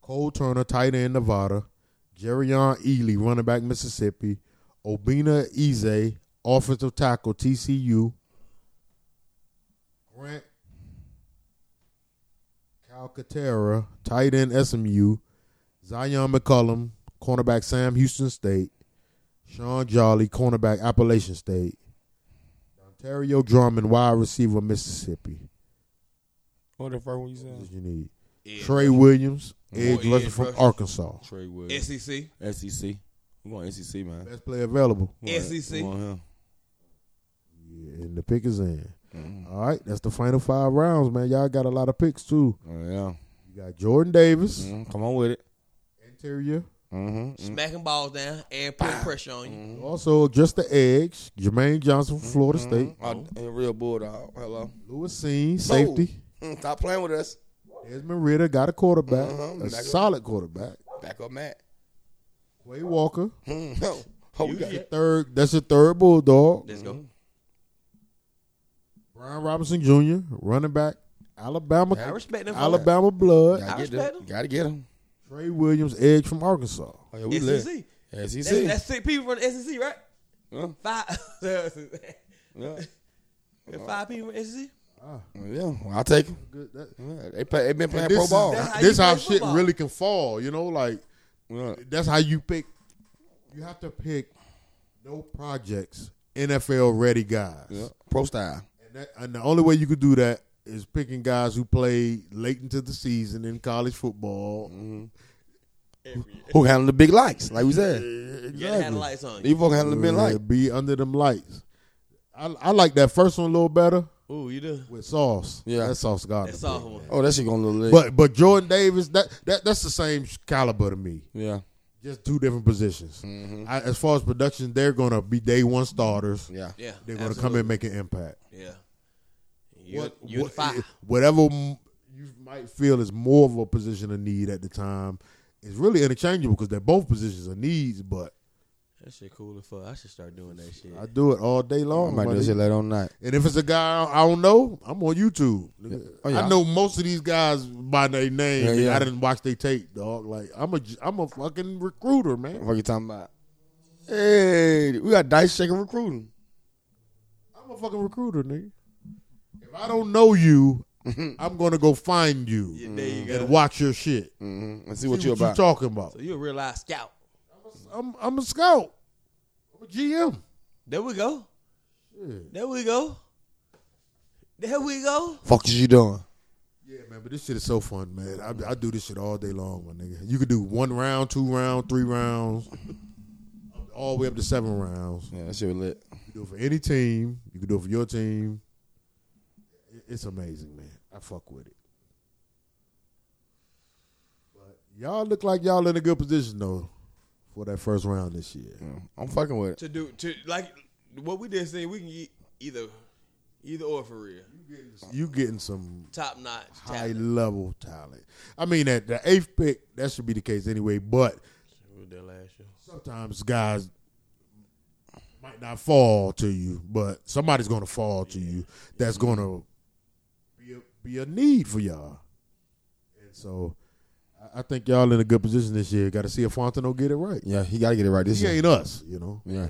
Speaker 1: Cole Turner, tight end, Nevada. Jerryon Ely, running back, Mississippi. Obina Ize, offensive tackle, TCU. Grant Calcaterra, tight end, SMU. Zion McCullum, cornerback, Sam Houston State. Sean Jolly, cornerback, Appalachian State. Ontario Drummond, wide receiver, Mississippi
Speaker 2: What the first one you
Speaker 1: positions you need.
Speaker 3: Yeah.
Speaker 1: Trey Williams, edge
Speaker 3: More
Speaker 1: rusher
Speaker 3: edge
Speaker 1: from
Speaker 3: rushers.
Speaker 1: Arkansas.
Speaker 2: Trey Wood.
Speaker 3: SEC.
Speaker 2: SEC. We going SEC, man.
Speaker 1: Best player available.
Speaker 2: We want-
Speaker 3: SEC.
Speaker 2: we want him.
Speaker 1: Yeah, and the pick is in. All right, that's the final five rounds, man. Y'all got a lot of picks too.
Speaker 2: Oh, yeah.
Speaker 1: You got Jordan Davis,
Speaker 2: Mhm. Come on with it.
Speaker 1: interior.
Speaker 2: Mm-hmm.
Speaker 3: Smacking balls down and putting pressure on
Speaker 1: Mm-hmm.
Speaker 3: you.
Speaker 1: Also, just the edge. Jermaine Johnson from Florida
Speaker 2: Mm-hmm.
Speaker 1: State.
Speaker 2: I, Oh, a real bulldog. Hello.
Speaker 1: Lewis Seen, safety.
Speaker 2: Mm, Stop playing with us.
Speaker 1: Desmond Ritter got a quarterback,
Speaker 2: Mhm,
Speaker 1: a
Speaker 2: back up.
Speaker 1: solid quarterback.
Speaker 2: Back up, Matt.
Speaker 1: Quay Walker,
Speaker 2: Mm. No. (laughs) Oh, we got Mm-hmm.
Speaker 1: that's your third. That's your third bulldog.
Speaker 3: Let's go.
Speaker 1: Brian Robinson Jr., running back, Alabama,
Speaker 3: I respect them. for
Speaker 1: Alabama blood.
Speaker 2: Gotta
Speaker 3: I
Speaker 2: get
Speaker 3: respect
Speaker 2: them.
Speaker 3: him.
Speaker 2: Gotta get him.
Speaker 1: Trey Williams, edge from Arkansas.
Speaker 2: Oh, yeah,
Speaker 3: that.
Speaker 2: we
Speaker 3: SEC.
Speaker 2: lit. SEC.
Speaker 3: That's, E that's six people from the SEC, right?
Speaker 2: Huh?
Speaker 3: Five. (laughs)
Speaker 2: Yeah.
Speaker 3: five people from E the SEC.
Speaker 1: All Uh-uh.
Speaker 2: Yeah, I take him.
Speaker 1: Good. That,
Speaker 2: Yeah, they play, they been playing
Speaker 1: and this
Speaker 2: pro
Speaker 1: is-
Speaker 2: ball.
Speaker 3: that's how
Speaker 1: this
Speaker 3: you
Speaker 1: how
Speaker 3: play
Speaker 1: shit
Speaker 3: football.
Speaker 1: really can fall. You know, like
Speaker 2: Yeah.
Speaker 1: that's how you pick. You have to pick no projects, NFL ready guys,
Speaker 2: Yeah, pro style.
Speaker 1: and, that, and the only way you could do that is picking guys who play late into the season in college football.
Speaker 2: Mm-hmm. Who handle the big lights? Like we said,
Speaker 1: Exactly.
Speaker 3: Yeah, they had the lights on.
Speaker 2: these folks handle the big
Speaker 1: Yeah,
Speaker 2: lights.
Speaker 1: Be under them lights. I, I like that first one a little better
Speaker 3: Ooh, you do.
Speaker 1: with sauce.
Speaker 2: Yeah.
Speaker 1: that sauce got
Speaker 3: That
Speaker 1: it.
Speaker 3: sophomore.
Speaker 2: Oh, that shit gonna look lit.
Speaker 1: But but Jordan Davis, that, that that's the same caliber to me.
Speaker 2: yeah,
Speaker 1: Just two different positions. I, as far as production, they're gonna be day one starters.
Speaker 2: Mm-hmm. yeah,
Speaker 3: Yeah,
Speaker 1: They're gonna come in and make an impact.
Speaker 3: absolutely. Yeah, you,
Speaker 1: What-
Speaker 3: you
Speaker 1: what-
Speaker 3: the five.
Speaker 1: Whatever m- you might feel is more of a position of need at the time is really interchangeable because they're both positions of needs. But
Speaker 3: That shit cool as fuck. I should start doing that shit.
Speaker 1: I do it all day
Speaker 2: I
Speaker 1: long.
Speaker 2: might do
Speaker 1: buddy.
Speaker 2: that shit later on tonight.
Speaker 1: And if it's a guy I don't know, I'm on YouTube.
Speaker 2: Oh, yeah.
Speaker 1: I know most of these guys by their name.
Speaker 2: Yeah,
Speaker 1: and
Speaker 2: yeah.
Speaker 1: I didn't watch their tape, dog. Like I'm a I'm a fucking recruiter, man.
Speaker 2: What you talking about? Hey, we got dice shaking recruiting.
Speaker 1: I'm a fucking recruiter, nigga. If I don't know (laughs) you, I'm gonna go find you
Speaker 3: Yeah, there
Speaker 2: Mm,
Speaker 3: you go.
Speaker 1: and watch your shit.
Speaker 2: Mm-hmm. Let's see what
Speaker 1: See
Speaker 2: you
Speaker 1: what
Speaker 2: about.
Speaker 1: you talking about?
Speaker 3: So you a real life scout.
Speaker 1: I'm I'm a scout. I'm a GM.
Speaker 3: There we go.
Speaker 1: Yeah.
Speaker 3: There we go. There we go.
Speaker 2: Fuck is you doing?
Speaker 1: Yeah, man, but this shit is so fun, man. I, I do this shit all day long, my nigga. You could do one round, two round, three rounds, all the way up to seven rounds.
Speaker 2: Yeah, that shit lit.
Speaker 1: You can do it for any team. You can do it for your team. I- It's amazing, man. I fuck with it. But y'all look like y'all in a good position though for that first round this year.
Speaker 2: I'm fucking with it.
Speaker 3: To do to like what we did say we can eat either either or for real.
Speaker 1: You getting some
Speaker 3: Top notch.
Speaker 1: high
Speaker 3: talent.
Speaker 1: level talent. I mean, at the eighth pick, that should be the case anyway. But
Speaker 3: We did last year.
Speaker 1: sometimes guys might not fall to you, but somebody's gonna fall to you. That's gonna be a, be a need for y'all. And so, I- I think y'all in a good position this year. Got to see if Fontenot get it right.
Speaker 2: Yeah, he gotta get it right this
Speaker 1: He
Speaker 2: year.
Speaker 1: ain't us, you know.
Speaker 2: Yeah,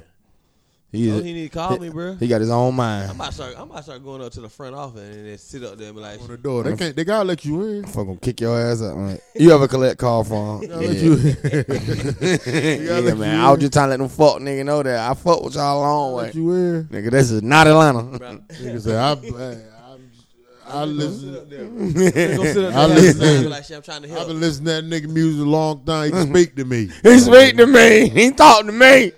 Speaker 2: he
Speaker 3: Oh,
Speaker 2: is.
Speaker 3: he need to call me, bro.
Speaker 2: He got his own (laughs)
Speaker 3: I'm
Speaker 2: mind.
Speaker 3: about to start. I'm about to start going up to the front office and then sit up there and be like,
Speaker 1: On the door, they can't. They gotta let you in.
Speaker 2: Fucking kick your ass up. (laughs) Man. You ever collect call from? him?
Speaker 1: Gotta let
Speaker 2: (laughs)
Speaker 1: you in.
Speaker 2: yeah,
Speaker 1: let
Speaker 2: man.
Speaker 1: you
Speaker 2: I was
Speaker 1: in.
Speaker 2: just trying to let them fuck nigga know that I fuck with y'all a long way.
Speaker 1: let you in.
Speaker 2: Nigga, this is not (laughs) Atlanta.
Speaker 3: bro.
Speaker 1: Nigga say, I, I, I'm- I
Speaker 3: Sit
Speaker 1: listen.
Speaker 3: up there, bro. Go sit up there
Speaker 1: I
Speaker 2: (laughs)
Speaker 3: and be
Speaker 1: listen.
Speaker 3: like, shit, I'm trying to
Speaker 1: I've
Speaker 3: help.
Speaker 1: been listening to that nigga music a long time. He can speak to me.
Speaker 2: Uh-huh. he speak to me. (laughs) He talk to me.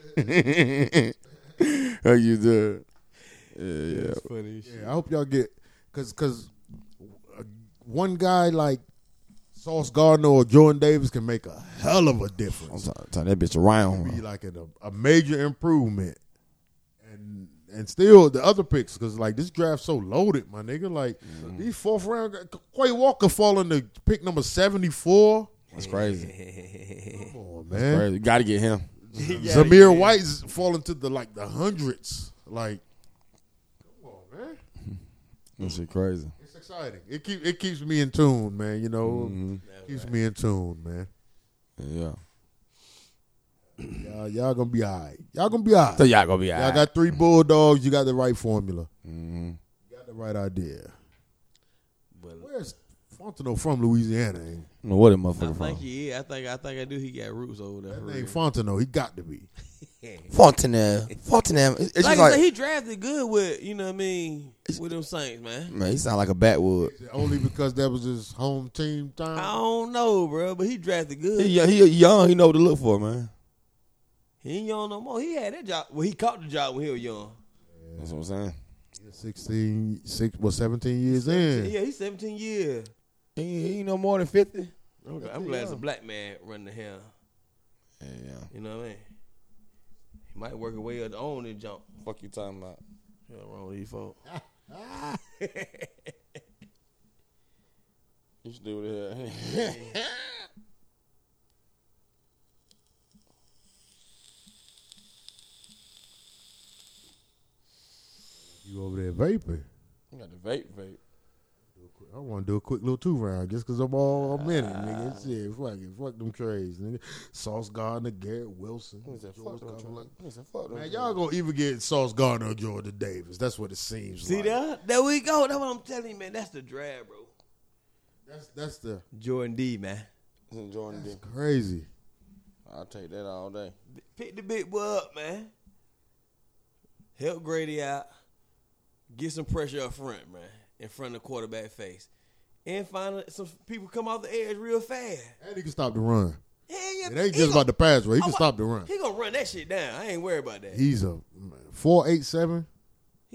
Speaker 2: How you do? Yeah, yeah.
Speaker 3: It's funny as shit.
Speaker 1: Yeah, I hope y'all get because because one guy like Sauce Gardner or Jordan Davis can make a hell of a
Speaker 2: I'm
Speaker 1: difference.
Speaker 2: sorry, turn that bitch around.
Speaker 1: Be
Speaker 2: man.
Speaker 1: like a, a major improvement, and and still the other picks because like this draft's so loaded, my nigga. Like
Speaker 2: Mm-hmm.
Speaker 1: these fourth round, Quay Walker falling to pick number seventy four.
Speaker 2: (laughs) That's crazy.
Speaker 1: Come on,
Speaker 2: Crazy.
Speaker 1: man.
Speaker 2: You gotta get him.
Speaker 1: Zamir White's falling to the like the hundreds. Like, come on, man.
Speaker 2: That shit crazy.
Speaker 1: It's exciting. It keep it keeps me in tune, man. You know,
Speaker 2: Mm-hmm.
Speaker 1: keeps me in tune, man.
Speaker 2: Yeah.
Speaker 1: Y'all, y'all gonna be all right. Y'all gonna be all
Speaker 2: So
Speaker 1: right.
Speaker 2: y'all gonna be all
Speaker 1: Y'all
Speaker 2: right.
Speaker 1: got three bulldogs. You got the right formula.
Speaker 2: Mhm.
Speaker 1: You got the right idea.
Speaker 3: But
Speaker 1: Where's Fontenot from Louisiana? ain't
Speaker 2: I don't know what that
Speaker 3: I
Speaker 2: motherfucker from.
Speaker 3: think he is. I think I think I do. He got roots over there.
Speaker 1: he?
Speaker 3: for
Speaker 1: That name
Speaker 3: real.
Speaker 1: Fontenot. He got to be.
Speaker 2: Fontenelle. Fontenelle. It's, it's just
Speaker 3: Like,
Speaker 2: like,
Speaker 3: I said, he drafted good with you know what I mean with them Saints, man.
Speaker 2: man, he sound like a backwood.
Speaker 1: Is it Only because that was his home team
Speaker 3: I
Speaker 1: time.
Speaker 3: don't know, bro, but he drafted good.
Speaker 2: He, he young. He know what to look for, man.
Speaker 3: He ain't young no more. He had that job. Well, he caught the job when he was young.
Speaker 2: That's what I'm saying.
Speaker 1: 16, six, well, 17 years
Speaker 3: Yeah,
Speaker 1: in.
Speaker 3: he's 17 years.
Speaker 2: He, he no more than fifty.
Speaker 3: I'm, I'm glad it's a black man running the hell.
Speaker 2: Yeah.
Speaker 3: You know what I mean? He might work a way up on the jump.
Speaker 2: Fuck you talking about?
Speaker 3: What's wrong with you folk?
Speaker 2: You should do what the hell. (laughs)
Speaker 1: You over there vaping.
Speaker 2: got the vape vape.
Speaker 1: Do a quick- I want to do a quick little two round just because I'm all I'm in it, nigga. Shit, fuck it, fuck them trades, nigga. Sauce Gardner, Garrett Wilson,
Speaker 2: He said,
Speaker 1: George
Speaker 2: fuck them
Speaker 1: Cobb-
Speaker 2: Jordan. He said, fuck them
Speaker 1: Man,
Speaker 2: Jordan.
Speaker 1: y'all gonna either get Sauce Gardner or Jordan Davis. That's what it seems.
Speaker 3: See
Speaker 1: like.
Speaker 3: that? There we go. That's what I'm telling you, man. That's the drag, bro.
Speaker 1: That's that's the
Speaker 3: Jordan D, man.
Speaker 2: He said, Jordan D.
Speaker 1: crazy.
Speaker 2: I'll take that all day.
Speaker 3: Pick the big boy up, man. Help Grady out. Get some pressure up front, man. In front of the quarterback face. And finally, some people come off the edge real fast.
Speaker 1: And he can stop the run.
Speaker 3: Hey,
Speaker 1: It ain't just about the pass, where he can stop the run.
Speaker 3: Oh, He gonna run that shit down. I ain't worried about that. He,
Speaker 1: He's a four eight seven.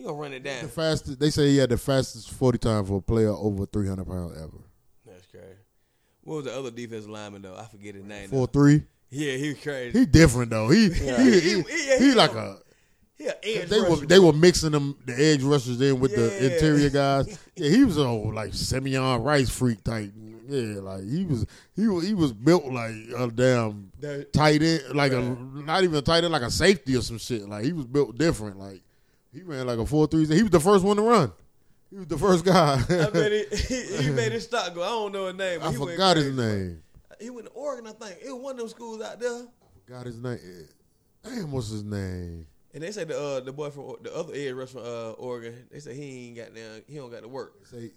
Speaker 3: gonna run it
Speaker 1: The
Speaker 3: down.
Speaker 1: fastest. They say he had the fastest forty time for a player over three hundred pounds ever.
Speaker 3: That's crazy. What was the other defensive lineman though? I forget his name.
Speaker 1: Four
Speaker 3: though.
Speaker 1: three.
Speaker 3: Yeah, he was crazy.
Speaker 1: He different though. He he, he,
Speaker 3: He- uh, yeah,
Speaker 1: he
Speaker 3: he
Speaker 1: like
Speaker 3: know.
Speaker 1: a.
Speaker 3: He, an edge
Speaker 1: They were
Speaker 3: rusher.
Speaker 1: they were mixing them the edge rushers in with the
Speaker 3: Yeah.
Speaker 1: interior
Speaker 3: (laughs)
Speaker 1: guys. Yeah, he was an old like Simeon Rice freak type. Yeah, like he was he was, he was built like a damn
Speaker 3: That-
Speaker 1: tight end, like a not even a tight end, like a safety or some shit. Like he was built different. Like he ran like a four three. He was the first one to run. He was the first guy. (laughs)
Speaker 3: I bet he, he, (laughs) he made his stock go. I don't know his name. But
Speaker 1: I
Speaker 3: he went
Speaker 1: forgot his
Speaker 3: crazy.
Speaker 1: name.
Speaker 3: He went to Oregon, I think. It was one of them schools out there.
Speaker 1: Got his name. Damn, what's his name?
Speaker 3: And they said the uh, the boy from the other Ed Rush from uh, Oregon. They said he ain't got down. He don't got to work.
Speaker 1: Say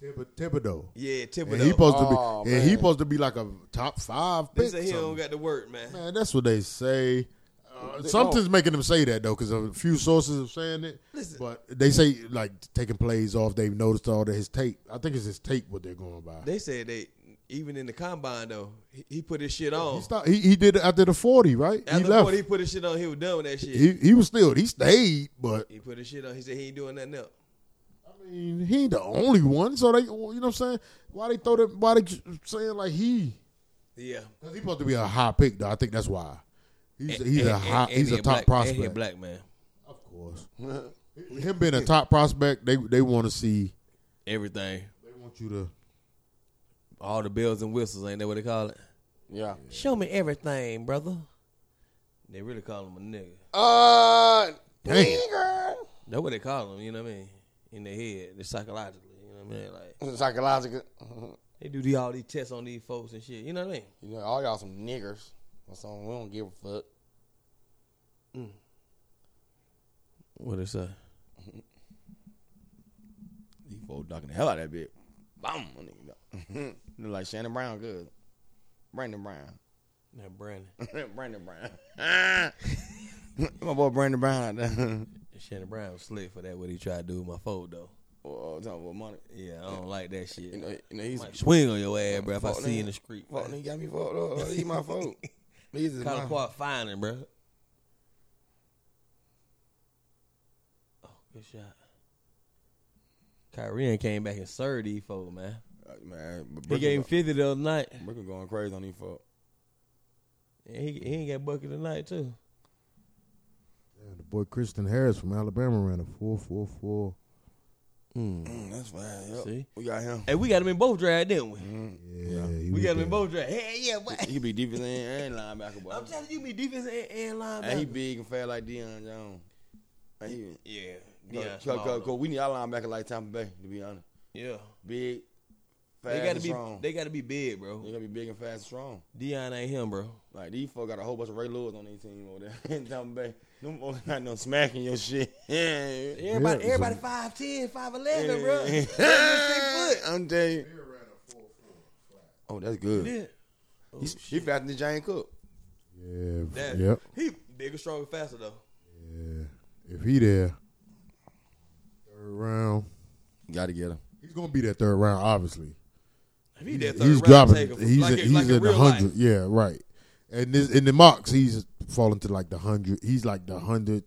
Speaker 1: Thib- Thibodeau.
Speaker 3: Yeah,
Speaker 1: And he
Speaker 3: Thibodeau.
Speaker 1: supposed
Speaker 2: Oh,
Speaker 1: to be. And he
Speaker 2: man.
Speaker 1: supposed to be like a top five
Speaker 3: they
Speaker 1: pick.
Speaker 3: said he
Speaker 1: something.
Speaker 3: don't got to work, man.
Speaker 1: Man, that's what they say. Uh,
Speaker 2: They-
Speaker 1: something's making them say that though, because a few sources are saying it.
Speaker 3: Listen.
Speaker 1: But they say like taking plays off. They've noticed all that his tape. I think it's his tape what they're going by.
Speaker 3: They said they even in the combine though he, he put his shit on.
Speaker 1: he, stopped, he he did it after the forty, right? he
Speaker 3: After
Speaker 1: left.
Speaker 3: what he put his shit on, he was done with that shit. He,
Speaker 1: he he was still he stayed, but
Speaker 3: put his shit on. He said he ain't doing nothing else.
Speaker 1: I mean, he ain't the only one. So they, you know what I'm saying? Why they throw that? Why they saying like he?
Speaker 3: Yeah,
Speaker 1: Because he's supposed to be a high pick, though. I think that's why. He's a, he's a
Speaker 3: And-
Speaker 1: high,
Speaker 3: and-
Speaker 1: he's
Speaker 3: and
Speaker 1: a
Speaker 3: he
Speaker 1: top
Speaker 3: black, and He a
Speaker 1: prospect.
Speaker 3: black man.
Speaker 1: Of course, (laughs) him being a top prospect, they they want to see.
Speaker 3: Everything,
Speaker 1: They want you to.
Speaker 3: all the bells and whistles, ain't that what they call it?
Speaker 2: Yeah.
Speaker 3: Show me everything, brother. They really call him a nigga.
Speaker 2: Uh,
Speaker 1: Damn.
Speaker 2: nigga.
Speaker 3: That's what they call him. You know what I mean? In their head, they psychologically. You know what I mean? Like
Speaker 2: Psychological. (laughs)
Speaker 3: they do the, all these tests on these folks and shit. You know what I mean?
Speaker 2: You know, all y'all some niggers. Or something. We don't give a fuck.
Speaker 3: What it say?
Speaker 2: These folks ducking the hell out of that bitch. Boom, my nigga. (laughs) dog. Look like Shannon Brown, good. Brandon Brown. (laughs)
Speaker 3: That Brandon,
Speaker 2: Brandon Brown. (laughs) my boy Brandon Brown out (laughs) there.
Speaker 3: Shannon Brown was slick for that. What he tried to do with my fold though.
Speaker 2: Oh, I'm talking about money.
Speaker 3: Yeah, I don't like that shit.
Speaker 2: You know, you know he's
Speaker 3: Might swing on your ass, bro. If I
Speaker 2: Fuck
Speaker 3: see you
Speaker 2: that.
Speaker 3: in the street,
Speaker 2: fuck. Nigga got me fucked up. He's (laughs) my fault. These is
Speaker 3: call
Speaker 2: my
Speaker 3: the quad finding, bro. Oh, good shot. Kyrie ain't came back and served these folk, man.
Speaker 2: Uh, Man, but
Speaker 3: He gave
Speaker 2: Brooklyn,
Speaker 3: him fifty the other night.
Speaker 2: Brooklyn going crazy on these fuck.
Speaker 3: And he, he ain't got bucket tonight too.
Speaker 1: Damn, the boy Kristen Harris from Alabama ran a four four four.
Speaker 2: Mm, that's fine. Yep.
Speaker 3: See?
Speaker 2: We got him.
Speaker 3: Hey, we got him in both draft, didn't we?
Speaker 1: Mm-hmm. Yeah, he
Speaker 3: We
Speaker 1: was
Speaker 3: got him
Speaker 1: there.
Speaker 3: in both draft. Hell yeah, what?
Speaker 2: He be defense and and linebacker, boy.
Speaker 3: I'm telling you, be defense and, and linebacker.
Speaker 2: And he big and fat like Deion Jones. And he,
Speaker 3: yeah,
Speaker 2: yeah,
Speaker 3: yeah,
Speaker 2: cause, 'cause- 'cause we need our linebacker like Tampa Bay, to be honest.
Speaker 3: yeah.
Speaker 2: Big, fast,
Speaker 3: They gotta
Speaker 2: and
Speaker 3: be,
Speaker 2: strong.
Speaker 3: they gotta be big,
Speaker 2: They
Speaker 3: bro.
Speaker 2: gotta be big and fast and strong.
Speaker 3: Dion ain't him, bro.
Speaker 2: Like these folk got a whole bunch of Ray Lewis on their team over there (laughs) in Tampa Bay. Them (laughs) folks got no smacking your shit. (laughs) yeah, (laughs)
Speaker 3: Everybody,
Speaker 1: Yeah, it's
Speaker 3: everybody,
Speaker 1: a-
Speaker 3: five ten, five
Speaker 1: (laughs)
Speaker 3: eleven, bro.
Speaker 2: I'm telling you. Oh, that's good.
Speaker 3: Yeah. Oh,
Speaker 2: He's, he faster than Jane Cook.
Speaker 1: Yeah,
Speaker 3: that,
Speaker 1: yep.
Speaker 3: He bigger, stronger, faster though.
Speaker 1: Yeah. If he there, third round.
Speaker 2: Got to get him.
Speaker 1: He's gonna be that third round, obviously.
Speaker 3: If he that third
Speaker 1: he's
Speaker 3: round, take him.
Speaker 1: He's
Speaker 3: like,
Speaker 1: he's
Speaker 3: in, like
Speaker 1: in the
Speaker 3: real
Speaker 1: hundred.
Speaker 3: life.
Speaker 1: Yeah, right. And this in the mocks, he's falling to like the hundred. He's like the hundred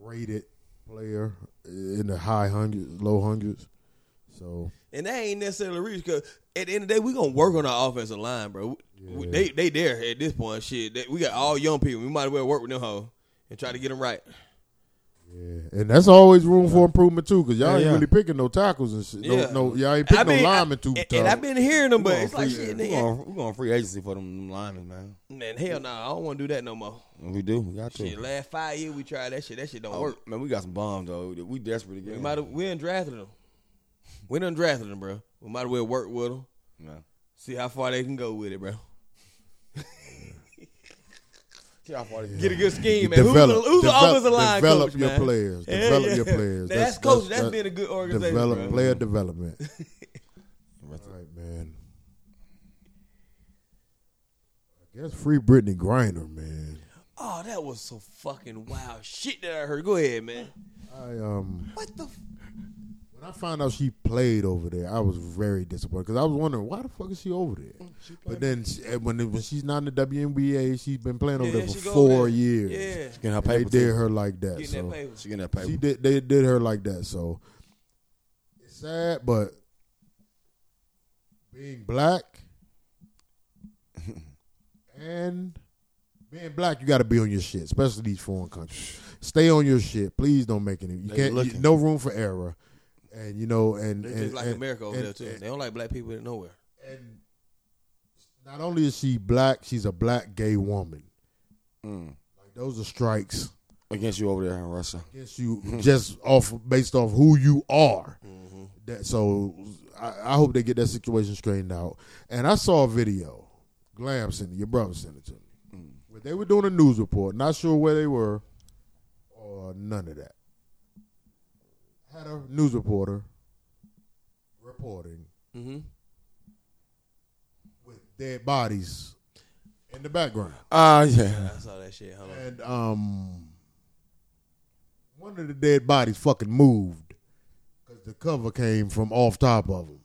Speaker 1: rated player in the high hundreds, low hundreds. So
Speaker 3: and that ain't necessarily reach because at the end of the day, we gonna work on our offensive line, bro. We- we-
Speaker 1: Yeah.
Speaker 3: They they there at this point. Shit, they, we got all young people. We might as well work with them hoe and try to get them right.
Speaker 1: yeah, and that's always room for improvement too, because y'all
Speaker 2: Yeah,
Speaker 1: ain't
Speaker 2: yeah.
Speaker 1: really picking no tackles and shit. No,
Speaker 3: Yeah.
Speaker 1: no y'all ain't
Speaker 3: I
Speaker 1: picking
Speaker 3: mean,
Speaker 1: no
Speaker 3: I-
Speaker 1: linemen too
Speaker 3: and,
Speaker 1: tough.
Speaker 3: and I've been hearing them,
Speaker 2: We
Speaker 3: but
Speaker 2: gonna
Speaker 3: it's like
Speaker 2: free-
Speaker 3: shit,
Speaker 2: we
Speaker 3: nigga.
Speaker 2: gonna- we gonna free agency for them linemen, man.
Speaker 3: Man, hell no, I don't want to do that no more.
Speaker 2: And we do. We got to.
Speaker 1: Mm.
Speaker 3: Shit, last five years we tried that shit. That shit don't
Speaker 2: Oh,
Speaker 3: work.
Speaker 2: man, we got some bombs though. We desperate to get.
Speaker 3: We
Speaker 2: them.
Speaker 3: might have we ain't drafted them. We done drafted them, bro. We might as well work with them.
Speaker 2: No.
Speaker 3: See how far they can go with it, bro.
Speaker 2: See how far they
Speaker 3: Get a good scheme, man.
Speaker 1: Develop,
Speaker 3: who's the, who's the
Speaker 1: develop,
Speaker 3: offensive line
Speaker 1: develop
Speaker 3: coach,
Speaker 1: your
Speaker 3: man?
Speaker 1: players.
Speaker 3: Hell
Speaker 1: Develop
Speaker 3: yeah.
Speaker 1: your players.
Speaker 3: Now, that's, coach. that's been a good organization.
Speaker 1: Develop
Speaker 3: bro.
Speaker 1: player
Speaker 3: (laughs)
Speaker 1: development. All right, man. I guess free Brittany Griner, man.
Speaker 3: Oh, that was some fucking wild shit that I heard. Go ahead, man.
Speaker 1: I um
Speaker 3: What the? F-
Speaker 1: when I found out she played over there, I was very disappointed because I was wondering why the fuck is she over there.
Speaker 3: Mm,
Speaker 1: but then she, and when it- when she's not in the WNBA, she's been playing over
Speaker 3: Yeah,
Speaker 1: there
Speaker 3: she
Speaker 1: for
Speaker 3: go
Speaker 1: four
Speaker 3: there.
Speaker 1: years.
Speaker 3: Yeah.
Speaker 2: Getting her
Speaker 1: And they
Speaker 2: paper.
Speaker 1: did
Speaker 2: too.
Speaker 1: her like that.
Speaker 3: Getting
Speaker 1: so
Speaker 3: that paper.
Speaker 2: She getting that paper.
Speaker 1: She did. They did her like that. So it's sad, but being
Speaker 3: (laughs)
Speaker 1: black and being black, you got to be on your shit, especially these foreign countries. Stay on your shit. Please don't make any. You
Speaker 2: They
Speaker 1: can't. You,
Speaker 2: looking.
Speaker 1: no room for error. And you know, and
Speaker 3: They
Speaker 1: and,
Speaker 3: just like
Speaker 1: and-
Speaker 3: America over
Speaker 1: and-
Speaker 3: there too.
Speaker 1: and-
Speaker 3: they don't like black people nowhere.
Speaker 1: and not only is she black, she's a black gay woman.
Speaker 2: Mm.
Speaker 1: Like those are strikes
Speaker 2: Against you over there in Russia.
Speaker 1: against you just off based off who you are. That so I, I hope they get that situation straightened out. And I saw a video, Glam sent it, your brother sent it to me. Where they were doing a news report, not sure where they were, or none of that. Had a news reporter reporting
Speaker 3: Mm-hmm.
Speaker 1: with dead bodies in the background.
Speaker 2: Ah, yeah.
Speaker 3: I saw that shit. Hold on.
Speaker 1: and um, one of the dead bodies fucking moved because the cover came from off top of them.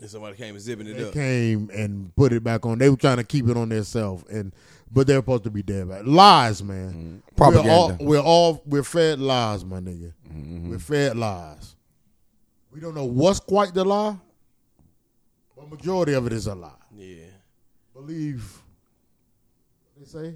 Speaker 3: And somebody came and zipping it
Speaker 1: They
Speaker 3: up.
Speaker 1: came and put it back on. They were trying to keep it on themselves, and but they're supposed to be dead. Body. Lies, man.
Speaker 2: Propaganda.
Speaker 1: We're all, we're all we're fed lies, my nigga. We're fed lies. We don't know what's quite the lie, but majority of it is a lie.
Speaker 3: Yeah.
Speaker 1: Believe what they say.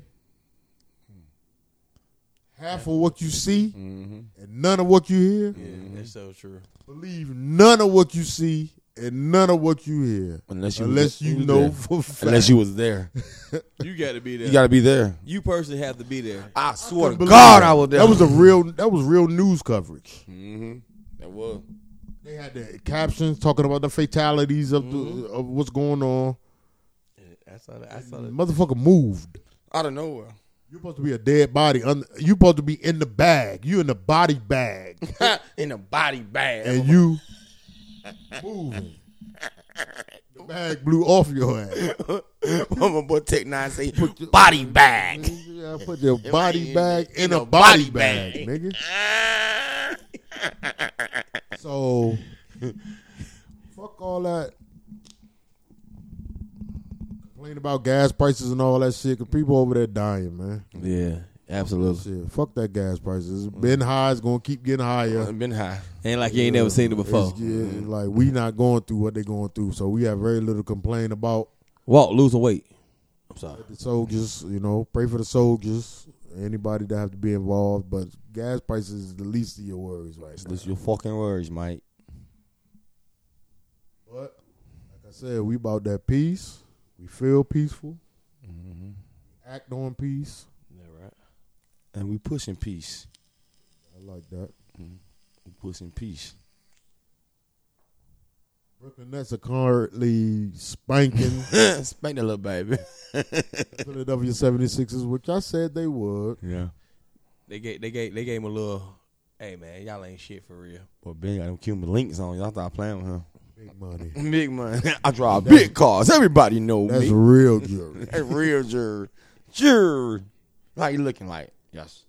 Speaker 1: Half of what you see
Speaker 2: Mm-hmm.
Speaker 1: and none of what you hear.
Speaker 3: Yeah. That's so true.
Speaker 1: Believe none of what you see and none of what you hear.
Speaker 2: Unless you
Speaker 1: unless you know for a fact.
Speaker 2: Unless you was there.
Speaker 3: You got to be there.
Speaker 2: You
Speaker 3: You,
Speaker 2: gotta be there.
Speaker 3: personally have to be there.
Speaker 2: I swear
Speaker 1: Believe it. That was a real that was real news coverage.
Speaker 2: Mm-hmm. That was.
Speaker 1: They had the captions talking about the fatalities of the, of what's going on.
Speaker 3: I saw that. I saw that.
Speaker 1: Motherfucker moved.
Speaker 2: Out of
Speaker 3: (laughs)
Speaker 2: nowhere.
Speaker 1: You're supposed to be a dead body. Un- you supposed to be in the bag. You in the body bag,
Speaker 2: in a body bag.
Speaker 1: and you moving. The bag blew off your ass. (laughs)
Speaker 2: what (laughs) my boy Tech Nine say, body bag.
Speaker 1: Yeah, put your body
Speaker 2: in-
Speaker 1: bag in,
Speaker 2: in
Speaker 1: a,
Speaker 2: a
Speaker 1: body,
Speaker 2: body
Speaker 1: bag,
Speaker 2: bag.
Speaker 1: nigga. (laughs) So, fuck all that. Complain about gas prices and all that shit. Cause people over there dying, man.
Speaker 3: Yeah. Absolutely.
Speaker 1: Shit, fuck that gas prices. It's been high. It's gonna keep getting higher.
Speaker 2: I've been high.
Speaker 3: Ain't like you ain't never seen it before.
Speaker 1: It's- yeah, like we not going through what they going through, so we have very little to complain about.
Speaker 3: Walk, lose some weight. I'm sorry.
Speaker 1: the soldiers, you know, pray for the soldiers, anybody that have to be involved. But gas prices is the least of your worries right now.
Speaker 2: This your fucking words, Mike.
Speaker 1: But like I said, we about that peace. We feel peaceful. Act on peace.
Speaker 3: Yeah, right.
Speaker 2: And we pushing peace.
Speaker 1: I like that.
Speaker 2: We
Speaker 1: (laughs)
Speaker 2: pushing peace.
Speaker 1: Brooklyn Nets are currently spanking
Speaker 2: Spank that little baby.
Speaker 1: Philadelphia 76ers, which I said they would.
Speaker 2: Yeah.
Speaker 3: They gave they gave they gave him a little. Hey man, y'all ain't shit for real.
Speaker 2: Well, Ben got them Cuban links on. Y'all start playing with him.
Speaker 1: Big money.
Speaker 2: Big money. (laughs) I drive big cars. Everybody know
Speaker 1: That's
Speaker 2: me.
Speaker 1: real jury.
Speaker 2: (laughs) That's real juror. Juror. How you looking like? Yes.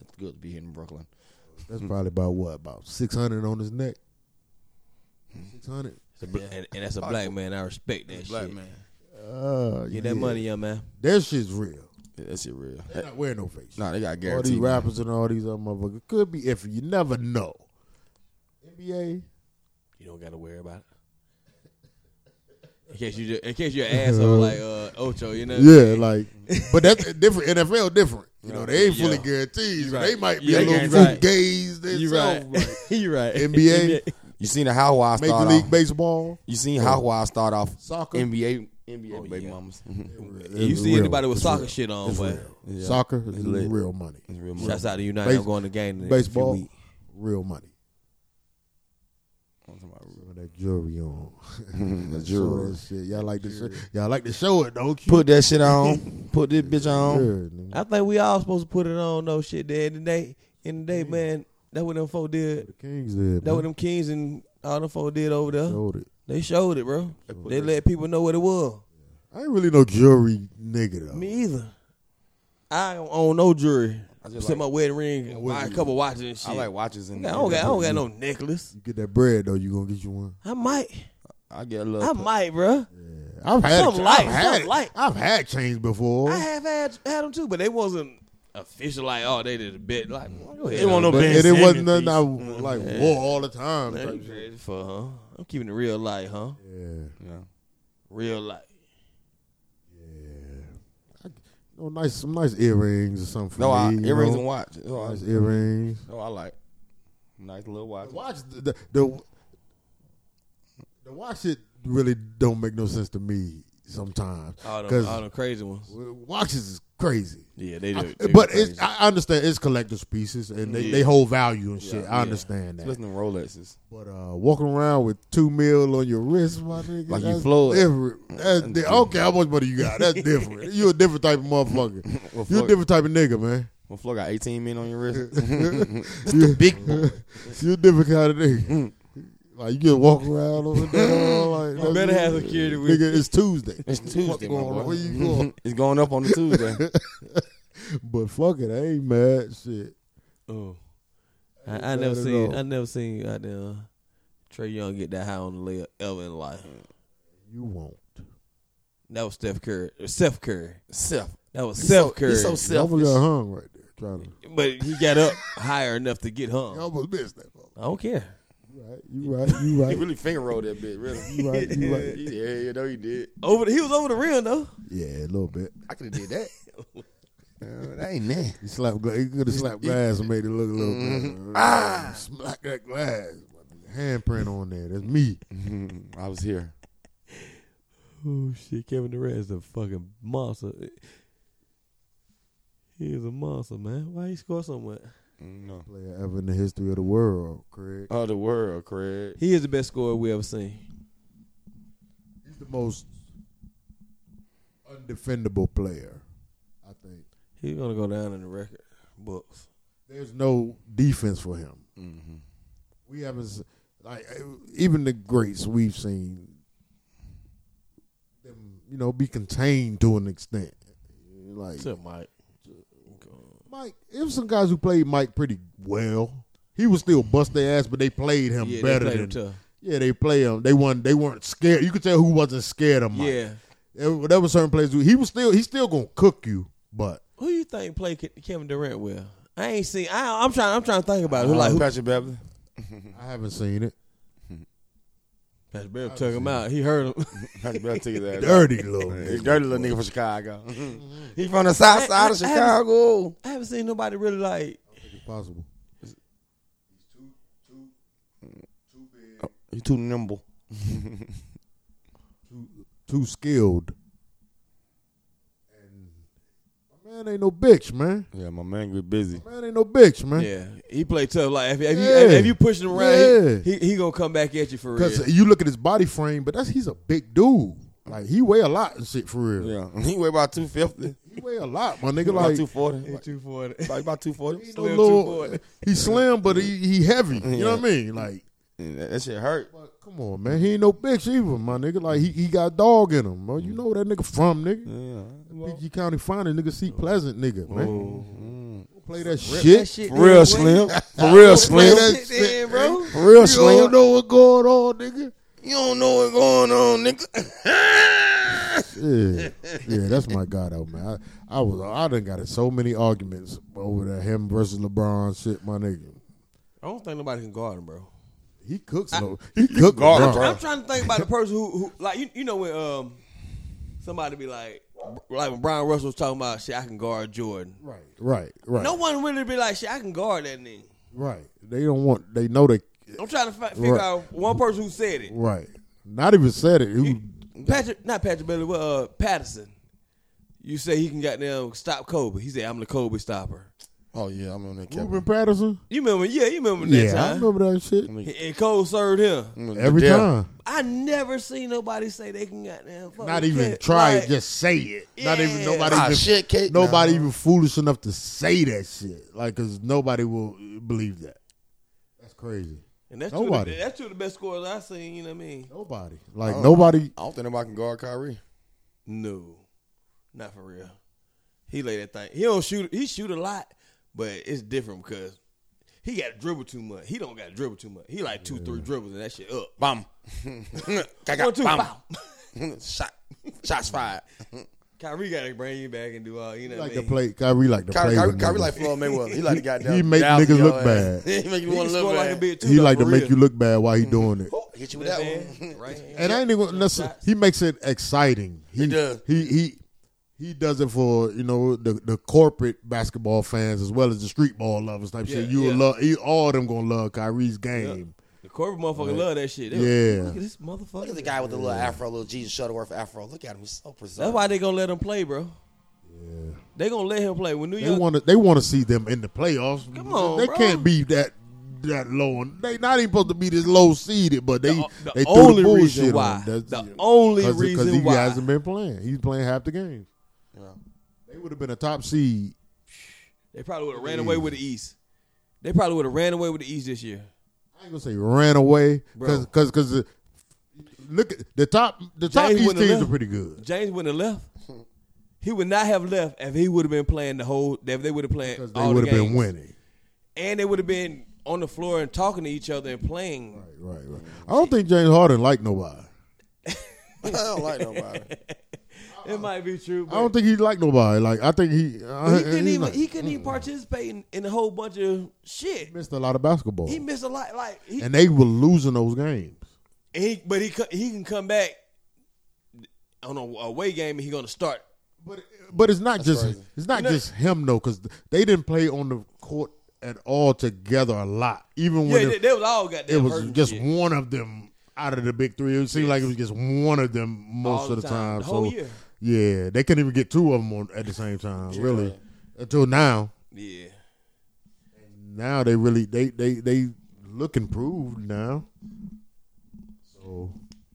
Speaker 2: It's good to be here in Brooklyn.
Speaker 1: That's probably about what? About 600 on his neck. 600.
Speaker 3: It's a bl- and, and that's a black man. I respect that shit.
Speaker 1: Uh,
Speaker 3: Get that money, young man.
Speaker 1: That shit's real.
Speaker 2: Yeah, that's it real.
Speaker 1: They're not wearing no face.
Speaker 2: Nah, they got
Speaker 1: all these
Speaker 2: guaranteed.
Speaker 1: rappers and all these other motherfuckers could be iffy. You never know. NBA,
Speaker 3: You don't gotta worry about it. In case you just, in case you're an asshole like uh, Ocho, you know.
Speaker 1: yeah, like, (laughs) but that's different. NFL different. You know, they ain't fully
Speaker 3: Yeah.
Speaker 1: guaranteed. so
Speaker 3: right.
Speaker 1: They might be
Speaker 3: You
Speaker 1: a
Speaker 3: right.
Speaker 1: little
Speaker 3: You right.
Speaker 1: gazed
Speaker 3: you right.
Speaker 1: themselves. Like,
Speaker 3: (laughs) you right.
Speaker 1: NBA,
Speaker 2: You seen how I
Speaker 1: Major
Speaker 2: start
Speaker 1: League
Speaker 2: off?
Speaker 1: Baseball,
Speaker 2: You seen how I start off?
Speaker 1: soccer.
Speaker 2: NBA, NBA
Speaker 3: Oh,
Speaker 2: baby
Speaker 3: yeah.
Speaker 2: mamas.
Speaker 3: You see anybody with soccer shit on,
Speaker 1: It's
Speaker 3: boy.
Speaker 1: real.
Speaker 2: Yeah.
Speaker 1: Soccer is
Speaker 2: It's lit.
Speaker 1: real money.
Speaker 2: It's real money.
Speaker 3: Shouts out to United.
Speaker 1: Base-
Speaker 3: I'm going to game in the next few
Speaker 1: Baseball,
Speaker 3: weeks.
Speaker 1: real money.
Speaker 2: I'm talking about
Speaker 1: Some of that jewelry on.
Speaker 2: (laughs) The
Speaker 1: Show
Speaker 2: jewelry.
Speaker 1: that shit. Y'all like to show, y'all like to show it, don't you?
Speaker 2: Put that shit on. Put this bitch on.
Speaker 1: Jewelry, nigga.
Speaker 3: I think we all supposed to put it on though. Shit, there in the day, in the day, man. That what them folk did.
Speaker 1: The Kings did.
Speaker 3: That what
Speaker 1: man.
Speaker 3: them kings and all them folk did over there.
Speaker 1: Showed it.
Speaker 3: They showed it, bro.
Speaker 2: put
Speaker 3: They
Speaker 2: that-
Speaker 3: let people know what it was.
Speaker 1: I ain't really no jewelry nigga though.
Speaker 3: Me either. I don't own no jewelry.
Speaker 2: I just
Speaker 3: Except
Speaker 2: like-
Speaker 3: my wedding ring, and buy a couple watches and shit.
Speaker 2: I like watches and
Speaker 3: I don't got, I don't got no necklace.
Speaker 1: You get that bread though, you gonna get you one.
Speaker 3: I might,
Speaker 2: I get a little.
Speaker 3: I might, bro.
Speaker 1: I've had I've
Speaker 3: Something light,
Speaker 1: had,
Speaker 3: something light.
Speaker 1: I've had chains before.
Speaker 3: I have had had them too, but they wasn't official. Like, oh, they did a bit. Like, go ahead.
Speaker 4: They want no
Speaker 1: but
Speaker 4: Ben
Speaker 1: it, it
Speaker 4: Simmons
Speaker 1: wasn't nothing I
Speaker 4: piece.
Speaker 3: Mm-hmm.
Speaker 1: w- like wore all the time.
Speaker 3: That
Speaker 1: type
Speaker 3: ain't
Speaker 1: shit.
Speaker 3: crazy for, huh? I'm keeping it real light, huh?
Speaker 1: Yeah.
Speaker 2: Yeah.
Speaker 3: Real light.
Speaker 1: No, nice some nice earrings or something. For
Speaker 2: No, I,
Speaker 1: me, you
Speaker 2: earrings
Speaker 1: know?
Speaker 2: and watch. No, I,
Speaker 1: Nice earrings.
Speaker 2: no, I like nice little watch.
Speaker 1: Watch the the, the the watch it really don't make no sense to me sometimes
Speaker 3: All them, all
Speaker 1: because
Speaker 3: them crazy ones.
Speaker 1: watches is crazy.
Speaker 3: Yeah, they do.
Speaker 1: I- but it's, I understand it's collector's pieces and they, they hold value and shit. I
Speaker 3: yeah.
Speaker 1: understand that.
Speaker 2: Listen to Rolexes.
Speaker 1: But uh, walking around with two mil on your wrist, my nigga,
Speaker 2: Like you
Speaker 1: that's
Speaker 2: Floyd.
Speaker 1: different. That's di-
Speaker 3: (laughs)
Speaker 1: okay, how much money you got? That's different. you a different type of motherfucker.
Speaker 3: (laughs)
Speaker 2: Well,
Speaker 1: You a
Speaker 2: Floyd,
Speaker 1: different type of nigga, man.
Speaker 2: well, Floyd got 18 men on your wrist. (laughs)
Speaker 1: (laughs) you, big you a different kind of
Speaker 3: (laughs)
Speaker 1: nigga. Like you just walk around over there, like
Speaker 3: You better
Speaker 1: that's-
Speaker 3: have security with
Speaker 1: Nigga, it's Tuesday.
Speaker 2: it's Tuesday, my
Speaker 1: going
Speaker 2: boy.
Speaker 1: on? Where
Speaker 3: (laughs)
Speaker 1: you going?
Speaker 2: (laughs) it's going up on the Tuesday.
Speaker 1: But fuck it, I ain't mad. Shit.
Speaker 3: Oh. I, I
Speaker 1: Ain't
Speaker 3: never
Speaker 1: bad at
Speaker 3: seen
Speaker 1: all.
Speaker 3: I never seen goddamn Trey Young get that high on the layup ever in life.
Speaker 1: You won't.
Speaker 3: That was Steph Curry. or Seth Curry.
Speaker 2: Self.
Speaker 3: That was
Speaker 2: He's
Speaker 3: Seth
Speaker 2: so-
Speaker 3: Curry.
Speaker 2: he's so
Speaker 1: You almost
Speaker 2: selfish.
Speaker 1: got hung right there. Trying to.
Speaker 3: but he got up higher enough to get
Speaker 1: You
Speaker 3: hung.
Speaker 1: almost missed that. motherfucker.
Speaker 3: I don't care.
Speaker 1: Right. You right. (laughs) You
Speaker 2: He
Speaker 1: right.
Speaker 2: really finger rolled that bitch, really.
Speaker 1: You right. You right.
Speaker 2: (laughs) yeah, you know he did.
Speaker 3: Over the, he was over the rim though.
Speaker 1: Yeah, a little bit.
Speaker 2: I could have did that. Uh, that ain't that.
Speaker 1: He slapped. Gla- he could have slapped glass and made it look a little. better. Ah! smack that glass. Handprint on there. That's me.
Speaker 2: (laughs) I was here.
Speaker 3: Oh shit, Kevin Durant is a fucking monster. He is a monster, man. Why he score so much?
Speaker 2: No.
Speaker 1: Player ever in the history of the world, Craig.
Speaker 2: Oh, the world, Craig.
Speaker 3: He is the best scorer we ever seen.
Speaker 1: He's the most undefendable player. I think
Speaker 3: He's gonna go down in the record books.
Speaker 1: there's no defense for him.
Speaker 2: Mm-hmm.
Speaker 1: We haven't s- like eh, even the greats we've seen them, you know, be contained to an extent. Like
Speaker 3: Except Mike.
Speaker 1: Mike, it was some guys who played Mike pretty well. He was still bust their ass, but they played him
Speaker 3: Yeah, they
Speaker 1: better
Speaker 3: played him
Speaker 1: than.
Speaker 3: tough.
Speaker 1: yeah, they play him. They won. They weren't scared. You could tell who wasn't scared of Mike.
Speaker 3: Yeah.
Speaker 1: there, there were certain players who he was still. He's still gonna cook you, but
Speaker 3: Who you think play Ke- Kevin Durant well? I ain't seen. I, I'm trying. I'm trying to think about it. Who like who?
Speaker 2: Patrick Beverly.
Speaker 3: Mm-hmm.
Speaker 1: I haven't seen it.
Speaker 3: Patrick Beverly took him out. He heard him. (laughs)
Speaker 2: Patrick Beverly took his ass.
Speaker 1: (laughs)
Speaker 2: out.
Speaker 1: Dirty little.
Speaker 2: He's
Speaker 1: nigga.
Speaker 2: dirty little nigga from Chicago. he from the south (laughs)
Speaker 3: I-
Speaker 2: side of
Speaker 3: I- I haven't-
Speaker 2: Chicago.
Speaker 3: I haven't seen nobody really like.
Speaker 1: It's possible.
Speaker 2: He too nimble.
Speaker 1: Too, too skilled. And my man ain't no bitch, man.
Speaker 2: Yeah, my man get busy.
Speaker 1: Man ain't no bitch, man.
Speaker 3: Yeah, he played tough. Like if, if you
Speaker 1: Yeah.
Speaker 3: if, you pushing him around,
Speaker 1: Yeah.
Speaker 3: he, he he gonna come back at you for real.
Speaker 1: Because you look at his body frame, but that's he's a big dude. Like he weigh a lot and shit for real.
Speaker 2: Yeah, (laughs) he weigh about two fifty.
Speaker 1: He weigh a lot,
Speaker 2: (laughs)
Speaker 1: my nigga.
Speaker 2: About
Speaker 1: Like
Speaker 2: two forty.
Speaker 3: (laughs) He two forty.
Speaker 2: Like about two forty.
Speaker 1: no
Speaker 3: slim
Speaker 1: little-
Speaker 3: 240.
Speaker 1: (laughs) he slim, but he, he heavy. You know what I mean? Like,
Speaker 2: That that shit hurt.
Speaker 1: but come on, man. He ain't no bitch either, my nigga. Like he, he got dog in him, bro. You know where that nigga from, nigga.
Speaker 2: Mm. Yeah.
Speaker 1: PG County finest nigga, see Pleasant, nigga, man. Don't Play that shit.
Speaker 2: For Oh. real slim. For real slim.
Speaker 1: Oh, that shit
Speaker 3: in, bro.
Speaker 2: For real
Speaker 1: You don't
Speaker 2: slim.
Speaker 1: know what's going on, nigga.
Speaker 2: You don't know what's going on, nigga.
Speaker 1: Yeah, yeah, that's my god out, man. I, I was, I done got in so many arguments over that him versus LeBron shit, my nigga.
Speaker 3: I don't think nobody can guard him, bro.
Speaker 1: He cooks no, he cook
Speaker 2: guard
Speaker 1: LeBron.
Speaker 3: I'm trying to think about the person who, who like you, you know when um somebody be like like when Brian Russell was talking about shit I can guard Jordan.
Speaker 1: Right, right, right,
Speaker 3: No one really be like shit I can guard that nigga.
Speaker 1: right. They don't want. They know they.
Speaker 3: I'm trying to fi- figure
Speaker 1: Right.
Speaker 3: out one person who said it.
Speaker 1: Right. Not even said it. Who,
Speaker 3: Patrick, not Patrick Bailey, but uh, Patterson. You say he can goddamn stop Kobe. He said I'm the Kobe stopper.
Speaker 2: (laughs) Oh yeah, I'm on that
Speaker 1: Ruben
Speaker 2: Kevin.
Speaker 1: Patterson.
Speaker 3: You remember? Yeah, you remember that
Speaker 1: Yeah, I
Speaker 3: time.
Speaker 1: remember that shit
Speaker 3: And Cole served him.
Speaker 1: every
Speaker 2: Yeah.
Speaker 1: time.
Speaker 3: I never seen nobody say they can goddamn. fuck
Speaker 1: Not
Speaker 3: with
Speaker 1: even
Speaker 3: Cat.
Speaker 1: try
Speaker 3: Oh, Like,
Speaker 1: it, just say it. Not even
Speaker 3: Yeah.
Speaker 1: nobody.
Speaker 2: Ah
Speaker 1: even,
Speaker 2: shit, Kate.
Speaker 1: Nobody
Speaker 2: Nah.
Speaker 1: even foolish enough to say that shit. Like, cause nobody will believe that. That's crazy.
Speaker 3: And that's
Speaker 1: Nobody.
Speaker 3: Two of the, that's two of the best scores I seen. You know what I mean?
Speaker 1: Nobody. Like
Speaker 2: Oh.
Speaker 1: nobody.
Speaker 2: I don't think nobody can guard Kyrie.
Speaker 3: No, not for real. He lay that thing. He don't shoot. He shoot a lot, but it's different because he got to dribble too much. He don't got to dribble too much. He like two, three dribbles and that shit up.
Speaker 2: Bam. (laughs) Kaka,
Speaker 3: One, two,
Speaker 2: bam.
Speaker 3: pow.
Speaker 1: (laughs)
Speaker 2: Shot. Shots fired.
Speaker 3: Kyrie got to bring you back and do all. You know
Speaker 1: He
Speaker 3: what
Speaker 1: like
Speaker 3: I
Speaker 1: to
Speaker 3: mean?
Speaker 1: play. Kyrie like to
Speaker 2: Kyrie,
Speaker 1: play.
Speaker 2: Kyrie,
Speaker 1: with
Speaker 2: Kyrie
Speaker 1: niggas.
Speaker 2: like Floyd Mayweather. He like the goddamn.
Speaker 1: He make
Speaker 2: thousand
Speaker 1: niggas
Speaker 2: yard
Speaker 1: look
Speaker 2: ass.
Speaker 1: bad. (laughs)
Speaker 2: (laughs) he make you
Speaker 3: He
Speaker 2: want to
Speaker 3: score
Speaker 2: look
Speaker 3: like a
Speaker 2: bad. (laughs)
Speaker 3: bitch too.
Speaker 1: he
Speaker 3: though,
Speaker 1: like to
Speaker 3: for
Speaker 1: make
Speaker 3: real.
Speaker 1: you look bad while he doing it.
Speaker 2: Hit you with
Speaker 3: That
Speaker 2: that
Speaker 3: man,
Speaker 2: one.
Speaker 3: right?
Speaker 1: (laughs) And I ain't even listen. He makes it exciting. He,
Speaker 2: does.
Speaker 1: He he he does it for you know the the corporate basketball fans as well as the street ball lovers type shit.
Speaker 3: Yeah,
Speaker 1: You will
Speaker 3: yeah.
Speaker 1: love. You, all of them gonna love Kyrie's game.
Speaker 3: The corporate motherfucker love that shit. They
Speaker 1: Yeah.
Speaker 3: like, Look at this
Speaker 2: (laughs) Look
Speaker 3: motherfucker.
Speaker 2: at the guy with the little afro, little Jesus Shuttleworth afro. Look at him. He's so
Speaker 3: That's
Speaker 2: preserved.
Speaker 3: why they gonna let him play, bro. They gonna let him play when New
Speaker 1: They
Speaker 3: York.
Speaker 1: want to. They want to see them in the playoffs.
Speaker 3: Come on,
Speaker 1: they
Speaker 3: bro.
Speaker 1: can't be that that low. on- They not even supposed to be this low seeded, but they
Speaker 3: The- the
Speaker 1: they threw
Speaker 3: only
Speaker 1: the
Speaker 3: reason
Speaker 1: bullshit
Speaker 3: why-
Speaker 1: on them.
Speaker 3: the only reason
Speaker 1: he
Speaker 3: why.
Speaker 1: hasn't been playing. He's playing half the games.
Speaker 2: Yeah.
Speaker 1: They would have been a top seed.
Speaker 3: They probably would have ran away with the East. They probably would have ran away with the East this year.
Speaker 1: I ain't gonna say ran away
Speaker 3: Bro.
Speaker 1: because because because look at the top the top
Speaker 3: James
Speaker 1: East
Speaker 3: wouldn't have
Speaker 1: teams are
Speaker 3: left.
Speaker 1: pretty good.
Speaker 3: James wouldn't have left. He would not have left if he would have been playing the whole. If they would have played
Speaker 1: Because they
Speaker 3: all the
Speaker 1: would have
Speaker 3: games,
Speaker 1: been winning.
Speaker 3: and they would have been on the floor and talking to each other and playing.
Speaker 1: Right, right, right. I don't think James Harden like nobody.
Speaker 2: (laughs) I don't like nobody.
Speaker 3: It might be true. But
Speaker 1: I don't think he like nobody. Like I think he
Speaker 3: but
Speaker 1: uh,
Speaker 3: he couldn't
Speaker 1: he's
Speaker 3: even.
Speaker 1: like-
Speaker 3: he couldn't even participate in, in a whole bunch of shit.
Speaker 1: missed a lot of basketball.
Speaker 3: He missed a lot. Like he,
Speaker 1: and they were losing those games.
Speaker 3: And he, but he co- he can come back on a away game and he's gonna start.
Speaker 1: But but it's not just
Speaker 2: crazy.
Speaker 1: it's not
Speaker 3: You know-
Speaker 1: just him though, because they didn't play on the court at all together a lot. Even
Speaker 3: Yeah,
Speaker 1: when
Speaker 3: they,
Speaker 1: it,
Speaker 3: they was all got
Speaker 1: it was just one of them out of the big three, it seemed like it was just one of them most
Speaker 3: All
Speaker 1: of the
Speaker 3: the time,
Speaker 1: time.
Speaker 3: the whole
Speaker 1: so
Speaker 3: year.
Speaker 1: yeah, they couldn't even get two of them on, at the same time, really, until now.
Speaker 3: yeah.
Speaker 1: Now they really they they they look improved now. So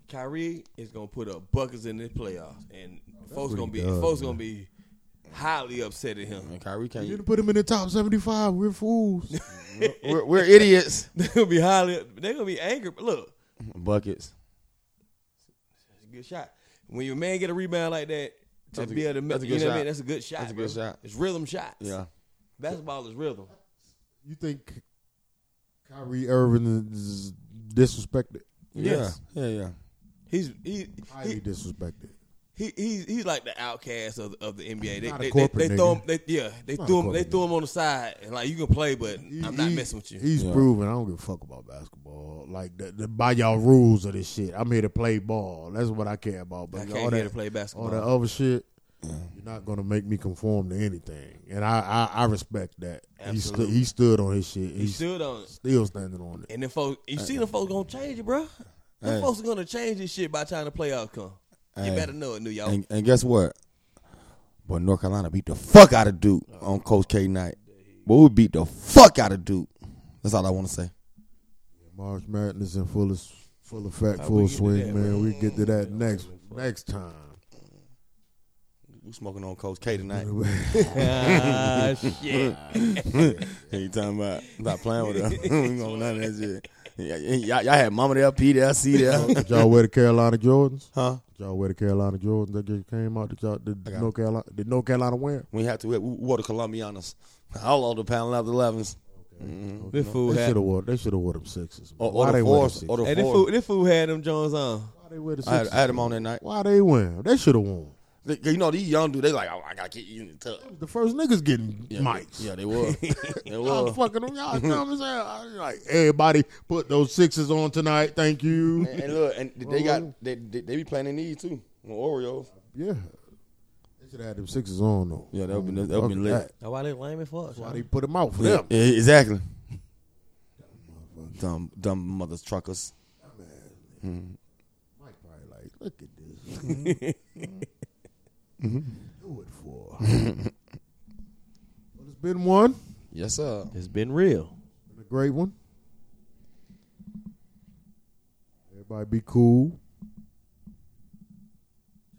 Speaker 3: Kyrie is gonna put up buckets in this playoffs, and folks
Speaker 1: what
Speaker 3: gonna
Speaker 1: he
Speaker 3: be
Speaker 1: does,
Speaker 3: folks gonna be highly upset at him. (laughs)
Speaker 2: Man, Kyrie can't.
Speaker 1: you didn't put him in the top seventy five. We're fools.
Speaker 2: we're, we're idiots.
Speaker 3: They're gonna be highly. They're gonna be angry. But look,
Speaker 2: Buckets.
Speaker 3: it's a good shot. When your man get a rebound like that, to
Speaker 2: That's a-
Speaker 3: be able to,
Speaker 2: that's a
Speaker 3: you
Speaker 2: good
Speaker 3: know what I
Speaker 2: shot.
Speaker 3: mean? That's a good shot.
Speaker 2: That's a
Speaker 3: bro.
Speaker 2: good shot.
Speaker 3: It's rhythm shots.
Speaker 2: Yeah.
Speaker 3: basketball is rhythm.
Speaker 1: You think Kyrie Irving is disrespected?
Speaker 3: Yes.
Speaker 2: Yeah. Yeah. Yeah.
Speaker 3: He's he
Speaker 1: Highly
Speaker 3: he,
Speaker 1: disrespected.
Speaker 3: he he's he's like the outcast of of the NBA. They
Speaker 1: Not a
Speaker 3: they, they,
Speaker 1: corporate
Speaker 3: they throw him.
Speaker 1: nigga.
Speaker 3: They, yeah, they
Speaker 1: Not a
Speaker 3: threw him. They
Speaker 1: corporate
Speaker 3: threw him on the side and like you can play, but
Speaker 1: He-
Speaker 3: I'm not
Speaker 1: he-
Speaker 3: messing with you.
Speaker 1: He's
Speaker 2: Yeah.
Speaker 1: proven I don't give a fuck about basketball. Like the, the, by y'all rules of this shit, I'm here to play ball. That's what I care about. But
Speaker 3: I
Speaker 1: all
Speaker 3: can't here to
Speaker 1: that,
Speaker 3: play
Speaker 1: all
Speaker 3: basketball.
Speaker 1: that other shit, you're not gonna make me conform to anything. And I, I, I respect that. He stood,
Speaker 3: Absolutely.
Speaker 1: he stood on his shit.
Speaker 3: he
Speaker 1: He's
Speaker 3: stood on it.
Speaker 1: still standing on it.
Speaker 3: And then folks,
Speaker 1: Uh,
Speaker 3: you see, the folks gonna change it, bro. The folks are gonna change this shit by the time the playoffs come. You
Speaker 1: uh,
Speaker 2: Hey.
Speaker 3: better know it, New York. (laughs)
Speaker 2: And, and guess what? But North Carolina beat the fuck out of Duke on Coach K night. But we beat the fuck out of Duke. That's all I want to say.
Speaker 1: March Madness in full full effect,
Speaker 3: How Uh,
Speaker 1: full
Speaker 3: we get to
Speaker 1: swing,
Speaker 3: that,
Speaker 1: man.
Speaker 3: bro?
Speaker 1: We get to that next next time.
Speaker 2: We smoking on Coach K tonight.
Speaker 3: ah,
Speaker 1: (laughs)
Speaker 3: shit.
Speaker 2: (laughs) Hey, you talking about I'm not playing (laughs) with them. we going none of that shit. Y- y- y'all, y'all had Mama there, P there, C (laughs) there.
Speaker 1: Did y'all wear the Carolina Jordans?
Speaker 2: huh?
Speaker 1: Did y'all wear the Carolina Jordans that just came out? Did y'all did
Speaker 2: got
Speaker 1: North Carolina did North Carolina wear? 'em?
Speaker 2: We had to. We, we wore the Colombianas. All of the pound left elevens. Mm-hmm.
Speaker 3: This fool
Speaker 1: They
Speaker 3: had
Speaker 1: should have wore. They should have wore them sixes.
Speaker 2: Or,
Speaker 1: Why
Speaker 2: or
Speaker 1: they wear
Speaker 2: Oh, the
Speaker 1: them
Speaker 2: fours.
Speaker 1: sixes?
Speaker 2: Or the
Speaker 3: Hey, this fool,
Speaker 2: fours.
Speaker 3: this fool had them Jones on.
Speaker 1: Why they wear the
Speaker 2: I had,
Speaker 1: sixes?
Speaker 2: I had them on that night.
Speaker 1: Why they wear? 'em? They should have worn. 'em.
Speaker 2: They- 'cause you know these young dudes, they like, oh, I gotta keep you in the tub.
Speaker 1: The first niggas getting
Speaker 2: Yeah,
Speaker 1: mics. Oh,
Speaker 2: Yeah,
Speaker 1: (laughs)
Speaker 2: they were. they
Speaker 1: Y'all
Speaker 2: were.
Speaker 1: fucking them. Y'all dumb as hell. I was Like everybody put those sixes on tonight. Thank you.
Speaker 2: And, and look, and they got they, they, they be playing in these too on Oreos.
Speaker 1: Yeah. They should have had them sixes on though.
Speaker 2: Yeah, that would've been- that would've been
Speaker 1: Fuck
Speaker 2: lit.
Speaker 1: that.
Speaker 3: That's why they lame as fuck.
Speaker 1: That's why
Speaker 3: son.
Speaker 1: they put them out for them.
Speaker 2: exactly. dumb, dumb mothers truckers.
Speaker 1: Mike probably like, look at this. Mm-hmm. Do it for. well, it's been one.
Speaker 2: Yes, sir.
Speaker 4: It's been real.
Speaker 1: a great one. Everybody be cool.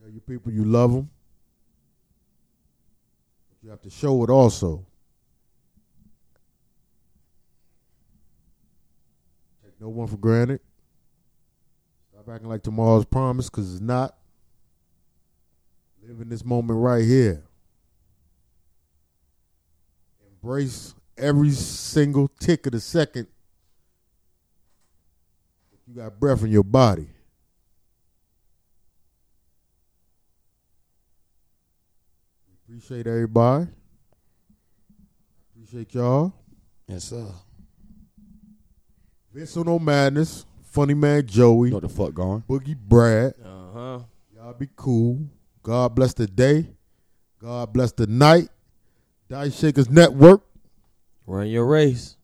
Speaker 1: Tell your people you love them. But you have to show it also. Take no one for granted. Stop acting like tomorrow's promised because it's not. Live in this moment right here. Embrace every single tick of the second. You got breath in your body. Appreciate everybody. Appreciate y'all.
Speaker 2: Yes, sir.
Speaker 1: Vince on No Madness, Funny Man Joey,
Speaker 2: You know what the fuck going?
Speaker 1: Boogie Brad.
Speaker 4: Uh huh.
Speaker 3: Uh-huh.
Speaker 1: Y'all be cool. God bless the day. God bless the night. Dice Shakers Network.
Speaker 4: Run your race.